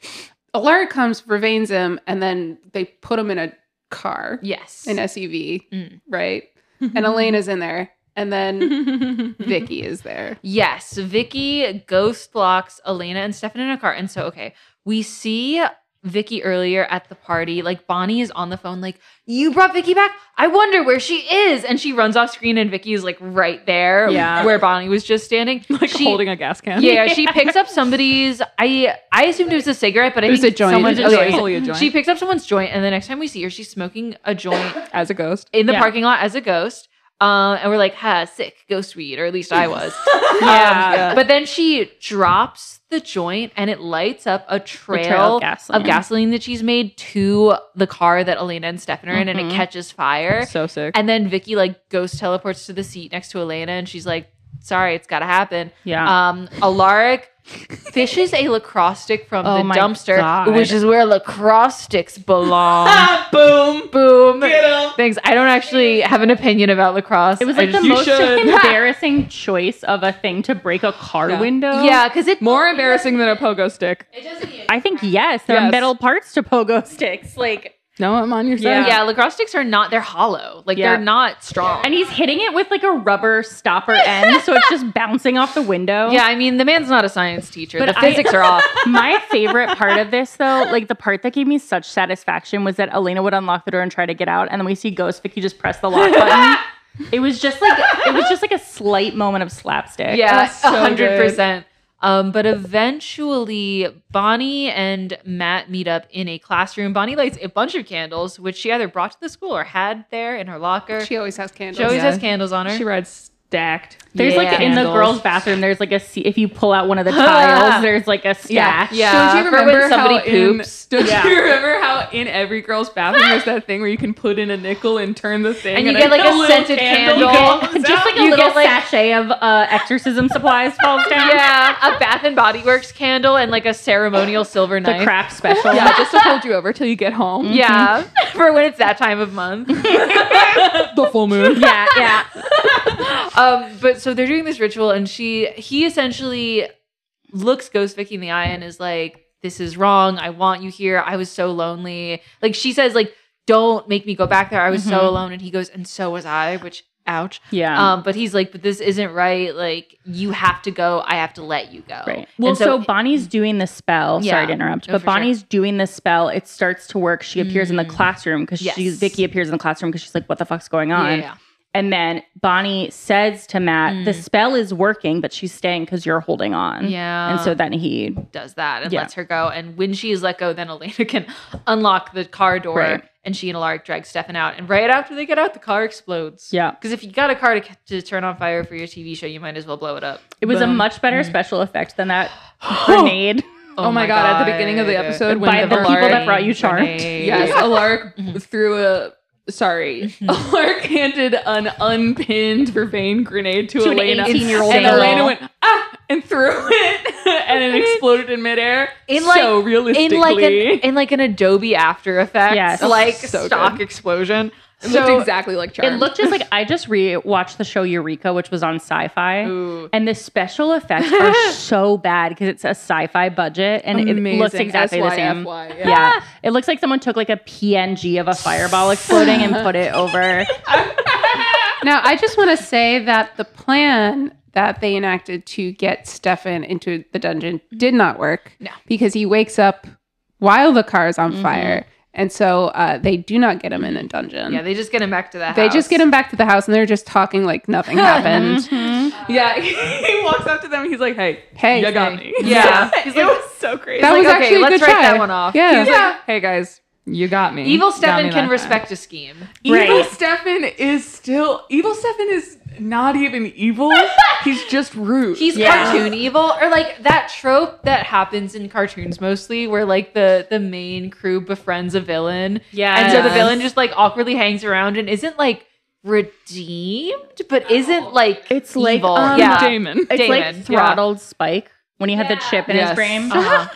[SPEAKER 4] Alara comes, revains him, and then they put him in a car,
[SPEAKER 1] Yes.
[SPEAKER 4] an SUV,
[SPEAKER 1] Mm. [LAUGHS]
[SPEAKER 4] right? and Elena's in there, and then Vicky is there.
[SPEAKER 1] Yes, Vicky ghost blocks Elena and Stefan in a car. And so, okay, we see Vicky earlier at the party. Like Bonnie is on the phone, like, you brought Vicky back. I wonder where she is. And she runs off screen and Vicky is like right there
[SPEAKER 2] Yeah.
[SPEAKER 1] where Bonnie was just standing.
[SPEAKER 6] like
[SPEAKER 1] She-
[SPEAKER 6] holding a gas can. [LAUGHS]
[SPEAKER 1] Yeah, she picks up somebody's I I assumed it was a cigarette, but I
[SPEAKER 4] It was
[SPEAKER 1] think
[SPEAKER 4] a joint.
[SPEAKER 6] Oh,
[SPEAKER 1] someone's
[SPEAKER 4] It was a
[SPEAKER 1] joint.
[SPEAKER 6] totally a joint.
[SPEAKER 1] She picks up someone's joint, and the next time we see her, she's smoking a joint
[SPEAKER 6] as a ghost.
[SPEAKER 1] in the
[SPEAKER 2] Yeah.
[SPEAKER 1] parking lot as a ghost. Um, and we're like, ha, sick ghost weed, or at least I was. Um,
[SPEAKER 2] [LAUGHS] Yeah.
[SPEAKER 1] But then she drops the joint and it lights up a
[SPEAKER 2] The
[SPEAKER 1] trail,
[SPEAKER 2] trail
[SPEAKER 1] of, gasoline. that she's made to the car that Elena and Stefan are in and
[SPEAKER 2] Mhm.
[SPEAKER 1] it catches fire.
[SPEAKER 6] So sick.
[SPEAKER 1] And then Vicky like ghost teleports to the seat next to Elena and she's like, sorry, it's gotta happen.
[SPEAKER 2] Yeah.
[SPEAKER 1] Um, Alaric fishes a lacrosse stick from
[SPEAKER 2] Oh
[SPEAKER 1] the
[SPEAKER 2] my
[SPEAKER 1] dumpster,
[SPEAKER 2] God.
[SPEAKER 1] which is where lacrosse sticks belong.
[SPEAKER 6] Ah, boom.
[SPEAKER 1] Boom.
[SPEAKER 6] him.
[SPEAKER 1] Thanks. I don't actually have an opinion about lacrosse.
[SPEAKER 2] it was
[SPEAKER 1] I
[SPEAKER 2] like the
[SPEAKER 1] just-
[SPEAKER 6] You
[SPEAKER 2] most
[SPEAKER 6] should.
[SPEAKER 2] embarrassing choice of a thing to break a car
[SPEAKER 6] Yeah.
[SPEAKER 2] window.
[SPEAKER 1] yeah, because it
[SPEAKER 6] More embarrassing than a pogo stick.
[SPEAKER 2] I think yes, there are
[SPEAKER 6] Yes.
[SPEAKER 2] metal parts to pogo sticks. Like
[SPEAKER 6] No, I'm on your side.
[SPEAKER 1] yeah. lacrosse sticks are not. They're hollow. Like
[SPEAKER 2] Yeah.
[SPEAKER 1] they're not strong.
[SPEAKER 2] and he's hitting it with like a rubber stopper end, so it's just bouncing off the
[SPEAKER 1] [LAUGHS]
[SPEAKER 2] window.
[SPEAKER 1] yeah, I mean the man's not a science teacher.
[SPEAKER 2] But
[SPEAKER 1] the
[SPEAKER 2] I-
[SPEAKER 1] physics are
[SPEAKER 2] [LAUGHS]
[SPEAKER 1] off.
[SPEAKER 2] My favorite part of this, though, like the part that gave me such satisfaction was that Elena would unlock the door and try to get out, and then we see Ghost Vicky just press the lock button. It was just like it was just like a slight moment of slapstick.
[SPEAKER 1] Yeah,
[SPEAKER 6] so
[SPEAKER 1] hundred percent. Um, but eventually, Bonnie and Matt meet up in a classroom. Bonnie lights a bunch of candles, which she either brought to the school or had there in her locker. She,
[SPEAKER 4] She always has candles.
[SPEAKER 1] always
[SPEAKER 6] yeah.
[SPEAKER 1] has candles on her.
[SPEAKER 6] She read stacked.
[SPEAKER 2] There's like
[SPEAKER 1] Yeah.
[SPEAKER 2] in the
[SPEAKER 6] Candles.
[SPEAKER 2] girls' bathroom. There's like a se- if you pull out one
[SPEAKER 1] [LAUGHS]
[SPEAKER 2] of the tiles, there's like a stash.
[SPEAKER 1] Yeah.
[SPEAKER 6] Don't you
[SPEAKER 1] for when
[SPEAKER 6] remember
[SPEAKER 1] somebody
[SPEAKER 6] how in-
[SPEAKER 1] poops.
[SPEAKER 6] [LAUGHS] don't
[SPEAKER 2] Yeah.
[SPEAKER 6] you remember how in every girl's bathroom there's that thing where you can put in a nickel and turn the thing,
[SPEAKER 1] And you
[SPEAKER 6] it
[SPEAKER 1] get, like, a
[SPEAKER 6] little
[SPEAKER 1] scented
[SPEAKER 2] You
[SPEAKER 1] candle. [LAUGHS]
[SPEAKER 2] get- just like a
[SPEAKER 1] You
[SPEAKER 2] little
[SPEAKER 1] get, like-
[SPEAKER 2] sachet of uh, exorcism supplies falls down.
[SPEAKER 1] yeah, a Bath and Body Works candle and like a ceremonial silver
[SPEAKER 2] The
[SPEAKER 1] knife.
[SPEAKER 2] crap special.
[SPEAKER 6] Yeah, just to hold you over till you get home.
[SPEAKER 1] Yeah, [LAUGHS] for when it's that time of month.
[SPEAKER 6] [LAUGHS] the
[SPEAKER 1] [GASPS]
[SPEAKER 6] full moon.
[SPEAKER 2] yeah, yeah.
[SPEAKER 1] [LAUGHS] um, but so they're doing this ritual, and she he essentially looks Ghost Vicky in the eye and is like, "This is wrong. I want you here. I was so lonely." Like she says, like, "Don't make me go back there. I was so
[SPEAKER 2] Mhm.
[SPEAKER 1] alone." And he goes, "And so was I." Which, ouch.
[SPEAKER 2] Yeah.
[SPEAKER 1] Um, but he's like, "But this isn't right. Like, you have to go. I have to let you go."
[SPEAKER 2] Right.
[SPEAKER 1] And
[SPEAKER 2] Well,
[SPEAKER 1] so-
[SPEAKER 2] so, Bonnie's doing the spell.
[SPEAKER 1] Yeah.
[SPEAKER 2] Sorry to interrupt,
[SPEAKER 1] No, for
[SPEAKER 2] but
[SPEAKER 1] sure.
[SPEAKER 2] Bonnie's doing the spell. It starts to work. She appears in the
[SPEAKER 1] Mm.
[SPEAKER 2] classroom because she
[SPEAKER 1] Yes.
[SPEAKER 2] Vicky appears in the classroom because she's like, "What the fuck's going
[SPEAKER 1] Yeah,
[SPEAKER 2] on?"
[SPEAKER 1] yeah, yeah.
[SPEAKER 2] And then Bonnie says to Matt, "The
[SPEAKER 1] Mm.
[SPEAKER 2] spell is working, but she's staying because you're holding on."
[SPEAKER 1] Yeah.
[SPEAKER 2] And so then he
[SPEAKER 1] does that and
[SPEAKER 2] Yeah.
[SPEAKER 1] lets her go. And when she is let go, then Elena [LAUGHS] can unlock the car door
[SPEAKER 2] Right.
[SPEAKER 1] and she and Alaric drag Stefan out. And right after they get out, the car explodes.
[SPEAKER 2] Yeah.
[SPEAKER 1] Because if you got a car to, to turn on fire for your TV show, you might as well blow it up.
[SPEAKER 2] It was a
[SPEAKER 6] Boom.
[SPEAKER 2] much better special effect than [GASPS] that grenade.
[SPEAKER 6] Oh, my god. At the beginning
[SPEAKER 1] Oh
[SPEAKER 6] of the episode, when
[SPEAKER 2] By the people
[SPEAKER 6] Valari-
[SPEAKER 2] that brought you charmed.
[SPEAKER 6] [LAUGHS] Yes,
[SPEAKER 1] Yes. [LAUGHS]
[SPEAKER 6] Alaric
[SPEAKER 1] Mm-hmm.
[SPEAKER 6] threw a. Sorry, Alaric handed an unpinned vervain grenade to,
[SPEAKER 2] To an
[SPEAKER 6] Elena,
[SPEAKER 2] 18-year-old
[SPEAKER 6] and
[SPEAKER 1] girl.
[SPEAKER 6] Elena went ah and threw it, [LAUGHS] and it exploded in midair.
[SPEAKER 1] In, like-
[SPEAKER 6] so realistically, Oh,
[SPEAKER 1] In like [LAUGHS] an in like an Adobe After Effects,
[SPEAKER 2] Yes.
[SPEAKER 1] like
[SPEAKER 6] So
[SPEAKER 1] stock
[SPEAKER 6] good.
[SPEAKER 1] explosion.
[SPEAKER 6] it
[SPEAKER 1] so-
[SPEAKER 6] looked exactly like
[SPEAKER 2] It [LAUGHS]
[SPEAKER 6] Charmed.
[SPEAKER 2] looked just like I just re-watched the show Eureka, which was on Sci-Fi,
[SPEAKER 1] Ooh.
[SPEAKER 2] and the special effects [LAUGHS] are so bad because it's a Sci-Fi budget, and it looks
[SPEAKER 6] Amazing.
[SPEAKER 2] exactly the same.
[SPEAKER 6] SYFY,
[SPEAKER 2] Yeah. it looks like someone took like a PNG of a fireball exploding and put [LAUGHS] it over.
[SPEAKER 4] Now, I just want to say that the plan that they enacted to get Stefan into the dungeon did not work.
[SPEAKER 1] No. Mm-hmm.
[SPEAKER 4] Because he wakes up while the car is on fire. And so uh, they do not get him in a dungeon.
[SPEAKER 1] Yeah, they just get him back to the house.
[SPEAKER 4] they just get him back to the house and they're just talking like nothing
[SPEAKER 1] [LAUGHS]
[SPEAKER 4] happened.
[SPEAKER 6] Yeah, [LAUGHS] he walks up to them. He's like, "Hey,
[SPEAKER 4] Hey,
[SPEAKER 6] you got
[SPEAKER 4] hey.
[SPEAKER 6] me."
[SPEAKER 1] Yeah.
[SPEAKER 6] He's like, it was so crazy.
[SPEAKER 4] That
[SPEAKER 1] He's
[SPEAKER 4] was
[SPEAKER 1] like, "Okay,
[SPEAKER 4] actually a
[SPEAKER 1] let's
[SPEAKER 4] good
[SPEAKER 1] write
[SPEAKER 4] try.
[SPEAKER 1] that one off."
[SPEAKER 4] Yeah.
[SPEAKER 6] He's like, "Hey guys, you got me."
[SPEAKER 1] Evil
[SPEAKER 6] Got me
[SPEAKER 1] Stefan
[SPEAKER 6] that
[SPEAKER 1] can
[SPEAKER 6] time."
[SPEAKER 1] respect a scheme.
[SPEAKER 6] Evil
[SPEAKER 2] Right.
[SPEAKER 6] Stefan is still evil. Stefan is not even evil. He's just rude.
[SPEAKER 1] He's
[SPEAKER 2] Yeah.
[SPEAKER 1] cartoon evil, or like that trope that happens in cartoons mostly, where like the the main crew befriends a villain,
[SPEAKER 2] Yeah,
[SPEAKER 1] and so the villain just like awkwardly hangs around and isn't like redeemed, but isn't like
[SPEAKER 2] It's like,
[SPEAKER 1] evil.
[SPEAKER 2] um,
[SPEAKER 1] yeah,
[SPEAKER 6] Damon.
[SPEAKER 2] It's
[SPEAKER 1] Damon, yeah.
[SPEAKER 2] like throttled Spike when he had the chip in
[SPEAKER 6] Yes.
[SPEAKER 2] his brain.
[SPEAKER 1] Uh-huh.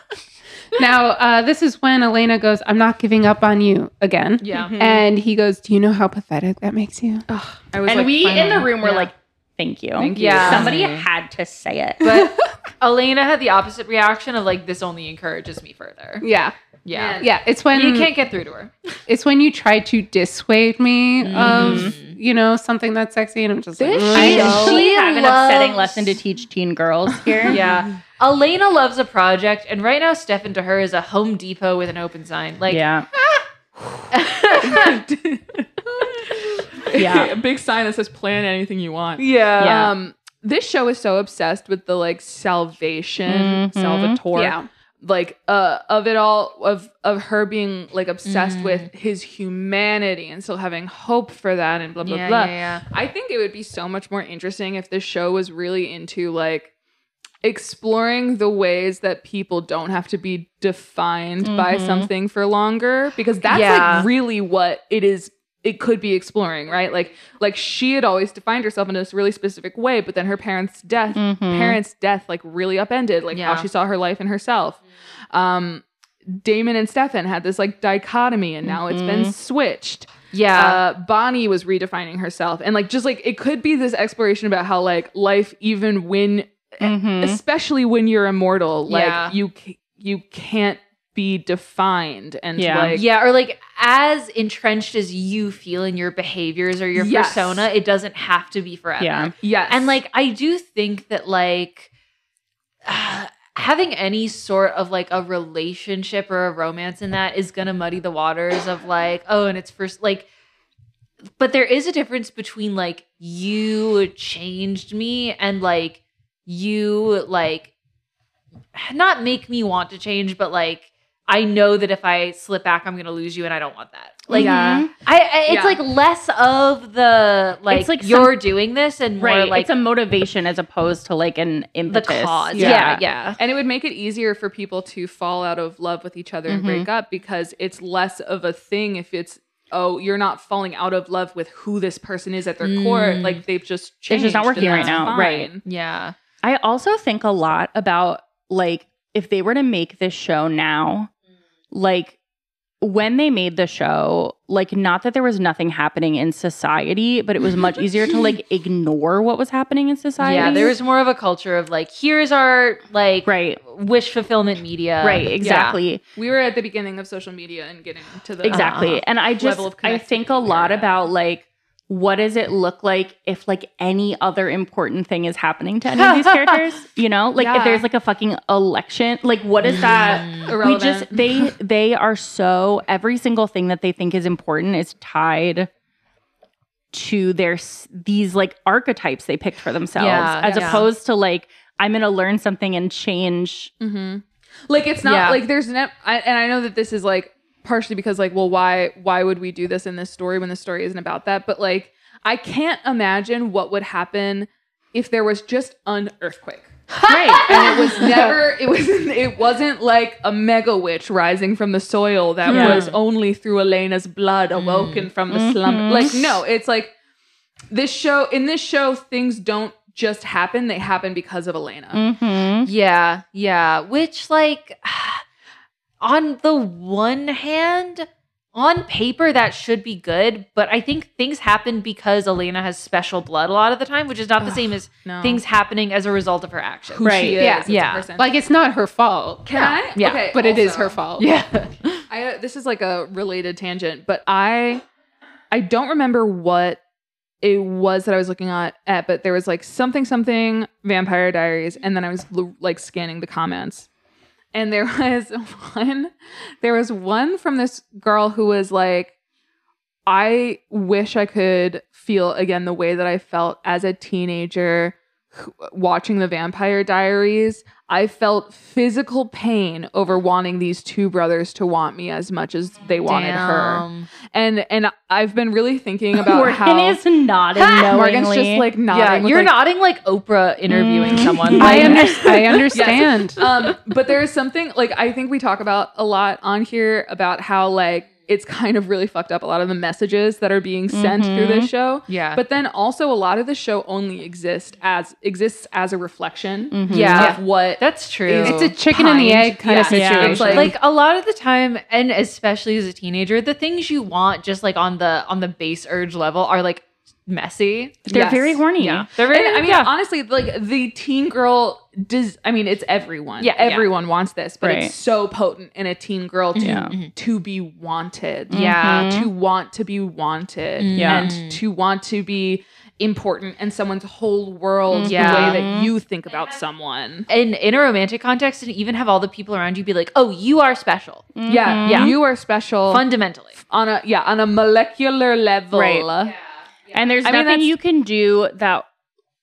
[SPEAKER 4] now, uh, this is when Elena goes, I'm not giving up on you again.
[SPEAKER 1] yeah.
[SPEAKER 4] And he goes, Do you know how pathetic that makes you?
[SPEAKER 6] I was
[SPEAKER 2] And
[SPEAKER 6] like,
[SPEAKER 2] we in the
[SPEAKER 6] finally.
[SPEAKER 2] room were
[SPEAKER 1] Yeah. [LAUGHS]
[SPEAKER 2] like, "Thank you."
[SPEAKER 6] Thank you.
[SPEAKER 1] Yeah.
[SPEAKER 2] Somebody had to say it.
[SPEAKER 1] But Elena had the opposite reaction of like this only encourages me further.
[SPEAKER 4] Yeah.
[SPEAKER 1] Yeah,
[SPEAKER 4] Yeah. It's when
[SPEAKER 1] you can't get through to her.
[SPEAKER 4] it's when you try to dissuade me of
[SPEAKER 1] Mhm.
[SPEAKER 4] you know something that's sexy and i'm just like
[SPEAKER 1] This
[SPEAKER 4] "Mm."
[SPEAKER 2] I
[SPEAKER 1] shit-
[SPEAKER 2] actually
[SPEAKER 1] She
[SPEAKER 2] have an
[SPEAKER 1] loves-
[SPEAKER 2] upsetting lesson to teach teen [LAUGHS] girls here.
[SPEAKER 1] Yeah, [LAUGHS] Elena loves a project, and right now Stefan to her is a Home Depot with an open sign. Like,
[SPEAKER 2] yeah.
[SPEAKER 6] [LAUGHS]
[SPEAKER 2] Yeah.
[SPEAKER 6] a big sign that says "Plan anything you want."
[SPEAKER 1] yeah.
[SPEAKER 2] Yeah.
[SPEAKER 6] Um, this show is so obsessed with the like salvation,
[SPEAKER 2] Mhm.
[SPEAKER 6] Salvatore,
[SPEAKER 4] yeah
[SPEAKER 6] like uh of it all of of her being like obsessed with his humanity and still having hope for that and blah blah
[SPEAKER 1] yeah,
[SPEAKER 6] blah.
[SPEAKER 1] yeah, yeah.
[SPEAKER 6] I think it would be so much more interesting if this show was really into like exploring the ways that people don't have to be defined by
[SPEAKER 2] Mhm.
[SPEAKER 6] something for longer because that's
[SPEAKER 1] Yeah.
[SPEAKER 6] like really what it is it could be exploring right like like she had always defined herself in this really specific way but then her parents death
[SPEAKER 2] Mhm.
[SPEAKER 6] parents death like really upended like
[SPEAKER 1] Mm-hmm. Yeah.
[SPEAKER 6] how she saw her life and herself um Damon and Stefan had this like dichotomy and now it's been switched
[SPEAKER 1] Mm-hmm. Yeah.
[SPEAKER 6] uh, Bonnie was redefining herself, and like just like it could be this exploration about how like life, even when,
[SPEAKER 2] Mhm.
[SPEAKER 6] especially when you're immortal, like
[SPEAKER 1] Mm-hmm. Yeah.
[SPEAKER 6] you c- you can't be defined, and
[SPEAKER 2] Yeah.
[SPEAKER 6] like
[SPEAKER 1] yeah, or like as entrenched as you feel in your behaviors or your
[SPEAKER 6] Yes.
[SPEAKER 1] persona, it doesn't have to be forever.
[SPEAKER 2] Yeah.
[SPEAKER 6] yes,
[SPEAKER 1] And like I do think that like [SIGHS] having any sort of like a relationship or a romance in that is gonna muddy the waters of like, oh, and it's first like but there is a difference between like you changed me and like you like not make me want to change, but like I know that if I slip back, I'm gonna lose you, and I don't want that. Like
[SPEAKER 6] yeah.
[SPEAKER 1] I, I it's
[SPEAKER 6] Yeah.
[SPEAKER 1] like less of the like,
[SPEAKER 2] like some-
[SPEAKER 1] you're doing this and more
[SPEAKER 2] right.
[SPEAKER 1] like
[SPEAKER 2] it's a motivation as opposed to like an
[SPEAKER 1] the
[SPEAKER 2] impetus.
[SPEAKER 1] cause.
[SPEAKER 2] Yeah.
[SPEAKER 1] Yeah, yeah.
[SPEAKER 6] And it would make it easier for people to fall out of love with each other and
[SPEAKER 2] Mm-hmm.
[SPEAKER 6] break up because it's less of a thing if it's oh you're not falling out of love with who this person is at their core
[SPEAKER 1] Mm.
[SPEAKER 6] like they've just
[SPEAKER 2] It's
[SPEAKER 6] changed.
[SPEAKER 2] just not
[SPEAKER 6] and
[SPEAKER 2] working right
[SPEAKER 6] that's
[SPEAKER 2] now,
[SPEAKER 6] fine.
[SPEAKER 2] right.
[SPEAKER 1] Yeah.
[SPEAKER 2] I also think a lot about like if they were to make this show now,
[SPEAKER 6] Mm.
[SPEAKER 2] like when they made the show, like not that there was nothing happening in society, but it was much easier to like
[SPEAKER 6] [LAUGHS]
[SPEAKER 2] ignore what was happening in society.
[SPEAKER 1] Yeah, there was more of a culture of like, here's our like
[SPEAKER 2] right,
[SPEAKER 1] wish fulfillment
[SPEAKER 6] Uh,
[SPEAKER 1] media.
[SPEAKER 2] right, exactly.
[SPEAKER 6] We were at the beginning of social media and getting to the
[SPEAKER 2] exactly
[SPEAKER 1] Uh-huh.
[SPEAKER 2] and i just
[SPEAKER 6] level of
[SPEAKER 2] i think a lot
[SPEAKER 6] connectivity, yeah.
[SPEAKER 2] about like what does it look like if like any other important thing is happening to any
[SPEAKER 6] [LAUGHS]
[SPEAKER 2] of these characters you know like if
[SPEAKER 6] Yeah.
[SPEAKER 2] there's like a fucking election like what is that Mm. we
[SPEAKER 6] Irrelevant.
[SPEAKER 2] just
[SPEAKER 6] [LAUGHS]
[SPEAKER 2] they they are so every single thing that they think is important is tied to their s- these like archetypes they picked for themselves
[SPEAKER 1] Yeah,
[SPEAKER 2] as
[SPEAKER 1] yeah.
[SPEAKER 2] opposed to like i'm gonna learn something and change
[SPEAKER 6] Mhm. Like it's not
[SPEAKER 1] Yeah.
[SPEAKER 6] like there's ne- I, and I know that this is like partially because like well why why would we do this in this story when the story isn't about that but like I can't imagine what would happen if there was just an earthquake.
[SPEAKER 2] right
[SPEAKER 6] And it was never it was [LAUGHS] it wasn't like a mega witch rising from the soil that
[SPEAKER 2] Yeah.
[SPEAKER 6] was only through Elena's blood awoken from the slumber.
[SPEAKER 2] Mhm.
[SPEAKER 6] Like no, it's like this show in this show things don't just happen, they happen because of Elena.
[SPEAKER 2] mm-hmm.
[SPEAKER 1] Yeah, yeah. Which, like, [SIGHS] on the one hand, on paper that should be good, but I think things happen because Elena has special blood a lot of the time, which is not the same as
[SPEAKER 6] no.
[SPEAKER 1] things happening as a result of her action.
[SPEAKER 6] Who
[SPEAKER 2] Right.
[SPEAKER 6] she is
[SPEAKER 4] Yeah.
[SPEAKER 6] as
[SPEAKER 1] Yeah.
[SPEAKER 6] a person.
[SPEAKER 4] Like it's not her fault,
[SPEAKER 6] Can I?
[SPEAKER 1] Yeah.
[SPEAKER 6] Okay,
[SPEAKER 4] but it is
[SPEAKER 6] also,
[SPEAKER 4] her fault.
[SPEAKER 1] Yeah.
[SPEAKER 6] I, this is like a related tangent, but I I don't remember what it was that I was looking at, at but there was like something something Vampire Diaries, and then I was l- like scanning the comments, and there [LAUGHS] was one, there was one from this girl who was like, I wish I could feel again the way that I felt as a teenager wh- watching the Vampire Diaries. I felt physical pain over wanting these two brothers to want me as much as they wanted her.
[SPEAKER 1] Damn.
[SPEAKER 6] And and I've been really thinking about
[SPEAKER 2] Morgan
[SPEAKER 6] how
[SPEAKER 2] is nodding knowingly.
[SPEAKER 6] [LAUGHS] Morgan's just like nodding.
[SPEAKER 1] Yeah,
[SPEAKER 6] with,
[SPEAKER 1] you're
[SPEAKER 6] like-
[SPEAKER 1] nodding like Oprah interviewing someone.
[SPEAKER 4] [LAUGHS] I,
[SPEAKER 1] Like,
[SPEAKER 4] under- I understand.
[SPEAKER 6] um, but there is something like I think we talk about a lot on here about how like it's kind of really fucked up a lot of the messages that are being sent through this show.
[SPEAKER 1] Yeah.
[SPEAKER 6] But then also a lot of the show only exists as exists as a reflection
[SPEAKER 1] Yeah.
[SPEAKER 6] of what
[SPEAKER 1] That's true.
[SPEAKER 4] It's a chicken and the
[SPEAKER 6] Kind.
[SPEAKER 4] egg kind of
[SPEAKER 1] Yeah.
[SPEAKER 4] situation.
[SPEAKER 6] It's like-
[SPEAKER 1] like a lot of the time and especially as a teenager the things you want just like on the on the base urge level are like messy
[SPEAKER 2] They're
[SPEAKER 6] Yes.
[SPEAKER 2] very horny.
[SPEAKER 1] they're very
[SPEAKER 6] And, I mean,
[SPEAKER 1] yeah.
[SPEAKER 6] honestly, like the teen girl does. I mean, it's everyone.
[SPEAKER 1] Yeah, yeah.
[SPEAKER 6] everyone wants this, but
[SPEAKER 2] Right.
[SPEAKER 6] it's so potent in a teen girl to
[SPEAKER 2] Yeah.
[SPEAKER 6] to be wanted.
[SPEAKER 1] Yeah.
[SPEAKER 6] to want to be wanted.
[SPEAKER 2] Yeah.
[SPEAKER 6] and to want to be important in someone's whole world.
[SPEAKER 1] Yeah.
[SPEAKER 6] the way that you think about someone.
[SPEAKER 1] and in a romantic context and even have all the people around you be like oh you are special
[SPEAKER 2] Mm-hmm.
[SPEAKER 6] Yeah,
[SPEAKER 1] Yeah.
[SPEAKER 6] You are special
[SPEAKER 1] fundamentally
[SPEAKER 6] on a yeah on a molecular level.
[SPEAKER 2] Right. And there's
[SPEAKER 6] I mean,
[SPEAKER 2] nothing
[SPEAKER 6] that's-
[SPEAKER 2] you can do that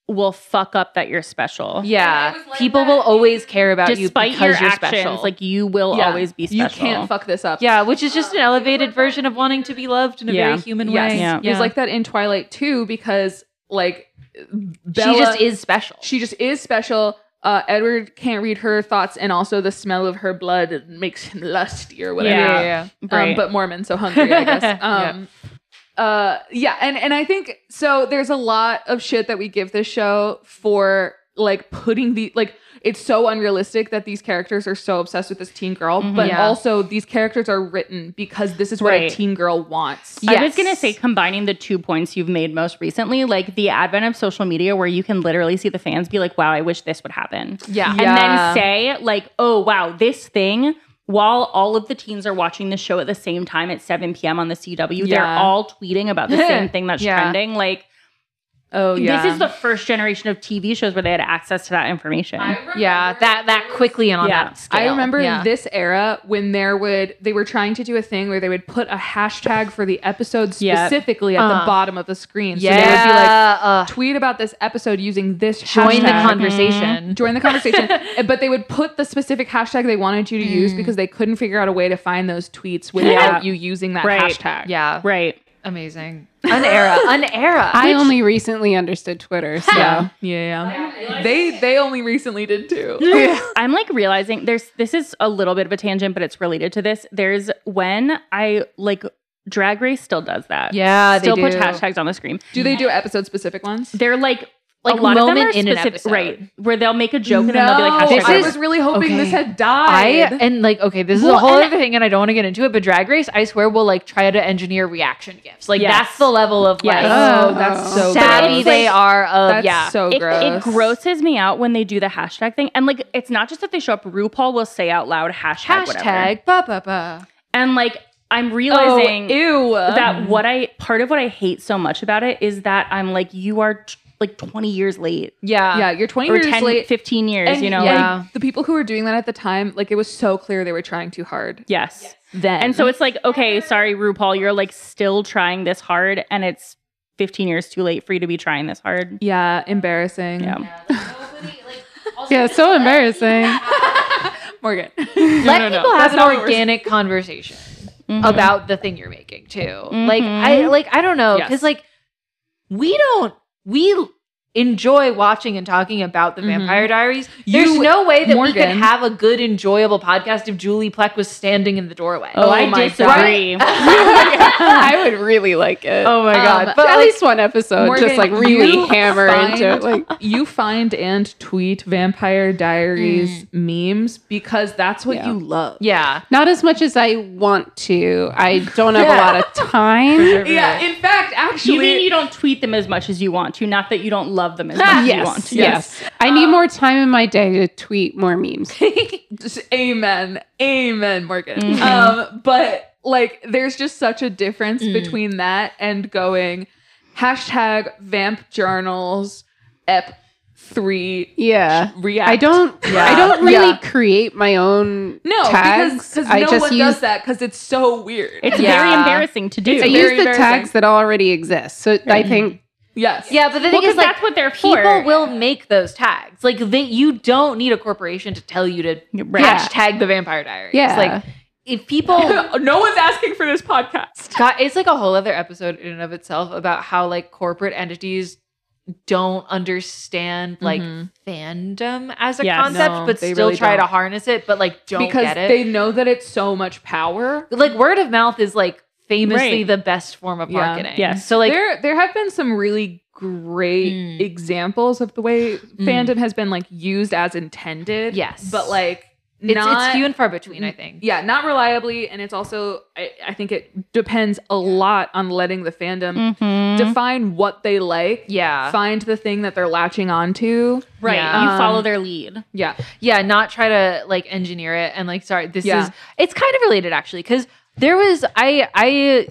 [SPEAKER 2] will fuck up that you're special.
[SPEAKER 1] yeah people will always care about
[SPEAKER 2] Despite
[SPEAKER 1] you
[SPEAKER 2] your
[SPEAKER 1] because you're
[SPEAKER 2] actions,
[SPEAKER 1] special
[SPEAKER 2] like you will
[SPEAKER 6] Yeah.
[SPEAKER 2] always be special.
[SPEAKER 6] You can't fuck this up.
[SPEAKER 1] yeah which is just
[SPEAKER 6] "Oh,
[SPEAKER 1] an elevated version of wanting to be loved in a
[SPEAKER 2] Yeah.
[SPEAKER 1] very human
[SPEAKER 6] Yes.
[SPEAKER 1] way
[SPEAKER 2] Yeah.
[SPEAKER 6] It was like that in Twilight too, because like Bella,
[SPEAKER 1] she just is special
[SPEAKER 6] she just is special. Uh, Edward can't read her thoughts, and also the smell of her blood makes him [LAUGHS] lusty or whatever.
[SPEAKER 2] Yeah.
[SPEAKER 6] Um, but Mormon, so hungry,
[SPEAKER 2] [LAUGHS]
[SPEAKER 6] I guess. Um, Uh, yeah, and and I think so. There's a lot of shit that we give this show for like putting the like it's so unrealistic that these characters are so obsessed with this teen girl, but
[SPEAKER 1] Yeah.
[SPEAKER 6] also these characters are written because this is what
[SPEAKER 2] Mm-hmm. Right.
[SPEAKER 6] a teen girl wants.
[SPEAKER 2] I
[SPEAKER 1] Yes.
[SPEAKER 2] was gonna say combining the two points you've made most recently, like the advent of social media where you can literally see the fans be like, Wow, I wish this would happen.
[SPEAKER 1] yeah
[SPEAKER 2] and then
[SPEAKER 6] Yeah.
[SPEAKER 2] say like oh wow this thing while all of the teens are watching the show at the same time at 7 p.m on the cw they're
[SPEAKER 6] Yeah.
[SPEAKER 2] all tweeting about the same thing that's
[SPEAKER 1] Yeah.
[SPEAKER 2] trending like
[SPEAKER 6] Oh yeah.
[SPEAKER 2] This is the first generation of TV shows where they had access to that information.
[SPEAKER 1] yeah, that that quickly and on
[SPEAKER 2] Yeah.
[SPEAKER 1] that scale.
[SPEAKER 6] I remember
[SPEAKER 1] yeah.
[SPEAKER 6] this era when there would they were trying to do a thing where they would put a hashtag for the episode
[SPEAKER 2] Yeah.
[SPEAKER 6] specifically at
[SPEAKER 1] Uh-huh.
[SPEAKER 6] the bottom of the screen. So
[SPEAKER 1] Yeah,
[SPEAKER 6] they would be like
[SPEAKER 1] uh,
[SPEAKER 6] tweet about this episode using this
[SPEAKER 1] join the
[SPEAKER 6] hashtag.
[SPEAKER 1] conversation.
[SPEAKER 6] join the
[SPEAKER 1] [LAUGHS]
[SPEAKER 6] conversation Uh, but they would put the specific hashtag they wanted
[SPEAKER 1] Hmm.
[SPEAKER 6] you to use because they couldn't figure out a way to find those tweets without
[SPEAKER 2] Yeah.
[SPEAKER 6] you using that
[SPEAKER 2] Right.
[SPEAKER 6] hashtag
[SPEAKER 1] Yeah,
[SPEAKER 2] Right.
[SPEAKER 1] amazing. An era, an era.
[SPEAKER 4] I only recently understood Twitter, so
[SPEAKER 6] yeah yeah, yeah. they they only recently did too
[SPEAKER 2] [LAUGHS] I'm like realizing there's this is a little bit of a tangent, but it's related to this. There's when I like Drag Race still does that.
[SPEAKER 1] yeah,
[SPEAKER 2] Still
[SPEAKER 1] they
[SPEAKER 2] put
[SPEAKER 1] do.
[SPEAKER 2] hashtags on the screen.
[SPEAKER 6] do they do episode specific ones
[SPEAKER 2] They're like
[SPEAKER 1] Like
[SPEAKER 2] a lot of them
[SPEAKER 1] moment
[SPEAKER 2] are
[SPEAKER 1] in an
[SPEAKER 2] specific,
[SPEAKER 1] episode.
[SPEAKER 2] right? Where they'll make a joke and then they'll be like, hashtag
[SPEAKER 6] No,
[SPEAKER 1] This
[SPEAKER 6] I
[SPEAKER 1] is-
[SPEAKER 6] was really hoping
[SPEAKER 1] okay.
[SPEAKER 6] this had
[SPEAKER 1] I
[SPEAKER 6] died.
[SPEAKER 1] and like okay, this is
[SPEAKER 2] Well,
[SPEAKER 1] a whole
[SPEAKER 2] and-
[SPEAKER 1] other thing, and I don't want to get into it. But Drag Race, I swear, will like try to engineer reaction gifts. Like
[SPEAKER 2] Yes.
[SPEAKER 1] that's the level of like
[SPEAKER 2] Yes.
[SPEAKER 4] Oh,
[SPEAKER 6] that's so
[SPEAKER 1] savvy
[SPEAKER 6] gross.
[SPEAKER 1] they are of
[SPEAKER 6] That's
[SPEAKER 1] yeah.
[SPEAKER 6] so
[SPEAKER 2] it,
[SPEAKER 6] gross.
[SPEAKER 2] it grosses me out when they do the hashtag thing. And like, it's not just that they show up, RuPaul will say out loud hashtag, whatever.
[SPEAKER 1] Hashtag ba ba ba.
[SPEAKER 2] And like, I'm
[SPEAKER 6] Oh,
[SPEAKER 2] realizing
[SPEAKER 6] ew.
[SPEAKER 2] that what I, part of what I hate so much about it is that I'm like, you are t- like 20 years late
[SPEAKER 1] Yeah.
[SPEAKER 6] yeah, you're 20
[SPEAKER 2] Um, or
[SPEAKER 6] years
[SPEAKER 2] 10,
[SPEAKER 6] late.
[SPEAKER 2] 15 years,
[SPEAKER 6] And
[SPEAKER 2] you know?
[SPEAKER 1] yeah.
[SPEAKER 2] Like,
[SPEAKER 6] The people who were doing that at the time, like it was so clear they were trying too hard.
[SPEAKER 2] yes.
[SPEAKER 1] Then
[SPEAKER 2] And so it's like, okay, sorry, RuPaul, you're like still trying this hard and it's 15 years too late for you to be trying this hard.
[SPEAKER 6] Yeah, embarrassing.
[SPEAKER 1] Mm-hmm.
[SPEAKER 2] Yeah.
[SPEAKER 1] [LAUGHS]
[SPEAKER 4] yeah, so embarrassing.
[SPEAKER 2] [LAUGHS]
[SPEAKER 6] Morgan.
[SPEAKER 1] let
[SPEAKER 6] no, no.
[SPEAKER 1] people have
[SPEAKER 6] That's
[SPEAKER 1] an
[SPEAKER 6] not what we're
[SPEAKER 1] organic conversation
[SPEAKER 2] Mhm.
[SPEAKER 1] about the thing you're making too. Like I like I don't know because
[SPEAKER 6] Yes.
[SPEAKER 1] like we don't we enjoy watching and talking about the Vampire Diaries. There's
[SPEAKER 6] You-
[SPEAKER 1] no way that we could
[SPEAKER 6] Morgan-
[SPEAKER 1] have a good enjoyable podcast if Julie Pleck was standing in the doorway.
[SPEAKER 2] Oh, I [LAUGHS]
[SPEAKER 6] my
[SPEAKER 2] disagree.
[SPEAKER 1] [LAUGHS]
[SPEAKER 4] I would really like it.
[SPEAKER 1] my
[SPEAKER 6] God.
[SPEAKER 4] but
[SPEAKER 1] but
[SPEAKER 4] at
[SPEAKER 1] like,
[SPEAKER 4] least one episode,
[SPEAKER 6] Morgan,
[SPEAKER 4] just like really
[SPEAKER 6] you
[SPEAKER 4] hammer
[SPEAKER 6] find-
[SPEAKER 4] into it. Like,
[SPEAKER 6] [LAUGHS] you find and tweet Vampire Diaries memes because that's what
[SPEAKER 4] Yeah.
[SPEAKER 6] you love.
[SPEAKER 1] yeah.
[SPEAKER 4] not as much as I want to. I don't have
[SPEAKER 1] Yeah.
[SPEAKER 4] a lot of time.
[SPEAKER 6] Yeah, in fact,
[SPEAKER 2] You mean
[SPEAKER 6] actually,
[SPEAKER 2] you don't tweet them as much as you want to, not that you don't love them as much as you want
[SPEAKER 4] yes,
[SPEAKER 2] to.
[SPEAKER 4] yes. I need more time in my day to tweet more
[SPEAKER 6] [LAUGHS]
[SPEAKER 4] memes.
[SPEAKER 6] just amen, amen, Morgan.
[SPEAKER 2] Mm-hmm.
[SPEAKER 6] Um, but like, there's just such a difference
[SPEAKER 2] Mm.
[SPEAKER 6] between that and going hashtag vamp journals ep three
[SPEAKER 4] Yeah.
[SPEAKER 6] react.
[SPEAKER 4] I don't.
[SPEAKER 1] Yeah.
[SPEAKER 4] I don't really
[SPEAKER 6] Yeah.
[SPEAKER 4] create my own
[SPEAKER 6] no
[SPEAKER 4] tags.
[SPEAKER 6] because
[SPEAKER 4] I
[SPEAKER 6] because no
[SPEAKER 4] just
[SPEAKER 6] one
[SPEAKER 4] use
[SPEAKER 6] does that because it's so weird.
[SPEAKER 2] It's
[SPEAKER 1] Yeah.
[SPEAKER 2] very embarrassing to do.
[SPEAKER 4] I
[SPEAKER 6] very
[SPEAKER 4] use the
[SPEAKER 6] embarrassing.
[SPEAKER 4] tags that already exist. So I think
[SPEAKER 6] yes,
[SPEAKER 1] Yeah, but the thing
[SPEAKER 2] Well, 'cause
[SPEAKER 1] is, like,
[SPEAKER 2] that's what they're
[SPEAKER 1] people
[SPEAKER 2] for.
[SPEAKER 1] will make those tags. Like, they, you don't need a corporation to tell you to
[SPEAKER 2] Right.
[SPEAKER 1] hashtag the Vampire Diaries.
[SPEAKER 4] Yeah.
[SPEAKER 1] like if people
[SPEAKER 6] [LAUGHS] no one's asking for this podcast.
[SPEAKER 1] God, it's like a whole other episode in and of itself about how like corporate entities don't understand like fandom as a
[SPEAKER 2] Yes.
[SPEAKER 1] concept,
[SPEAKER 6] No,
[SPEAKER 1] but
[SPEAKER 6] they
[SPEAKER 1] still
[SPEAKER 6] really
[SPEAKER 1] try to
[SPEAKER 6] don't.
[SPEAKER 1] harness it, but like don't
[SPEAKER 6] because
[SPEAKER 1] get it.
[SPEAKER 6] they know that it's so much power.
[SPEAKER 1] like word of mouth is like famously
[SPEAKER 2] Right.
[SPEAKER 1] the best form of
[SPEAKER 6] Yeah.
[SPEAKER 1] marketing.
[SPEAKER 2] Yes.
[SPEAKER 1] So like
[SPEAKER 6] there there have been some really great
[SPEAKER 1] Mm.
[SPEAKER 6] examples of the way fandom has been like used as intended.
[SPEAKER 1] Yes.
[SPEAKER 6] but like
[SPEAKER 1] it's,
[SPEAKER 6] not.
[SPEAKER 1] it's few and far between, I think.
[SPEAKER 6] yeah, not reliably, and it's also I, I think it depends a lot on letting the fandom
[SPEAKER 2] Mhm.
[SPEAKER 6] define what they like,
[SPEAKER 1] Mm-hmm. Yeah.
[SPEAKER 6] find the thing that they're latching onto.
[SPEAKER 2] right.
[SPEAKER 1] Yeah.
[SPEAKER 2] You
[SPEAKER 6] Um,
[SPEAKER 2] follow their lead.
[SPEAKER 6] Yeah,
[SPEAKER 1] yeah not try to like engineer it and like sorry this
[SPEAKER 6] Yeah.
[SPEAKER 1] is it's kind of related actually because there was i i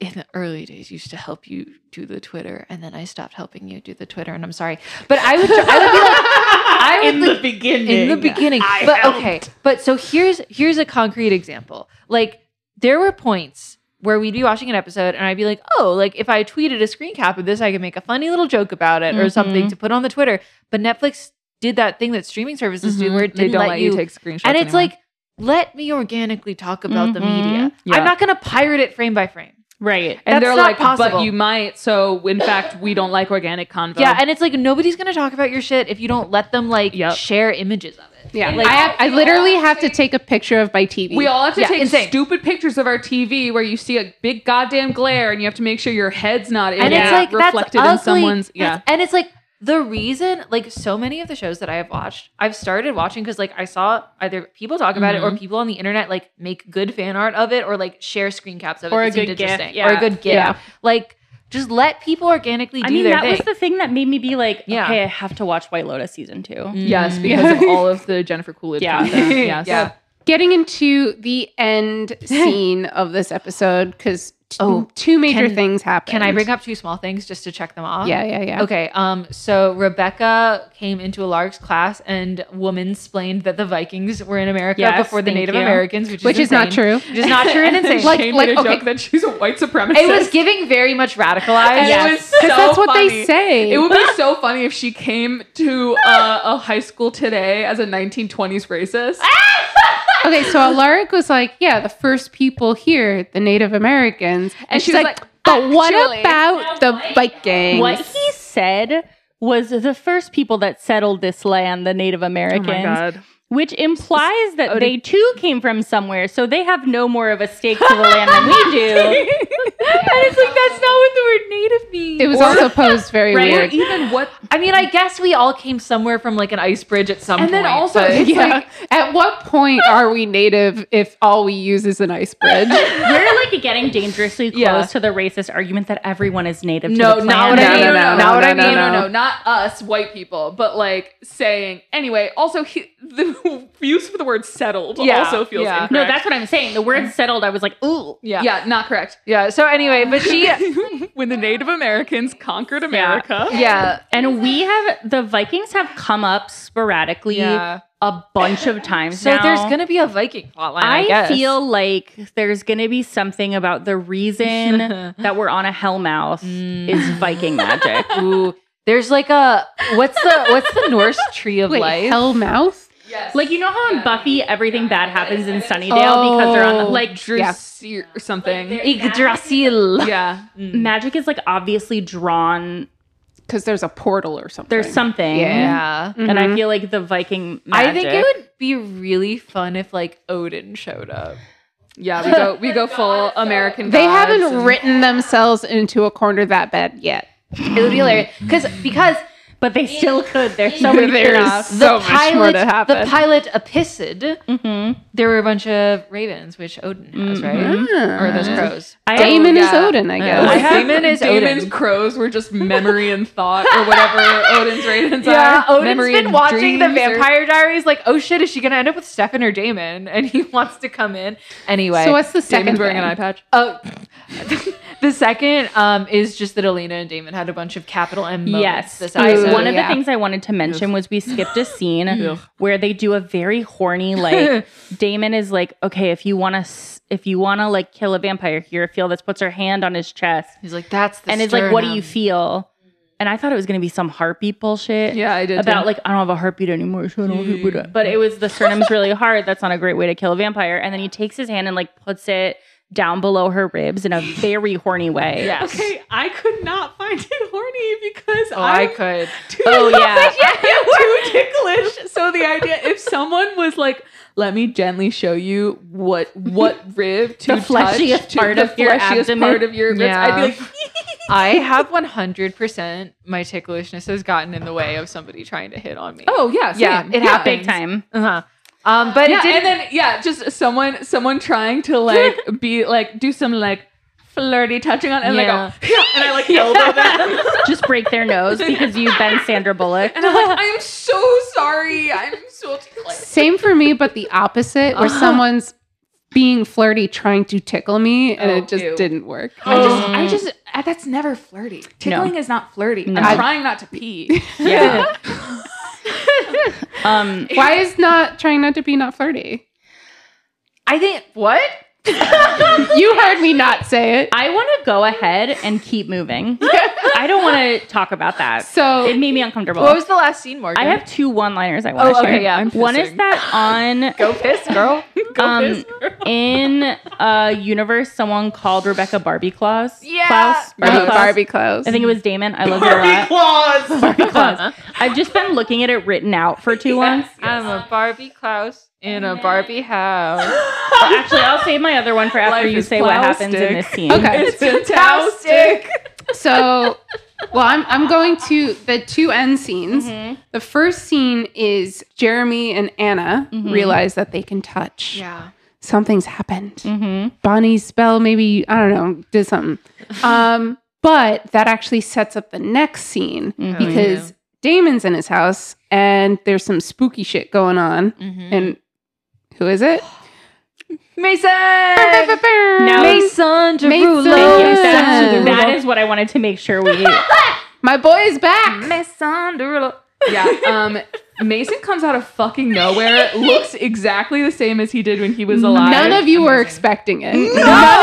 [SPEAKER 1] in the early days used to help you do the twitter and then i stopped helping you do the twitter and i'm sorry but i would i would be like [LAUGHS] i would like,
[SPEAKER 2] beginning.
[SPEAKER 1] in the beginning but okay but so here's here's a concrete example like there were points where we'd be watching an episode and i'd be like oh like if i tweeted a screen cap of this i could make a funny little joke about it
[SPEAKER 6] Mm-hmm.
[SPEAKER 1] or something
[SPEAKER 2] Mhm.
[SPEAKER 1] to put on the twitter but netflix did that thing that streaming services do where it
[SPEAKER 6] Mm-hmm. they
[SPEAKER 1] didn't
[SPEAKER 6] don't
[SPEAKER 1] let, you,
[SPEAKER 6] take screenshots,
[SPEAKER 1] and it's
[SPEAKER 6] anymore. Mm-hmm.
[SPEAKER 1] like let me organically talk about the
[SPEAKER 2] Mhm.
[SPEAKER 1] media
[SPEAKER 6] Yeah.
[SPEAKER 1] i'm not going to pirate it frame by frame
[SPEAKER 2] Right.
[SPEAKER 6] and
[SPEAKER 1] That's
[SPEAKER 6] they're
[SPEAKER 1] not
[SPEAKER 6] like,
[SPEAKER 1] possible.
[SPEAKER 6] but you might. So in fact, we don't like organic convo.
[SPEAKER 1] yeah and it's like nobody's going to talk about your shit if you don't let them like
[SPEAKER 6] Yep.
[SPEAKER 1] share images of it
[SPEAKER 4] yeah.
[SPEAKER 1] Like-
[SPEAKER 4] I have, I literally have to take a picture of my TV.
[SPEAKER 6] We all have to
[SPEAKER 1] Yeah,
[SPEAKER 6] take
[SPEAKER 1] insane.
[SPEAKER 6] stupid pictures of our TV where you see a big goddamn glare and you have to make sure your head's not in
[SPEAKER 1] and
[SPEAKER 6] it,
[SPEAKER 1] it's like
[SPEAKER 6] reflected
[SPEAKER 1] that's
[SPEAKER 6] in
[SPEAKER 1] ugly.
[SPEAKER 6] someone's yeah.
[SPEAKER 1] That's- and it's like the reason like so many of the shows that i have watched i've started watching because like i saw either people talk about
[SPEAKER 2] Mm-hmm.
[SPEAKER 1] it or people on the internet like make good fan art of it or like share screen caps of
[SPEAKER 2] Or
[SPEAKER 1] it
[SPEAKER 2] a
[SPEAKER 1] that seemed
[SPEAKER 2] good GIF,
[SPEAKER 1] interesting or
[SPEAKER 2] yeah.
[SPEAKER 1] a good gift
[SPEAKER 4] Yeah.
[SPEAKER 1] like just let people organically do
[SPEAKER 2] I mean,
[SPEAKER 1] their
[SPEAKER 2] that
[SPEAKER 1] thing
[SPEAKER 2] was the thing that made me be like,
[SPEAKER 1] Yeah. Mm-hmm.
[SPEAKER 2] okay, I have to watch White Lotus season two.
[SPEAKER 1] [LAUGHS]
[SPEAKER 6] Yes, because of all of the Jennifer Coolidge
[SPEAKER 2] Yeah.
[SPEAKER 6] content. Yes.
[SPEAKER 1] yeah
[SPEAKER 6] [LAUGHS]
[SPEAKER 4] Getting into the end scene of this episode because t-
[SPEAKER 1] Oh,
[SPEAKER 4] two major
[SPEAKER 1] can-
[SPEAKER 4] things happened.
[SPEAKER 1] Can I bring up two small things just to check them off?
[SPEAKER 4] Yeah, yeah, yeah.
[SPEAKER 1] Okay. Um. So Rebecca came into a large class and woman splained that the Vikings were in America
[SPEAKER 2] Yes,
[SPEAKER 1] before the
[SPEAKER 2] thank
[SPEAKER 1] Native
[SPEAKER 2] you.
[SPEAKER 1] Americans, which,
[SPEAKER 4] Which
[SPEAKER 1] is,
[SPEAKER 4] is not
[SPEAKER 1] insane.
[SPEAKER 4] true.
[SPEAKER 1] Which is not true
[SPEAKER 2] [LAUGHS]
[SPEAKER 1] and insane.
[SPEAKER 4] Like-
[SPEAKER 6] Shane
[SPEAKER 4] like,
[SPEAKER 6] made a
[SPEAKER 4] okay.
[SPEAKER 6] joke that she's a white supremacist.
[SPEAKER 1] it was giving very much radicalized.
[SPEAKER 6] And
[SPEAKER 1] Yes.
[SPEAKER 6] it was so
[SPEAKER 4] that's what they
[SPEAKER 6] funny.
[SPEAKER 4] say.
[SPEAKER 6] It
[SPEAKER 1] [LAUGHS]
[SPEAKER 6] would be so funny if she came to uh, a high school today as a 1920s racist.
[SPEAKER 4] okay, so Alaric was like, yeah, the first people here, the Native Americans, and,
[SPEAKER 6] And she
[SPEAKER 4] she's
[SPEAKER 6] was
[SPEAKER 4] like,
[SPEAKER 6] like,
[SPEAKER 4] but what
[SPEAKER 6] "Actually,
[SPEAKER 4] about the Vikings?
[SPEAKER 2] What he said was the first people that settled this land, the Native
[SPEAKER 1] Oh
[SPEAKER 2] Americans, which implies that they too came from somewhere, so they have no more of a stake to the land than we do.
[SPEAKER 1] [LAUGHS]
[SPEAKER 2] [LAUGHS] and it's like that's not what the word native means.
[SPEAKER 4] It was
[SPEAKER 2] Or-
[SPEAKER 4] also posed very
[SPEAKER 2] Right?
[SPEAKER 4] weird.
[SPEAKER 6] Even what?
[SPEAKER 1] I mean, I guess we all came somewhere from like an ice bridge at some
[SPEAKER 6] And
[SPEAKER 1] point.
[SPEAKER 6] then also,
[SPEAKER 1] but-
[SPEAKER 6] it's
[SPEAKER 4] yeah.
[SPEAKER 6] like,
[SPEAKER 4] At what point are we native if all we use is an ice [LAUGHS] bridge?
[SPEAKER 2] we're like getting dangerously close
[SPEAKER 1] Yeah.
[SPEAKER 2] to the racist argument that everyone is native.
[SPEAKER 1] No,
[SPEAKER 2] to the
[SPEAKER 1] not
[SPEAKER 2] planet.
[SPEAKER 1] what I mean.
[SPEAKER 4] no,
[SPEAKER 1] not
[SPEAKER 4] no,
[SPEAKER 1] what I
[SPEAKER 4] no,
[SPEAKER 1] mean.
[SPEAKER 6] no, no, no, not us white people, but like saying anyway. Also, he, the [LAUGHS] use of the word "settled"
[SPEAKER 1] Yeah,
[SPEAKER 6] also feels
[SPEAKER 1] yeah.
[SPEAKER 6] incorrect.
[SPEAKER 2] No, that's what I'm saying. The word settled, I was like, ooh.
[SPEAKER 1] Yeah. yeah.
[SPEAKER 6] yeah, not correct.
[SPEAKER 1] Yeah. So anyway, but she.
[SPEAKER 6] [LAUGHS] when the Native Americans conquered America,
[SPEAKER 1] Yeah.
[SPEAKER 2] And we have the Vikings have come up sporadically
[SPEAKER 1] Yeah.
[SPEAKER 2] a bunch of times.
[SPEAKER 1] So
[SPEAKER 2] now.
[SPEAKER 1] there's gonna be a Viking plotline. I,
[SPEAKER 2] I,
[SPEAKER 1] guess.
[SPEAKER 2] feel like there's gonna be something about the reason
[SPEAKER 1] [LAUGHS]
[SPEAKER 2] that we're on a hellmouth
[SPEAKER 1] Mm.
[SPEAKER 2] is Viking magic.
[SPEAKER 1] Ooh, there's like a what's the what's the Norse tree of
[SPEAKER 4] Wait,
[SPEAKER 1] life?
[SPEAKER 4] Hellmouth?
[SPEAKER 6] yes,
[SPEAKER 2] like you know how in Buffy everything bad happens in Sunnydale because they're on
[SPEAKER 4] Oh.
[SPEAKER 2] like
[SPEAKER 6] Drusir or something.
[SPEAKER 1] Yggdrasil.
[SPEAKER 6] yeah,
[SPEAKER 2] magic is like obviously drawn.
[SPEAKER 4] Because there's a portal or something.
[SPEAKER 2] There's something.
[SPEAKER 1] Yeah. Mm-hmm.
[SPEAKER 2] And I
[SPEAKER 4] Mhm.
[SPEAKER 2] feel like the Viking
[SPEAKER 1] I
[SPEAKER 2] magic.
[SPEAKER 1] think it would be really fun if like Odin showed up.
[SPEAKER 6] yeah. We go,
[SPEAKER 4] [LAUGHS]
[SPEAKER 6] we go full American.
[SPEAKER 4] They
[SPEAKER 6] gods
[SPEAKER 4] haven't
[SPEAKER 6] and-
[SPEAKER 4] written themselves into a corner that bad [LAUGHS] yet.
[SPEAKER 1] It would be hilarious because because
[SPEAKER 2] but they still could.
[SPEAKER 1] [LAUGHS]
[SPEAKER 2] There's so many
[SPEAKER 4] There's
[SPEAKER 1] the
[SPEAKER 4] so much more
[SPEAKER 1] pilot
[SPEAKER 4] to happen.
[SPEAKER 1] the pilot Epicid
[SPEAKER 2] Mhm.
[SPEAKER 1] there were a bunch of ravens which Odin has right or those crows.
[SPEAKER 2] I-
[SPEAKER 4] Hmm. Damon is
[SPEAKER 6] yeah.
[SPEAKER 4] Odin, I guess.
[SPEAKER 1] I have-
[SPEAKER 6] Damon
[SPEAKER 1] Damon is
[SPEAKER 6] is Damon's
[SPEAKER 1] Odin.
[SPEAKER 6] crows were just memory and thought or
[SPEAKER 1] [LAUGHS]
[SPEAKER 6] whatever Odin's ravens
[SPEAKER 1] Yeah,
[SPEAKER 6] are.
[SPEAKER 1] Odin's
[SPEAKER 6] memory
[SPEAKER 1] been
[SPEAKER 6] and
[SPEAKER 1] watching the
[SPEAKER 6] dreams or-
[SPEAKER 1] Vampire Diaries. Like, oh shit, is she gonna end up with Stefan or Damon? And he [LAUGHS] wants to come in anyway.
[SPEAKER 4] So what's the second
[SPEAKER 6] Damon's wearing
[SPEAKER 4] thing?
[SPEAKER 6] an eye patch.
[SPEAKER 1] Oh, [LAUGHS] the second um, is just that Elena and Damon had a bunch of capital M moments
[SPEAKER 2] Yes.
[SPEAKER 1] this
[SPEAKER 2] I-
[SPEAKER 1] episode.
[SPEAKER 2] one of
[SPEAKER 4] yeah.
[SPEAKER 2] the things I wanted to mention was we skipped a scene where they do a very horny [LAUGHS] like Damon is like, okay, if you want to, if you want to like kill a vampire here, feel this. Puts her hand on his chest
[SPEAKER 1] He's like, that's the
[SPEAKER 2] and it's like, what do
[SPEAKER 1] sternum.
[SPEAKER 2] you feel? And I thought it was gonna be some heartbeat bullshit.
[SPEAKER 6] Yeah, I did
[SPEAKER 2] about
[SPEAKER 6] too.
[SPEAKER 2] like I don't have a heartbeat anymore, so I don't have a heartbeat. But it was the sternum's really hard. That's not a great way to kill a vampire. And then he takes his hand and like puts it down below her ribs in a very horny way.
[SPEAKER 1] Yes.
[SPEAKER 6] Okay, I could not find it horny because
[SPEAKER 1] Oh,
[SPEAKER 6] I,
[SPEAKER 1] I
[SPEAKER 6] [LAUGHS]
[SPEAKER 1] could.
[SPEAKER 6] Too,
[SPEAKER 2] Oh, [LAUGHS] yeah.
[SPEAKER 6] [LAUGHS] too ticklish. So the idea, if someone was like, "Let me gently show you what what rib to
[SPEAKER 2] The fleshiest
[SPEAKER 6] touch, to-
[SPEAKER 2] part
[SPEAKER 6] the
[SPEAKER 2] of your
[SPEAKER 6] fleshiest
[SPEAKER 2] abdomen."
[SPEAKER 6] part of your ribs," I'd be
[SPEAKER 1] Yeah.
[SPEAKER 6] like,
[SPEAKER 1] I have 100% my ticklishness has gotten in the way of somebody trying to hit on me.
[SPEAKER 6] "Oh yeah, same.
[SPEAKER 1] yeah, it happens.
[SPEAKER 2] big time.
[SPEAKER 1] Uh-huh. Um, but
[SPEAKER 6] yeah,
[SPEAKER 1] it didn't.
[SPEAKER 6] and then yeah, just someone someone trying to like be like do some like flirty touching on it, and
[SPEAKER 1] Yeah.
[SPEAKER 6] like go, [LAUGHS] and I like elbow them.
[SPEAKER 2] Just break their nose because you've been Sandra Bullock.
[SPEAKER 6] And I'm like, I'm so sorry. I'm so like Uh-huh.
[SPEAKER 4] Same for me, but the opposite, where someone's being flirty trying to tickle me, and
[SPEAKER 6] Oh,
[SPEAKER 4] it just
[SPEAKER 6] ew.
[SPEAKER 4] didn't work.
[SPEAKER 6] I just I just I- that's never flirty. Tickling is not flirty.
[SPEAKER 2] No.
[SPEAKER 6] I'm trying not to pee.
[SPEAKER 2] Yeah. [LAUGHS] um,
[SPEAKER 4] Why is not trying not to be not flirty?
[SPEAKER 1] I think, what?
[SPEAKER 4] You heard me not say it.
[SPEAKER 2] I want to go ahead and keep moving. I don't want to talk about that.
[SPEAKER 4] So-
[SPEAKER 2] it made me uncomfortable.
[SPEAKER 1] What was the last scene, Morgan?
[SPEAKER 2] I have two one-liners I want to
[SPEAKER 1] Oh, okay,
[SPEAKER 2] share.
[SPEAKER 1] yeah. I'm
[SPEAKER 2] One is that on
[SPEAKER 1] Go piss,
[SPEAKER 6] [LAUGHS]
[SPEAKER 1] girl.
[SPEAKER 2] um, in a universe someone called Rebecca Barbie Claus.
[SPEAKER 1] Yeah.
[SPEAKER 2] Klaus? Barbie
[SPEAKER 4] Oh,
[SPEAKER 2] Claus?
[SPEAKER 4] Barbie clothes.
[SPEAKER 2] I think it was Damon. I love you a lot. Barbie Claus.
[SPEAKER 1] Uh-huh.
[SPEAKER 2] I've just been looking at it written out for too long.
[SPEAKER 1] I'm a Barbie Klaus in a Barbie house.
[SPEAKER 2] But actually, I'll save my other one for after
[SPEAKER 6] Life
[SPEAKER 2] you
[SPEAKER 6] is
[SPEAKER 2] say what happens in
[SPEAKER 6] plastic.
[SPEAKER 2] this scene.
[SPEAKER 4] Okay.
[SPEAKER 6] It's
[SPEAKER 4] [LAUGHS]
[SPEAKER 6] fantastic.
[SPEAKER 4] So, well, I'm, I'm going to the two end scenes.
[SPEAKER 6] Mm-hmm.
[SPEAKER 4] The first scene is Jeremy and Anna
[SPEAKER 6] Mm-hmm.
[SPEAKER 4] realize that they can touch.
[SPEAKER 1] Yeah.
[SPEAKER 4] Something's happened.
[SPEAKER 2] Mm-hmm.
[SPEAKER 4] Bonnie's spell, maybe, I don't know, did something. Um, but that actually sets up the next scene because Damon's in his house and there's some spooky shit going on.
[SPEAKER 1] Mhm.
[SPEAKER 4] And who is it?
[SPEAKER 1] Mason.
[SPEAKER 4] Now,
[SPEAKER 1] Mason Derulo.
[SPEAKER 4] Mason. Thank you.
[SPEAKER 2] That's-
[SPEAKER 4] Yes.
[SPEAKER 2] that is what I wanted to make sure we.
[SPEAKER 4] my boy is back.
[SPEAKER 1] Mason Derulo.
[SPEAKER 6] [LAUGHS] Yeah. Um, Mason comes out of fucking nowhere. Looks exactly the same as he did when he was alive.
[SPEAKER 4] None of you were expecting it.
[SPEAKER 1] None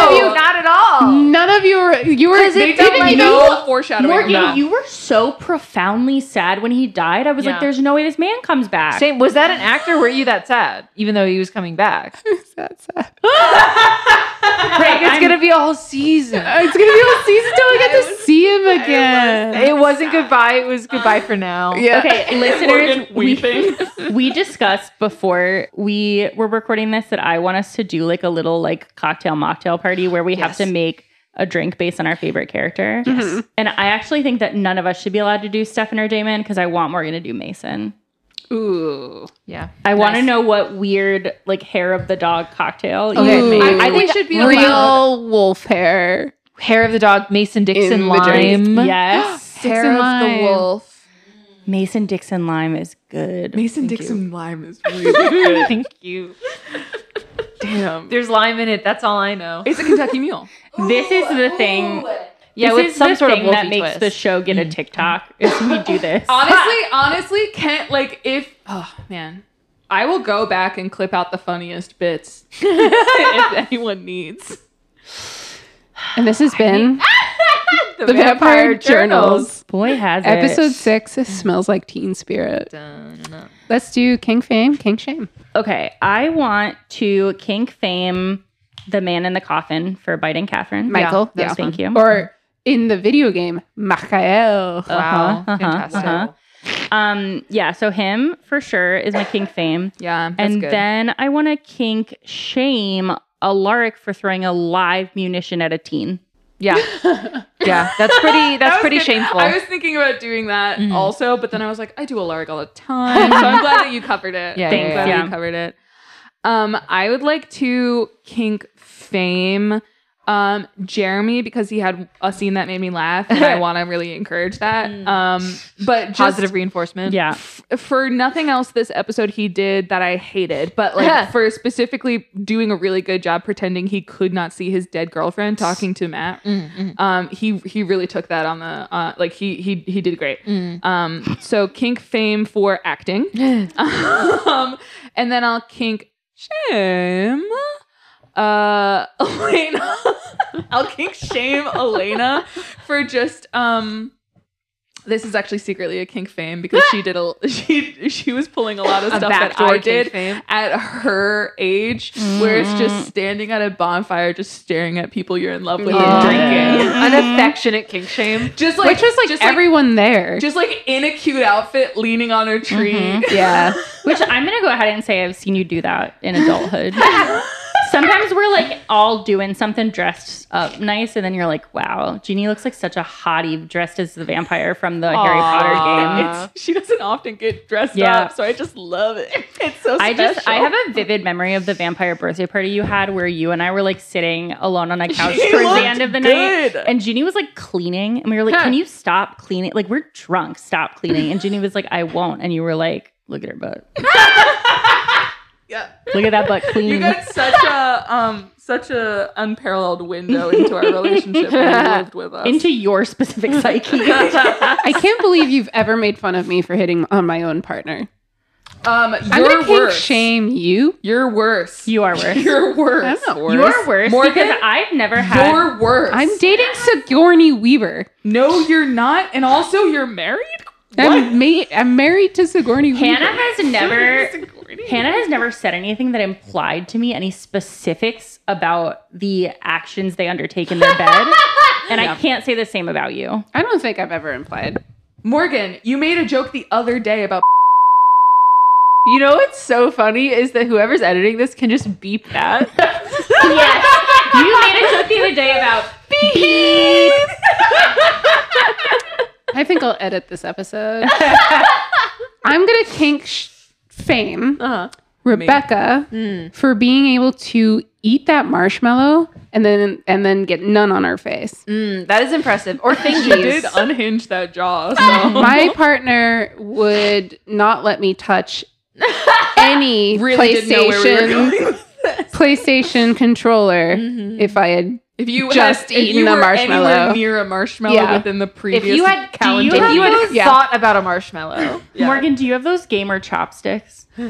[SPEAKER 1] of you, not at all.
[SPEAKER 4] None of you were. You were.
[SPEAKER 1] Because
[SPEAKER 6] They
[SPEAKER 1] it
[SPEAKER 6] did
[SPEAKER 1] didn't
[SPEAKER 6] like
[SPEAKER 1] like
[SPEAKER 6] no foreshadowing.
[SPEAKER 5] Morgan,
[SPEAKER 6] No.
[SPEAKER 5] you were so profoundly sad when he died. I was
[SPEAKER 1] Yeah.
[SPEAKER 5] like, there's no way this man comes back.
[SPEAKER 1] Shane, was that an actor? Were you that sad? Even though he was coming
[SPEAKER 2] [LAUGHS]
[SPEAKER 1] back,
[SPEAKER 4] That's
[SPEAKER 1] [LAUGHS]
[SPEAKER 4] sad.
[SPEAKER 1] right? It's gonna be a whole season.
[SPEAKER 4] [LAUGHS] It's gonna be all season till we get to see him again.
[SPEAKER 1] It wasn't goodbye. It was goodbye for now.
[SPEAKER 4] Yeah.
[SPEAKER 2] Okay, listeners,
[SPEAKER 6] Morgan
[SPEAKER 2] we, [LAUGHS]
[SPEAKER 6] weeping.
[SPEAKER 2] we discussed before we were recording this that I want us to do like a little like cocktail mocktail party where we have
[SPEAKER 1] Yes.
[SPEAKER 2] to make a drink based on our favorite character. And I actually think that none of us should be allowed to do Stefan or Damon because I want Morgan to do Mason.
[SPEAKER 4] Ooh.
[SPEAKER 1] Yeah.
[SPEAKER 2] I want to know what weird like hair of the dog cocktail you
[SPEAKER 4] Okay.
[SPEAKER 2] would make.
[SPEAKER 4] Ooh.
[SPEAKER 6] I think should be allowed-
[SPEAKER 4] Real wolf hair.
[SPEAKER 1] Hair of the dog, Mason Dixon
[SPEAKER 4] In the drink.
[SPEAKER 1] lime.
[SPEAKER 2] yes.
[SPEAKER 4] Sticks
[SPEAKER 6] Hair
[SPEAKER 4] and
[SPEAKER 6] of the
[SPEAKER 4] lime.
[SPEAKER 6] wolf.
[SPEAKER 2] Mason Dixon Lime is good.
[SPEAKER 6] Mason Dixon Lime is really
[SPEAKER 1] [LAUGHS]
[SPEAKER 6] good.
[SPEAKER 1] Thank you.
[SPEAKER 6] Damn.
[SPEAKER 1] There's lime in it. That's all I know.
[SPEAKER 6] It's a Kentucky mule.
[SPEAKER 2] This is the thing.
[SPEAKER 1] Yeah,
[SPEAKER 2] this
[SPEAKER 1] with
[SPEAKER 2] is
[SPEAKER 1] some
[SPEAKER 2] the
[SPEAKER 1] sort of
[SPEAKER 2] thing
[SPEAKER 1] wolfy
[SPEAKER 2] that makes
[SPEAKER 1] twist.
[SPEAKER 2] the show get a TikTok. [LAUGHS] Is we do this.
[SPEAKER 6] Honestly, honestly, Kent, like if oh man. I will go back and clip out the funniest bits if anyone needs.
[SPEAKER 4] And this has
[SPEAKER 1] [LAUGHS]
[SPEAKER 4] been
[SPEAKER 6] The,
[SPEAKER 4] the Vampire Journals,
[SPEAKER 2] Boy has
[SPEAKER 4] episode
[SPEAKER 2] it.
[SPEAKER 4] six. It smells like Teen Spirit.
[SPEAKER 1] Dun, dun, dun.
[SPEAKER 4] Let's do King Fame, King Shame.
[SPEAKER 2] Okay, I want to kink fame the man in the coffin for biting Catherine.
[SPEAKER 4] Michael,
[SPEAKER 1] that
[SPEAKER 4] yeah.
[SPEAKER 1] was
[SPEAKER 2] Thank you.
[SPEAKER 4] Or in the video game, Michael.
[SPEAKER 1] Oh. Wow.
[SPEAKER 2] uh-huh,
[SPEAKER 1] Fantastic.
[SPEAKER 2] uh-huh. Um, yeah, so him for sure is my kink fame.
[SPEAKER 6] Yeah, that's
[SPEAKER 2] and
[SPEAKER 6] good.
[SPEAKER 2] then I want to kink shame Alaric for throwing a live munition at a teen.
[SPEAKER 1] Yeah. Yeah. [LAUGHS] That's pretty that's pretty
[SPEAKER 6] good.
[SPEAKER 1] shameful. Mm-hmm.
[SPEAKER 6] I was thinking about doing that also, but then I was like, I do Alaric all the time, so I'm glad that you covered it.
[SPEAKER 1] Yeah,
[SPEAKER 6] I'm
[SPEAKER 1] yeah,
[SPEAKER 6] glad
[SPEAKER 2] yeah.
[SPEAKER 6] that you covered it. Um, I would like to kink fame um Jeremy because he had a scene that made me laugh,
[SPEAKER 1] [LAUGHS]
[SPEAKER 6] and I want to really encourage that. Um, but just
[SPEAKER 1] Mm. Positive reinforcement.
[SPEAKER 6] [LAUGHS]
[SPEAKER 2] Yeah.
[SPEAKER 6] f- for nothing else this episode he did that I hated, but like for specifically doing a really good job pretending he could not see his dead girlfriend talking to Matt. Um, he he really took that on the uh, like he he he did great. Um, so kink fame for acting, [LAUGHS] um, and then I'll kink shame. Uh, [LAUGHS] Elena, I'll kink shame Elena for just um this is actually secretly a kink fame because she did a [LAUGHS] she she was pulling a lot of stuff that
[SPEAKER 1] backdoor
[SPEAKER 6] I
[SPEAKER 1] kink
[SPEAKER 6] did
[SPEAKER 1] fame.
[SPEAKER 6] at her age, where it's just standing at a bonfire, just staring at people you're in love with
[SPEAKER 4] Yeah.
[SPEAKER 6] and drinking.
[SPEAKER 1] An affectionate kink shame.
[SPEAKER 6] Just like
[SPEAKER 4] Which was like
[SPEAKER 6] just
[SPEAKER 4] everyone there.
[SPEAKER 6] just like in a cute outfit, leaning on a tree.
[SPEAKER 1] [LAUGHS]
[SPEAKER 4] yeah.
[SPEAKER 2] Which I'm gonna go ahead and say I've seen you do that in
[SPEAKER 6] [LAUGHS]
[SPEAKER 2] adulthood. Sometimes we're like all doing something dressed up nice, and then you're like, "Wow, Jeannie looks like such a hottie dressed as the vampire from the Harry Potter game."
[SPEAKER 1] Aw.
[SPEAKER 6] [LAUGHS] She doesn't often get dressed
[SPEAKER 2] Yeah.
[SPEAKER 6] up, so I just love it. [LAUGHS] It's so special.
[SPEAKER 2] I just I have a vivid memory of the vampire birthday party you had where you and I were like sitting alone
[SPEAKER 6] [LAUGHS]
[SPEAKER 2] on a couch
[SPEAKER 6] She
[SPEAKER 2] towards
[SPEAKER 6] looked
[SPEAKER 2] the end of the
[SPEAKER 6] good.
[SPEAKER 2] night. And Jeannie was like cleaning and we were like, Can you stop cleaning? Like we're drunk, stop cleaning. And Jeannie was like, I won't. And you were like, Look at her butt.
[SPEAKER 6] yeah.
[SPEAKER 2] Look at that butt clean.
[SPEAKER 6] You got such a um such a unparalleled window into our relationship when you lived with us. [LAUGHS] Um,
[SPEAKER 2] into your specific psyche.
[SPEAKER 4] I can't believe you've ever made fun of me for hitting on my own partner.
[SPEAKER 6] Um, you're
[SPEAKER 4] I'm gonna kink
[SPEAKER 6] worse.
[SPEAKER 4] shame you.
[SPEAKER 6] You're worse.
[SPEAKER 2] you are worse.
[SPEAKER 6] [LAUGHS] You're worse.
[SPEAKER 4] I'm not
[SPEAKER 2] You are worse
[SPEAKER 6] Morgan,
[SPEAKER 2] because I've never had
[SPEAKER 6] You're worse.
[SPEAKER 4] I'm dating Sigourney Weaver.
[SPEAKER 6] no, you're not. And also, you're married.
[SPEAKER 4] I'm, ma- I'm married to Sigourney
[SPEAKER 2] Hannah
[SPEAKER 4] Weaver.
[SPEAKER 2] has never Hannah has never said anything that implied to me any specifics about the actions they undertake in their bed. And I can't say the same about you.
[SPEAKER 4] I don't think I've ever implied.
[SPEAKER 6] Morgan, you made a joke the other day about.
[SPEAKER 1] You know what's so funny is that whoever's editing this can just beep that.
[SPEAKER 2] Yes. You made a joke the other day about
[SPEAKER 4] I think I'll edit this episode. [LAUGHS] I'm gonna kink sh- fame
[SPEAKER 6] Oh,
[SPEAKER 1] Uh-huh.
[SPEAKER 4] Rebecca
[SPEAKER 6] Mm.
[SPEAKER 4] for being able to eat that marshmallow and then and then get none on her face.
[SPEAKER 1] Mm, that is impressive. Or
[SPEAKER 6] [LAUGHS] You
[SPEAKER 1] thingies.
[SPEAKER 6] did unhinge that jaw.
[SPEAKER 4] [LAUGHS]
[SPEAKER 6] So.
[SPEAKER 4] My partner would not let me touch any
[SPEAKER 6] [LAUGHS] Really didn't know where we
[SPEAKER 4] PlayStation
[SPEAKER 6] were going Mm-hmm. with this.
[SPEAKER 4] PlayStation controller if I had.
[SPEAKER 6] If you
[SPEAKER 4] Just
[SPEAKER 6] had, if
[SPEAKER 4] eaten
[SPEAKER 6] you
[SPEAKER 4] a
[SPEAKER 6] were
[SPEAKER 4] marshmallow.
[SPEAKER 6] anywhere near a marshmallow
[SPEAKER 4] Yeah.
[SPEAKER 6] within the previous
[SPEAKER 1] If you had, do you,
[SPEAKER 6] calendar,
[SPEAKER 1] if you
[SPEAKER 4] those?
[SPEAKER 1] had
[SPEAKER 4] Yeah.
[SPEAKER 1] thought about a marshmallow,
[SPEAKER 6] Yeah.
[SPEAKER 2] Morgan, do you have those gamer chopsticks?
[SPEAKER 4] Uh,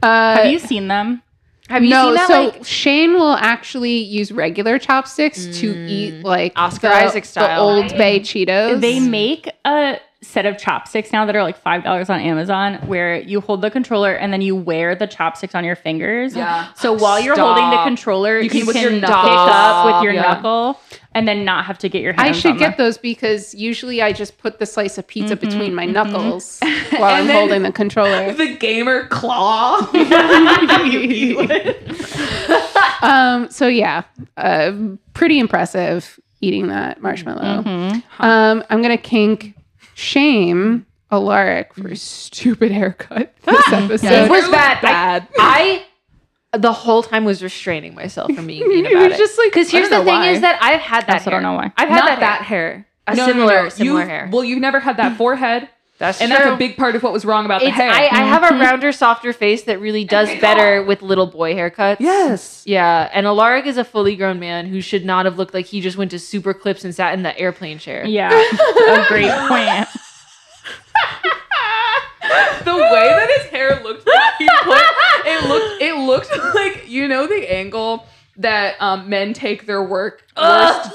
[SPEAKER 2] Have you seen them?
[SPEAKER 1] have you
[SPEAKER 4] no,
[SPEAKER 1] seen that
[SPEAKER 4] so
[SPEAKER 1] like
[SPEAKER 4] Shane will actually use regular chopsticks to eat like
[SPEAKER 1] Oscar
[SPEAKER 4] the-
[SPEAKER 1] Isaac Mm. style.
[SPEAKER 4] the Old Bay Cheetos.
[SPEAKER 2] They make a set of chopsticks now that are like five dollars on Amazon, where you hold the controller and then you wear the chopsticks on your fingers.
[SPEAKER 6] Yeah.
[SPEAKER 2] So while you're
[SPEAKER 6] Stop.
[SPEAKER 2] holding the controller, you
[SPEAKER 6] You
[SPEAKER 2] can,
[SPEAKER 6] can with your
[SPEAKER 2] pick
[SPEAKER 6] knuckles.
[SPEAKER 2] up with your
[SPEAKER 6] Yeah.
[SPEAKER 2] knuckle and then not have to get your hands.
[SPEAKER 4] I should
[SPEAKER 2] on
[SPEAKER 4] get
[SPEAKER 2] them.
[SPEAKER 4] those because usually I just put the slice of pizza
[SPEAKER 1] Mm-hmm,
[SPEAKER 4] between my knuckles
[SPEAKER 1] [LAUGHS]
[SPEAKER 4] while
[SPEAKER 6] And
[SPEAKER 4] I'm
[SPEAKER 6] then-
[SPEAKER 4] holding the controller.
[SPEAKER 6] the gamer [LAUGHS] claw.
[SPEAKER 4] [LAUGHS] um, so yeah, uh, pretty impressive eating that marshmallow.
[SPEAKER 1] Mm-hmm.
[SPEAKER 2] Mhm.
[SPEAKER 4] Um, I'm gonna kink shame Alaric for his stupid haircut
[SPEAKER 1] [LAUGHS]
[SPEAKER 4] this
[SPEAKER 1] it
[SPEAKER 4] episode.
[SPEAKER 1] was that bad? I, the whole time was restraining myself from [LAUGHS] being mean
[SPEAKER 4] He
[SPEAKER 1] about
[SPEAKER 4] was
[SPEAKER 1] it.
[SPEAKER 4] just like,
[SPEAKER 1] because
[SPEAKER 4] I
[SPEAKER 1] here's the
[SPEAKER 4] don't
[SPEAKER 1] thing
[SPEAKER 4] know why.
[SPEAKER 1] is that I've had
[SPEAKER 2] I
[SPEAKER 1] that.
[SPEAKER 2] also
[SPEAKER 1] hair.
[SPEAKER 2] don't know why.
[SPEAKER 1] I've had
[SPEAKER 6] Not
[SPEAKER 1] that,
[SPEAKER 6] that
[SPEAKER 1] hair.
[SPEAKER 6] hair.
[SPEAKER 1] A
[SPEAKER 6] No, no,
[SPEAKER 1] similar,
[SPEAKER 6] no.
[SPEAKER 1] similar
[SPEAKER 6] You've-
[SPEAKER 1] hair.
[SPEAKER 6] Well, you've never had that forehead,
[SPEAKER 1] that's
[SPEAKER 6] and
[SPEAKER 1] true.
[SPEAKER 6] that's a big part of what was wrong about
[SPEAKER 1] It's,
[SPEAKER 6] the hair.
[SPEAKER 1] I, I have a rounder, softer face that really does better with little boy haircuts.
[SPEAKER 6] yes.
[SPEAKER 1] Yeah, and Alaric is a fully grown man who should not have looked like he just went to super clips and sat in the airplane chair.
[SPEAKER 6] [LAUGHS]
[SPEAKER 2] Yeah, a great point.
[SPEAKER 6] The way that his hair looked like he put it looked it looked [LAUGHS] like you know the angle that um, men take their work worst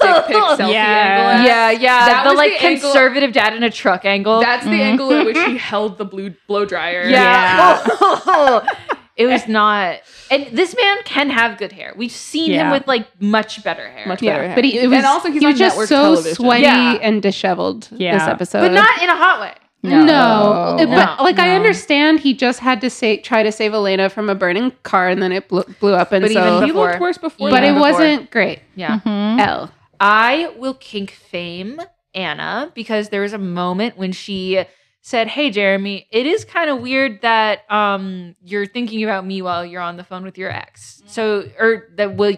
[SPEAKER 1] [LAUGHS]
[SPEAKER 6] dick pic selfie
[SPEAKER 2] Yeah.
[SPEAKER 6] angle. at?
[SPEAKER 1] Yeah, yeah.
[SPEAKER 6] That
[SPEAKER 1] the
[SPEAKER 6] was
[SPEAKER 1] like
[SPEAKER 6] the angle-
[SPEAKER 1] conservative dad in a truck angle.
[SPEAKER 6] That's the angle at
[SPEAKER 1] [LAUGHS]
[SPEAKER 6] which he held the blue blow dryer.
[SPEAKER 1] Mm-hmm. yeah. [LAUGHS] it was not. And this man can have good hair. We've seen him
[SPEAKER 2] Yeah.
[SPEAKER 1] with like much better hair.
[SPEAKER 6] Much better
[SPEAKER 4] yeah, but he it
[SPEAKER 6] And
[SPEAKER 4] was
[SPEAKER 6] also he's
[SPEAKER 4] he
[SPEAKER 6] on
[SPEAKER 4] was just so
[SPEAKER 6] network television.
[SPEAKER 4] sweaty
[SPEAKER 1] Yeah.
[SPEAKER 4] and disheveled
[SPEAKER 2] Yeah.
[SPEAKER 4] this
[SPEAKER 2] But
[SPEAKER 4] episode.
[SPEAKER 1] but not in a hot way.
[SPEAKER 4] No, It-
[SPEAKER 1] No.
[SPEAKER 4] but like I
[SPEAKER 1] No.
[SPEAKER 4] understand he just had to say try to save Elena from a burning car and then it blew, blew up and
[SPEAKER 1] But even
[SPEAKER 4] so
[SPEAKER 1] before-
[SPEAKER 6] he looked worse before.
[SPEAKER 4] but
[SPEAKER 1] yeah,
[SPEAKER 4] it
[SPEAKER 1] before. Mm-hmm.
[SPEAKER 4] wasn't great.
[SPEAKER 1] Yeah.
[SPEAKER 6] Mm-hmm.
[SPEAKER 2] Mhm.
[SPEAKER 4] L.
[SPEAKER 1] I will kink fame Anna because there was a moment when she said, "Hey Jeremy, it is kind of weird that um you're thinking about me while you're on the phone with your ex."
[SPEAKER 6] Mm-hmm.
[SPEAKER 1] So or that well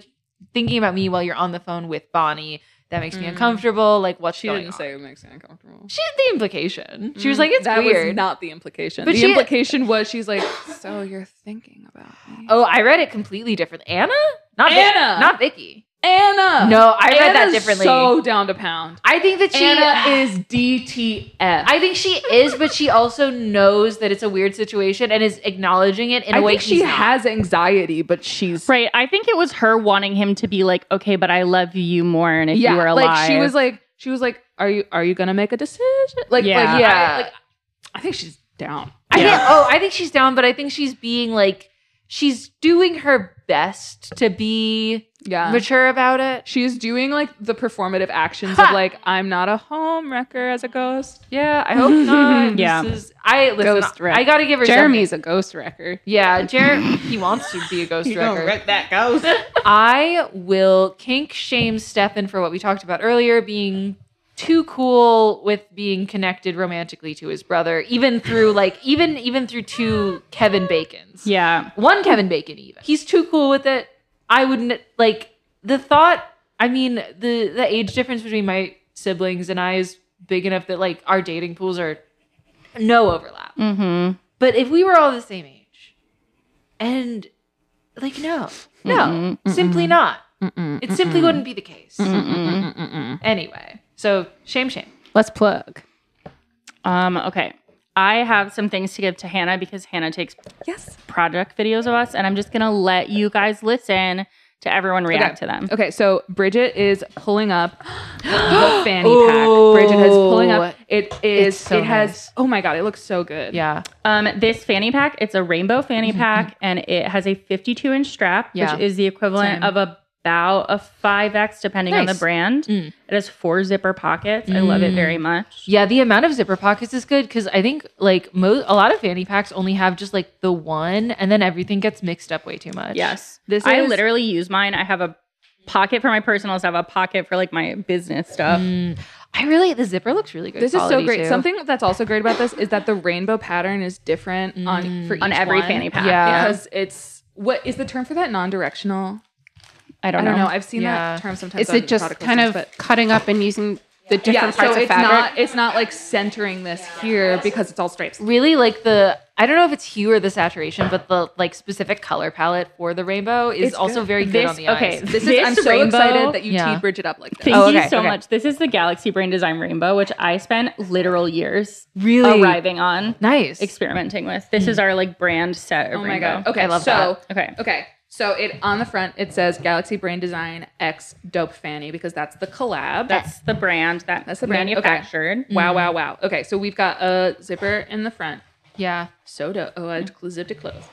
[SPEAKER 1] thinking about me while you're on the phone with Bonnie. That makes me
[SPEAKER 6] Mm.
[SPEAKER 1] uncomfortable. Like what's
[SPEAKER 6] she
[SPEAKER 1] going
[SPEAKER 6] didn't
[SPEAKER 1] on?
[SPEAKER 6] say it makes me uncomfortable.
[SPEAKER 1] She had the implication. She was
[SPEAKER 6] Mm,
[SPEAKER 1] like, "It's
[SPEAKER 6] that
[SPEAKER 1] weird."
[SPEAKER 6] was not the implication.
[SPEAKER 1] But
[SPEAKER 6] the
[SPEAKER 1] she-
[SPEAKER 6] implication was she's
[SPEAKER 1] [GASPS]
[SPEAKER 6] like, so you're thinking about me.
[SPEAKER 1] oh, I read it completely differently. Anna, not Vic-
[SPEAKER 6] Anna!
[SPEAKER 1] not Vicky.
[SPEAKER 6] Anna.
[SPEAKER 1] No, I read that
[SPEAKER 6] Anna's
[SPEAKER 1] differently.
[SPEAKER 6] So down to pound.
[SPEAKER 1] I think that she
[SPEAKER 6] Anna is DTF.
[SPEAKER 1] I think she is, but she also knows that it's a weird situation and is acknowledging it in a
[SPEAKER 6] I
[SPEAKER 1] way
[SPEAKER 6] think she
[SPEAKER 1] he's not.
[SPEAKER 6] has anxiety, but she's
[SPEAKER 2] Right. I think it was her wanting him to be like, okay, but I love you more, and if
[SPEAKER 6] yeah.
[SPEAKER 2] you were alive,
[SPEAKER 6] like she was like she was like, are you are you gonna make a decision? Like
[SPEAKER 2] Yeah.
[SPEAKER 6] like,
[SPEAKER 1] Yeah.
[SPEAKER 6] I, like, I think she's down.
[SPEAKER 1] I think, oh, I think she's down, but I think she's being like, she's doing her best to be
[SPEAKER 6] Yeah.
[SPEAKER 1] mature about it.
[SPEAKER 6] She's doing like the performative actions
[SPEAKER 1] Ha!
[SPEAKER 6] of like I'm not a home wrecker as
[SPEAKER 1] [LAUGHS]
[SPEAKER 6] a ghost.
[SPEAKER 1] Yeah, I hope
[SPEAKER 6] [LAUGHS]
[SPEAKER 1] not.
[SPEAKER 2] Yeah.
[SPEAKER 1] This is, I listen.
[SPEAKER 4] Ghost wreck.
[SPEAKER 1] I gotta give her
[SPEAKER 4] Jeremy's a ghost wrecker.
[SPEAKER 1] something. Yeah, Jeremy. he wants to be a
[SPEAKER 4] [LAUGHS]
[SPEAKER 1] ghost wrecker.
[SPEAKER 4] that ghost.
[SPEAKER 1] [LAUGHS] I will kink shame Stefan for what we talked about earlier, being too cool with being connected romantically to his brother, even through like even even through two Kevin Bacon's.
[SPEAKER 2] yeah,
[SPEAKER 1] One Kevin Bacon even. He's too cool with it. I wouldn't like the thought I mean, the the age difference between my siblings and I is big enough that like our dating pools are no overlap.
[SPEAKER 2] mm-hmm.
[SPEAKER 1] But if we were all the same age, and like no, no, simply not. It simply wouldn't be the case. Anyway, so shame, shame.
[SPEAKER 4] Let's plug.
[SPEAKER 2] Um, okay. I have some things to give to Hannah because Hannah takes
[SPEAKER 6] Yes.
[SPEAKER 2] project videos of us, and I'm just gonna let you guys listen to everyone react to them.
[SPEAKER 6] Okay, so Bridget is pulling up the fanny pack. Bridget is pulling up. It is.
[SPEAKER 1] It's so
[SPEAKER 6] it has.
[SPEAKER 1] nice.
[SPEAKER 6] Oh my god, it looks so good.
[SPEAKER 1] Yeah,
[SPEAKER 2] Um, this fanny pack, it's a rainbow fanny pack, and it has a 52 inch strap,
[SPEAKER 1] Yeah.
[SPEAKER 2] which is the
[SPEAKER 1] Same.
[SPEAKER 2] equivalent of about a 5x, depending on the
[SPEAKER 1] Nice.
[SPEAKER 2] brand.
[SPEAKER 1] Mm.
[SPEAKER 2] It has four zipper pockets. I love it very much.
[SPEAKER 1] yeah. The amount of zipper pockets is good because I think like mo- a lot of fanny packs only have just like the one, and then everything gets mixed up way too much.
[SPEAKER 2] Yes.
[SPEAKER 6] This
[SPEAKER 2] I
[SPEAKER 6] is-
[SPEAKER 2] literally use mine. I have a pocket for my personal stuff, a pocket for like my business stuff.
[SPEAKER 1] Mm, I really the zipper looks really good.
[SPEAKER 6] This is so
[SPEAKER 1] quality,
[SPEAKER 6] great.
[SPEAKER 1] too.
[SPEAKER 6] Something that's also great about this is that the rainbow pattern is different on for each
[SPEAKER 2] On every
[SPEAKER 6] one
[SPEAKER 2] fanny pack.
[SPEAKER 1] Yeah.
[SPEAKER 6] because it's what is the term for that non-directional?
[SPEAKER 2] I
[SPEAKER 6] I
[SPEAKER 2] don't,
[SPEAKER 6] don't know.
[SPEAKER 2] know.
[SPEAKER 6] I've seen
[SPEAKER 1] Yeah.
[SPEAKER 6] that term sometimes.
[SPEAKER 4] Is it
[SPEAKER 6] on
[SPEAKER 4] just
[SPEAKER 6] product
[SPEAKER 4] kind of
[SPEAKER 6] listings, but-
[SPEAKER 4] cutting up and using the different
[SPEAKER 6] yeah?
[SPEAKER 4] parts
[SPEAKER 6] So
[SPEAKER 4] of
[SPEAKER 6] it's
[SPEAKER 4] fabric?
[SPEAKER 6] not. It's not like centering this here because it's all stripes.
[SPEAKER 1] really like the I don't know if it's hue or the saturation, but the like specific color palette for the rainbow is
[SPEAKER 6] It's
[SPEAKER 1] also
[SPEAKER 6] good.
[SPEAKER 1] very good
[SPEAKER 2] This-
[SPEAKER 1] on the eyes.
[SPEAKER 2] okay,
[SPEAKER 6] This is.
[SPEAKER 2] This
[SPEAKER 6] I'm so
[SPEAKER 2] rainbow-
[SPEAKER 6] excited that you
[SPEAKER 1] Yeah.
[SPEAKER 6] teed Bridget up like this.
[SPEAKER 2] Thank
[SPEAKER 1] Oh,
[SPEAKER 2] you
[SPEAKER 1] okay,
[SPEAKER 2] so
[SPEAKER 1] okay.
[SPEAKER 2] much. This is the Galaxy Brain Design Rainbow, which I spent literal years
[SPEAKER 1] Really?
[SPEAKER 2] arriving on,
[SPEAKER 1] nice.
[SPEAKER 2] experimenting with. This is our like brand set. Of
[SPEAKER 6] oh my
[SPEAKER 2] rainbow.
[SPEAKER 6] god. Okay,
[SPEAKER 1] I love
[SPEAKER 6] so,
[SPEAKER 1] that.
[SPEAKER 2] Okay.
[SPEAKER 6] Okay. So it on the front it says Galaxy Brain Design X Dope Fanny because that's the collab.
[SPEAKER 2] That's the brand that
[SPEAKER 6] That's the brand, okay. Mm.
[SPEAKER 2] manufactured.
[SPEAKER 6] wow, wow, wow. Okay, so we've got a zipper in the front.
[SPEAKER 1] yeah.
[SPEAKER 6] Soda. Oh, I cl- zipped it close.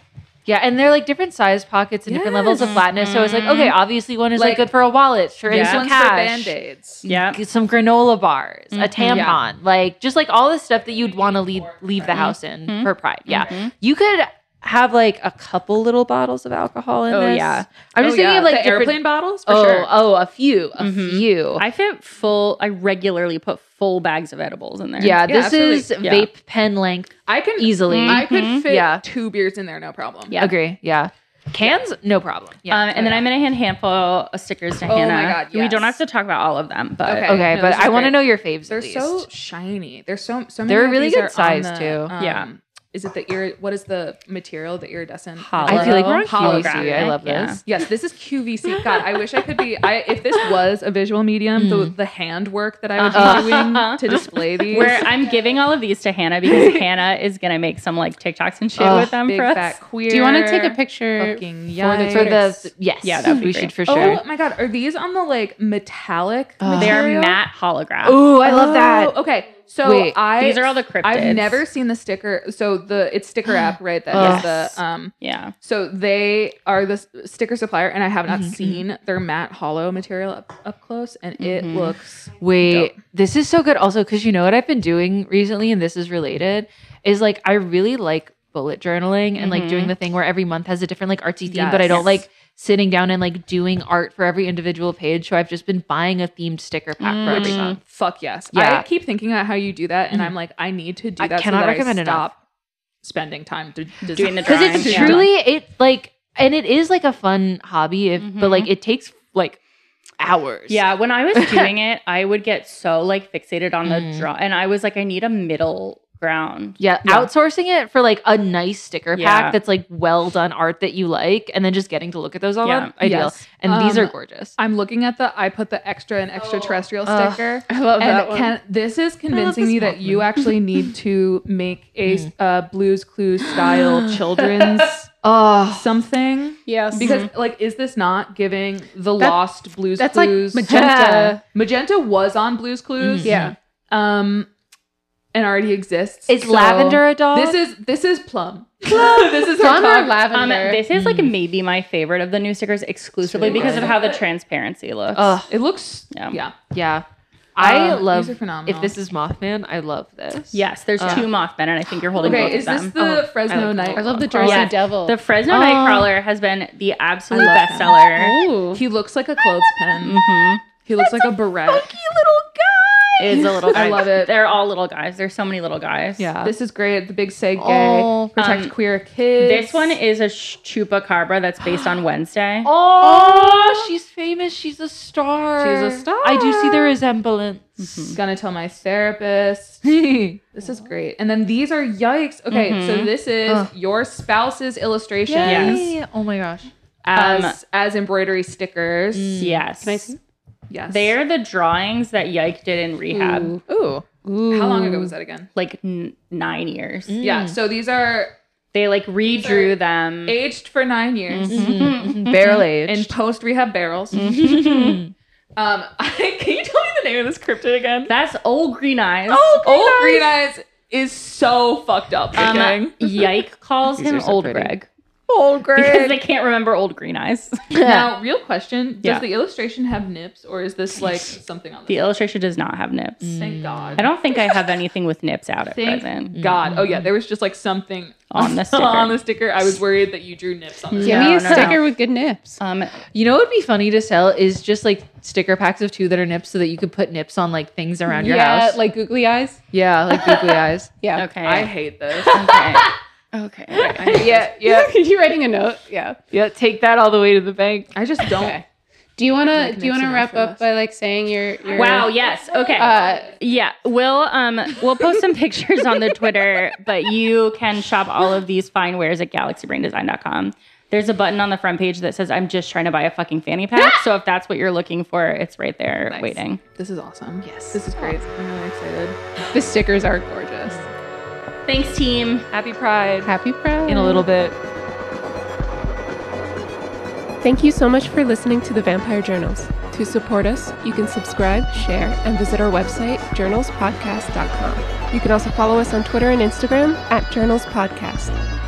[SPEAKER 1] Yeah, and they're like different size pockets and different levels of
[SPEAKER 6] Yes.
[SPEAKER 1] flatness. So it's like, okay, obviously one is like,
[SPEAKER 6] Like-
[SPEAKER 1] good for a wallet, sure, and
[SPEAKER 2] Yeah.
[SPEAKER 6] This
[SPEAKER 1] some
[SPEAKER 6] one's for
[SPEAKER 1] cash,
[SPEAKER 6] band aids.
[SPEAKER 2] Yeah.
[SPEAKER 1] get some granola bars, a tampon,
[SPEAKER 6] Yeah.
[SPEAKER 1] like just like all the stuff that you'd want to leave leave the house in for Pride. Yeah, you could have like a couple little bottles of alcohol in
[SPEAKER 2] Oh,
[SPEAKER 1] this.
[SPEAKER 2] yeah.
[SPEAKER 1] I'm just thinking of like
[SPEAKER 6] the
[SPEAKER 1] different-
[SPEAKER 6] airplane bottles for
[SPEAKER 1] Oh,
[SPEAKER 6] sure.
[SPEAKER 1] oh, a few, a
[SPEAKER 2] Mhm.
[SPEAKER 1] few.
[SPEAKER 2] I fit full. I regularly put full bags of edibles in there.
[SPEAKER 1] yeah, this
[SPEAKER 6] absolutely.
[SPEAKER 1] is
[SPEAKER 2] Yeah.
[SPEAKER 1] vape pen length.
[SPEAKER 6] I can
[SPEAKER 1] Easily. Mm-hmm.
[SPEAKER 6] I could fit
[SPEAKER 1] Yeah.
[SPEAKER 6] two beers in there, no problem.
[SPEAKER 2] Yeah.
[SPEAKER 1] Agree. Yeah, cans, no problem. Yeah.
[SPEAKER 2] Um, and then I'm gonna hand a handful of stickers to
[SPEAKER 6] Oh my
[SPEAKER 2] Hannah.
[SPEAKER 6] God,
[SPEAKER 2] We don't
[SPEAKER 6] yes.
[SPEAKER 2] have to talk about all of them, but
[SPEAKER 6] Okay.
[SPEAKER 1] okay,
[SPEAKER 6] no,
[SPEAKER 1] but
[SPEAKER 6] this is
[SPEAKER 1] I want to
[SPEAKER 6] great.
[SPEAKER 1] know your faves.
[SPEAKER 6] They're
[SPEAKER 1] at least.
[SPEAKER 6] so shiny. They're so so many.
[SPEAKER 1] They're a
[SPEAKER 6] of
[SPEAKER 1] really
[SPEAKER 6] these
[SPEAKER 1] good
[SPEAKER 6] are on
[SPEAKER 1] size,
[SPEAKER 6] the,
[SPEAKER 1] too.
[SPEAKER 6] um,
[SPEAKER 2] Yeah.
[SPEAKER 6] Is it the ir- what is the material? The iridescent.
[SPEAKER 2] Hollow.
[SPEAKER 1] I feel like we're on
[SPEAKER 6] Hollow.
[SPEAKER 1] QVC. I love
[SPEAKER 2] Yeah.
[SPEAKER 1] this.
[SPEAKER 6] Yes, this is QVC. God, I wish I could be. I if this was a visual medium, the the hand work that I would
[SPEAKER 2] Uh-huh.
[SPEAKER 6] be doing
[SPEAKER 2] Uh-huh.
[SPEAKER 6] to display these.
[SPEAKER 2] where I'm giving all of these to Hannah because Hannah is gonna make some like TikToks and shit
[SPEAKER 1] Ugh,
[SPEAKER 2] with them
[SPEAKER 6] big
[SPEAKER 2] for us.
[SPEAKER 6] fat queer.
[SPEAKER 4] Do you want to take a picture?
[SPEAKER 6] Fucking
[SPEAKER 4] for the
[SPEAKER 6] yikes.
[SPEAKER 1] For the
[SPEAKER 4] Yes.
[SPEAKER 1] yes,
[SPEAKER 2] Yeah, that'd be
[SPEAKER 1] we
[SPEAKER 2] great.
[SPEAKER 1] should for sure.
[SPEAKER 6] Oh my god, are these on the like metallic?
[SPEAKER 1] Oh.
[SPEAKER 2] They are
[SPEAKER 6] material?
[SPEAKER 2] matte holographs.
[SPEAKER 1] Ooh, I love that.
[SPEAKER 6] Oh, Okay, so
[SPEAKER 1] Wait,
[SPEAKER 6] I
[SPEAKER 2] these are all the cryptids.
[SPEAKER 6] I've never seen the sticker. So the it's sticker app, right? That
[SPEAKER 1] Ugh.
[SPEAKER 6] has the um.
[SPEAKER 2] Yeah.
[SPEAKER 6] So they are the s- sticker supplier, and I have not
[SPEAKER 1] Mhm.
[SPEAKER 6] seen their matte hollow material up, up close, and it
[SPEAKER 2] Mhm.
[SPEAKER 6] looks
[SPEAKER 1] Wait, this is so good. Also, because you know what I've been doing recently, and this is related, is like I really like bullet journaling and like
[SPEAKER 2] Mhm.
[SPEAKER 1] doing the thing where every month has a different like artsy theme, but I don't
[SPEAKER 6] Yes.
[SPEAKER 1] like sitting down and like doing art for every individual page. So I've just been buying a themed sticker pack for every
[SPEAKER 2] Mm.
[SPEAKER 1] month.
[SPEAKER 6] Mm-hmm. fuck yes.
[SPEAKER 1] Yeah. Mm-hmm.
[SPEAKER 6] I keep thinking about how you do that, and I'm like, I need to do
[SPEAKER 1] I
[SPEAKER 6] that.
[SPEAKER 1] cannot
[SPEAKER 6] so that
[SPEAKER 1] recommend
[SPEAKER 6] I
[SPEAKER 1] enough.
[SPEAKER 6] stop spending time to
[SPEAKER 2] Doing the
[SPEAKER 1] Because
[SPEAKER 2] Drawing,
[SPEAKER 1] it's
[SPEAKER 2] yeah.
[SPEAKER 1] truly it like, and it is like a fun hobby, if but
[SPEAKER 2] Mm-hmm.
[SPEAKER 1] like it takes like hours.
[SPEAKER 2] Yeah, when I was doing it, I would get so like fixated on the
[SPEAKER 1] Mm.
[SPEAKER 2] draw, and I was like, I need a middle ground.
[SPEAKER 1] Yeah,
[SPEAKER 2] Yeah.
[SPEAKER 1] outsourcing it for like a nice sticker
[SPEAKER 2] Yeah.
[SPEAKER 1] pack that's like well done art that you like, and then just getting to look at those all
[SPEAKER 2] Yeah.
[SPEAKER 1] month. Ideal.
[SPEAKER 6] Yes.
[SPEAKER 1] And these
[SPEAKER 6] Um,
[SPEAKER 1] are gorgeous.
[SPEAKER 6] I'm looking at the I put the extra and extraterrestrial
[SPEAKER 1] Oh. Ugh. [LAUGHS]
[SPEAKER 6] sticker.
[SPEAKER 4] I love
[SPEAKER 6] and can, this is convincing
[SPEAKER 1] this
[SPEAKER 6] me that
[SPEAKER 1] one. Mm. [LAUGHS]
[SPEAKER 6] you actually need to make a uh, Blues Clues
[SPEAKER 1] [GASPS]
[SPEAKER 6] style
[SPEAKER 1] [LAUGHS]
[SPEAKER 6] children's
[SPEAKER 1] Oh,
[SPEAKER 6] something
[SPEAKER 4] yes.
[SPEAKER 6] because like is this not giving the
[SPEAKER 4] Mm-hmm. That-
[SPEAKER 6] lost Blues
[SPEAKER 4] that's like
[SPEAKER 6] Clues?
[SPEAKER 4] magenta.
[SPEAKER 6] [LAUGHS]
[SPEAKER 4] Mm-hmm.
[SPEAKER 6] Magenta was on Blues Clues,
[SPEAKER 4] Yeah.
[SPEAKER 6] um, and already exists.
[SPEAKER 1] is
[SPEAKER 6] so-
[SPEAKER 1] lavender a dog?
[SPEAKER 6] This is this is plum. [LAUGHS] this is
[SPEAKER 4] [LAUGHS]
[SPEAKER 6] plum
[SPEAKER 4] Plum or
[SPEAKER 2] Um,
[SPEAKER 4] lavender.
[SPEAKER 2] this is like maybe my favorite of the new stickers, exclusively
[SPEAKER 6] Really
[SPEAKER 2] because of
[SPEAKER 6] good.
[SPEAKER 2] how the transparency looks.
[SPEAKER 1] Oh,
[SPEAKER 6] It looks
[SPEAKER 2] Yeah.
[SPEAKER 6] yeah.
[SPEAKER 1] yeah. I
[SPEAKER 6] Uh,
[SPEAKER 1] love.
[SPEAKER 6] these are phenomenal.
[SPEAKER 1] If this is Mothman, I love this.
[SPEAKER 2] Yes, there's
[SPEAKER 1] Uh,
[SPEAKER 2] two Mothman, and I think you're holding both
[SPEAKER 6] Okay, is
[SPEAKER 2] of
[SPEAKER 6] this
[SPEAKER 2] them.
[SPEAKER 6] the
[SPEAKER 1] Oh,
[SPEAKER 6] Fresno
[SPEAKER 1] like
[SPEAKER 6] night?
[SPEAKER 1] that.
[SPEAKER 4] I love the
[SPEAKER 2] Oh,
[SPEAKER 4] Jersey
[SPEAKER 2] yeah.
[SPEAKER 4] Devil.
[SPEAKER 2] the Fresno
[SPEAKER 1] Oh.
[SPEAKER 2] Nightcrawler has been the absolute bestseller.
[SPEAKER 4] Ooh.
[SPEAKER 6] He looks like
[SPEAKER 4] [LAUGHS]
[SPEAKER 6] a clothespin.
[SPEAKER 2] Mm-hmm.
[SPEAKER 6] He looks like a beret.
[SPEAKER 2] Is a little. Guy.
[SPEAKER 6] I love it.
[SPEAKER 2] They're all little guys. There's so many little guys.
[SPEAKER 1] Yeah.
[SPEAKER 6] This is great. The big say gay
[SPEAKER 1] Oh.
[SPEAKER 6] protect
[SPEAKER 2] Um,
[SPEAKER 6] queer kids.
[SPEAKER 2] This one is a sh- chupacabra that's based on Wednesday.
[SPEAKER 1] Oh, she's famous. She's a star.
[SPEAKER 6] She's a star.
[SPEAKER 1] I do see the resemblance.
[SPEAKER 6] gonna tell my therapist.
[SPEAKER 1] [LAUGHS]
[SPEAKER 6] This is great. And then these are yikes. Okay, so this is
[SPEAKER 1] Ugh.
[SPEAKER 6] your spouse's illustration
[SPEAKER 2] Yes.
[SPEAKER 1] Yay. Oh my gosh.
[SPEAKER 6] as
[SPEAKER 2] Um, mm,
[SPEAKER 6] as embroidery stickers.
[SPEAKER 2] Yes.
[SPEAKER 4] Can I see?
[SPEAKER 6] Yes.
[SPEAKER 2] They are the drawings that Yike did in rehab,
[SPEAKER 4] Ooh.
[SPEAKER 1] Ooh.
[SPEAKER 4] Ooh.
[SPEAKER 6] How long ago was that again?
[SPEAKER 2] like n- nine years.
[SPEAKER 6] Yeah. So these are
[SPEAKER 2] They like redrew
[SPEAKER 6] Sorry.
[SPEAKER 2] them.
[SPEAKER 6] aged for nine years
[SPEAKER 1] Mm-hmm. Barely.
[SPEAKER 6] in post rehab barrels. [LAUGHS] Um, can you tell me the name of this cryptid again?
[SPEAKER 2] That's old Oh, green eyes.
[SPEAKER 6] Old Green Eyes is so fucked up.
[SPEAKER 2] Um,
[SPEAKER 6] gang.
[SPEAKER 2] Yike calls
[SPEAKER 1] These
[SPEAKER 2] him
[SPEAKER 1] are so
[SPEAKER 2] old
[SPEAKER 1] pretty.
[SPEAKER 2] Greg
[SPEAKER 1] old
[SPEAKER 2] because [LAUGHS] they can't remember old green [LAUGHS] eyes.
[SPEAKER 6] now, real question: Does
[SPEAKER 2] Yeah.
[SPEAKER 6] the illustration have nips, or is this like something on
[SPEAKER 2] the
[SPEAKER 6] the?
[SPEAKER 2] illustration does not have nips.
[SPEAKER 6] Thank God.
[SPEAKER 2] I don't think I have anything with nips out at
[SPEAKER 6] Thank
[SPEAKER 2] present
[SPEAKER 6] God. Oh yeah, there was just like something
[SPEAKER 2] Mm-hmm. on the
[SPEAKER 6] [LAUGHS]
[SPEAKER 2] sticker.
[SPEAKER 6] on the sticker. I was worried that you drew nips on this.
[SPEAKER 4] Give
[SPEAKER 2] No,
[SPEAKER 4] me a
[SPEAKER 2] no, no.
[SPEAKER 4] sticker with good nips.
[SPEAKER 2] um,
[SPEAKER 1] You know what would be funny to sell is just like sticker packs of two that are nips so that you could put nips on like things around your
[SPEAKER 4] yeah,
[SPEAKER 1] house.
[SPEAKER 4] like googly eyes.
[SPEAKER 1] yeah, like googly [LAUGHS] eyes.
[SPEAKER 4] Yeah.
[SPEAKER 2] okay.
[SPEAKER 6] I hate
[SPEAKER 2] [LAUGHS]
[SPEAKER 6] this.
[SPEAKER 2] okay.
[SPEAKER 4] [LAUGHS] Okay.
[SPEAKER 1] Yeah,
[SPEAKER 4] [LAUGHS] yeah. you writing a note? Yeah.
[SPEAKER 1] yeah. Take that all the way to the bank.
[SPEAKER 6] I just don't.
[SPEAKER 4] Okay. Do you wanna
[SPEAKER 6] Like
[SPEAKER 4] do you wanna
[SPEAKER 6] Nipsey
[SPEAKER 4] wrap
[SPEAKER 6] Hussle
[SPEAKER 4] up by like saying your, your
[SPEAKER 2] Wow. Yes. Okay.
[SPEAKER 4] Uh,
[SPEAKER 2] yeah. We'll um we'll post some [LAUGHS] pictures on the Twitter, but you can shop all of these fine wares at galaxybraindesign.com. There's a button on the front page that says "I'm just trying to buy a fucking fanny pack." so if that's what you're looking for, it's right there
[SPEAKER 6] Nice.
[SPEAKER 2] waiting.
[SPEAKER 6] This is awesome. Yes. This is great. I'm really excited.
[SPEAKER 4] the stickers are gorgeous.
[SPEAKER 2] Thanks, team.
[SPEAKER 1] Happy Pride
[SPEAKER 4] Happy Pride.
[SPEAKER 1] in a little bit.
[SPEAKER 4] Thank you so much for listening to the Vampire Journals. To support us, you can subscribe, share, and visit our website, journalspodcast.com. You can also follow us on Twitter and Instagram at journalspodcast.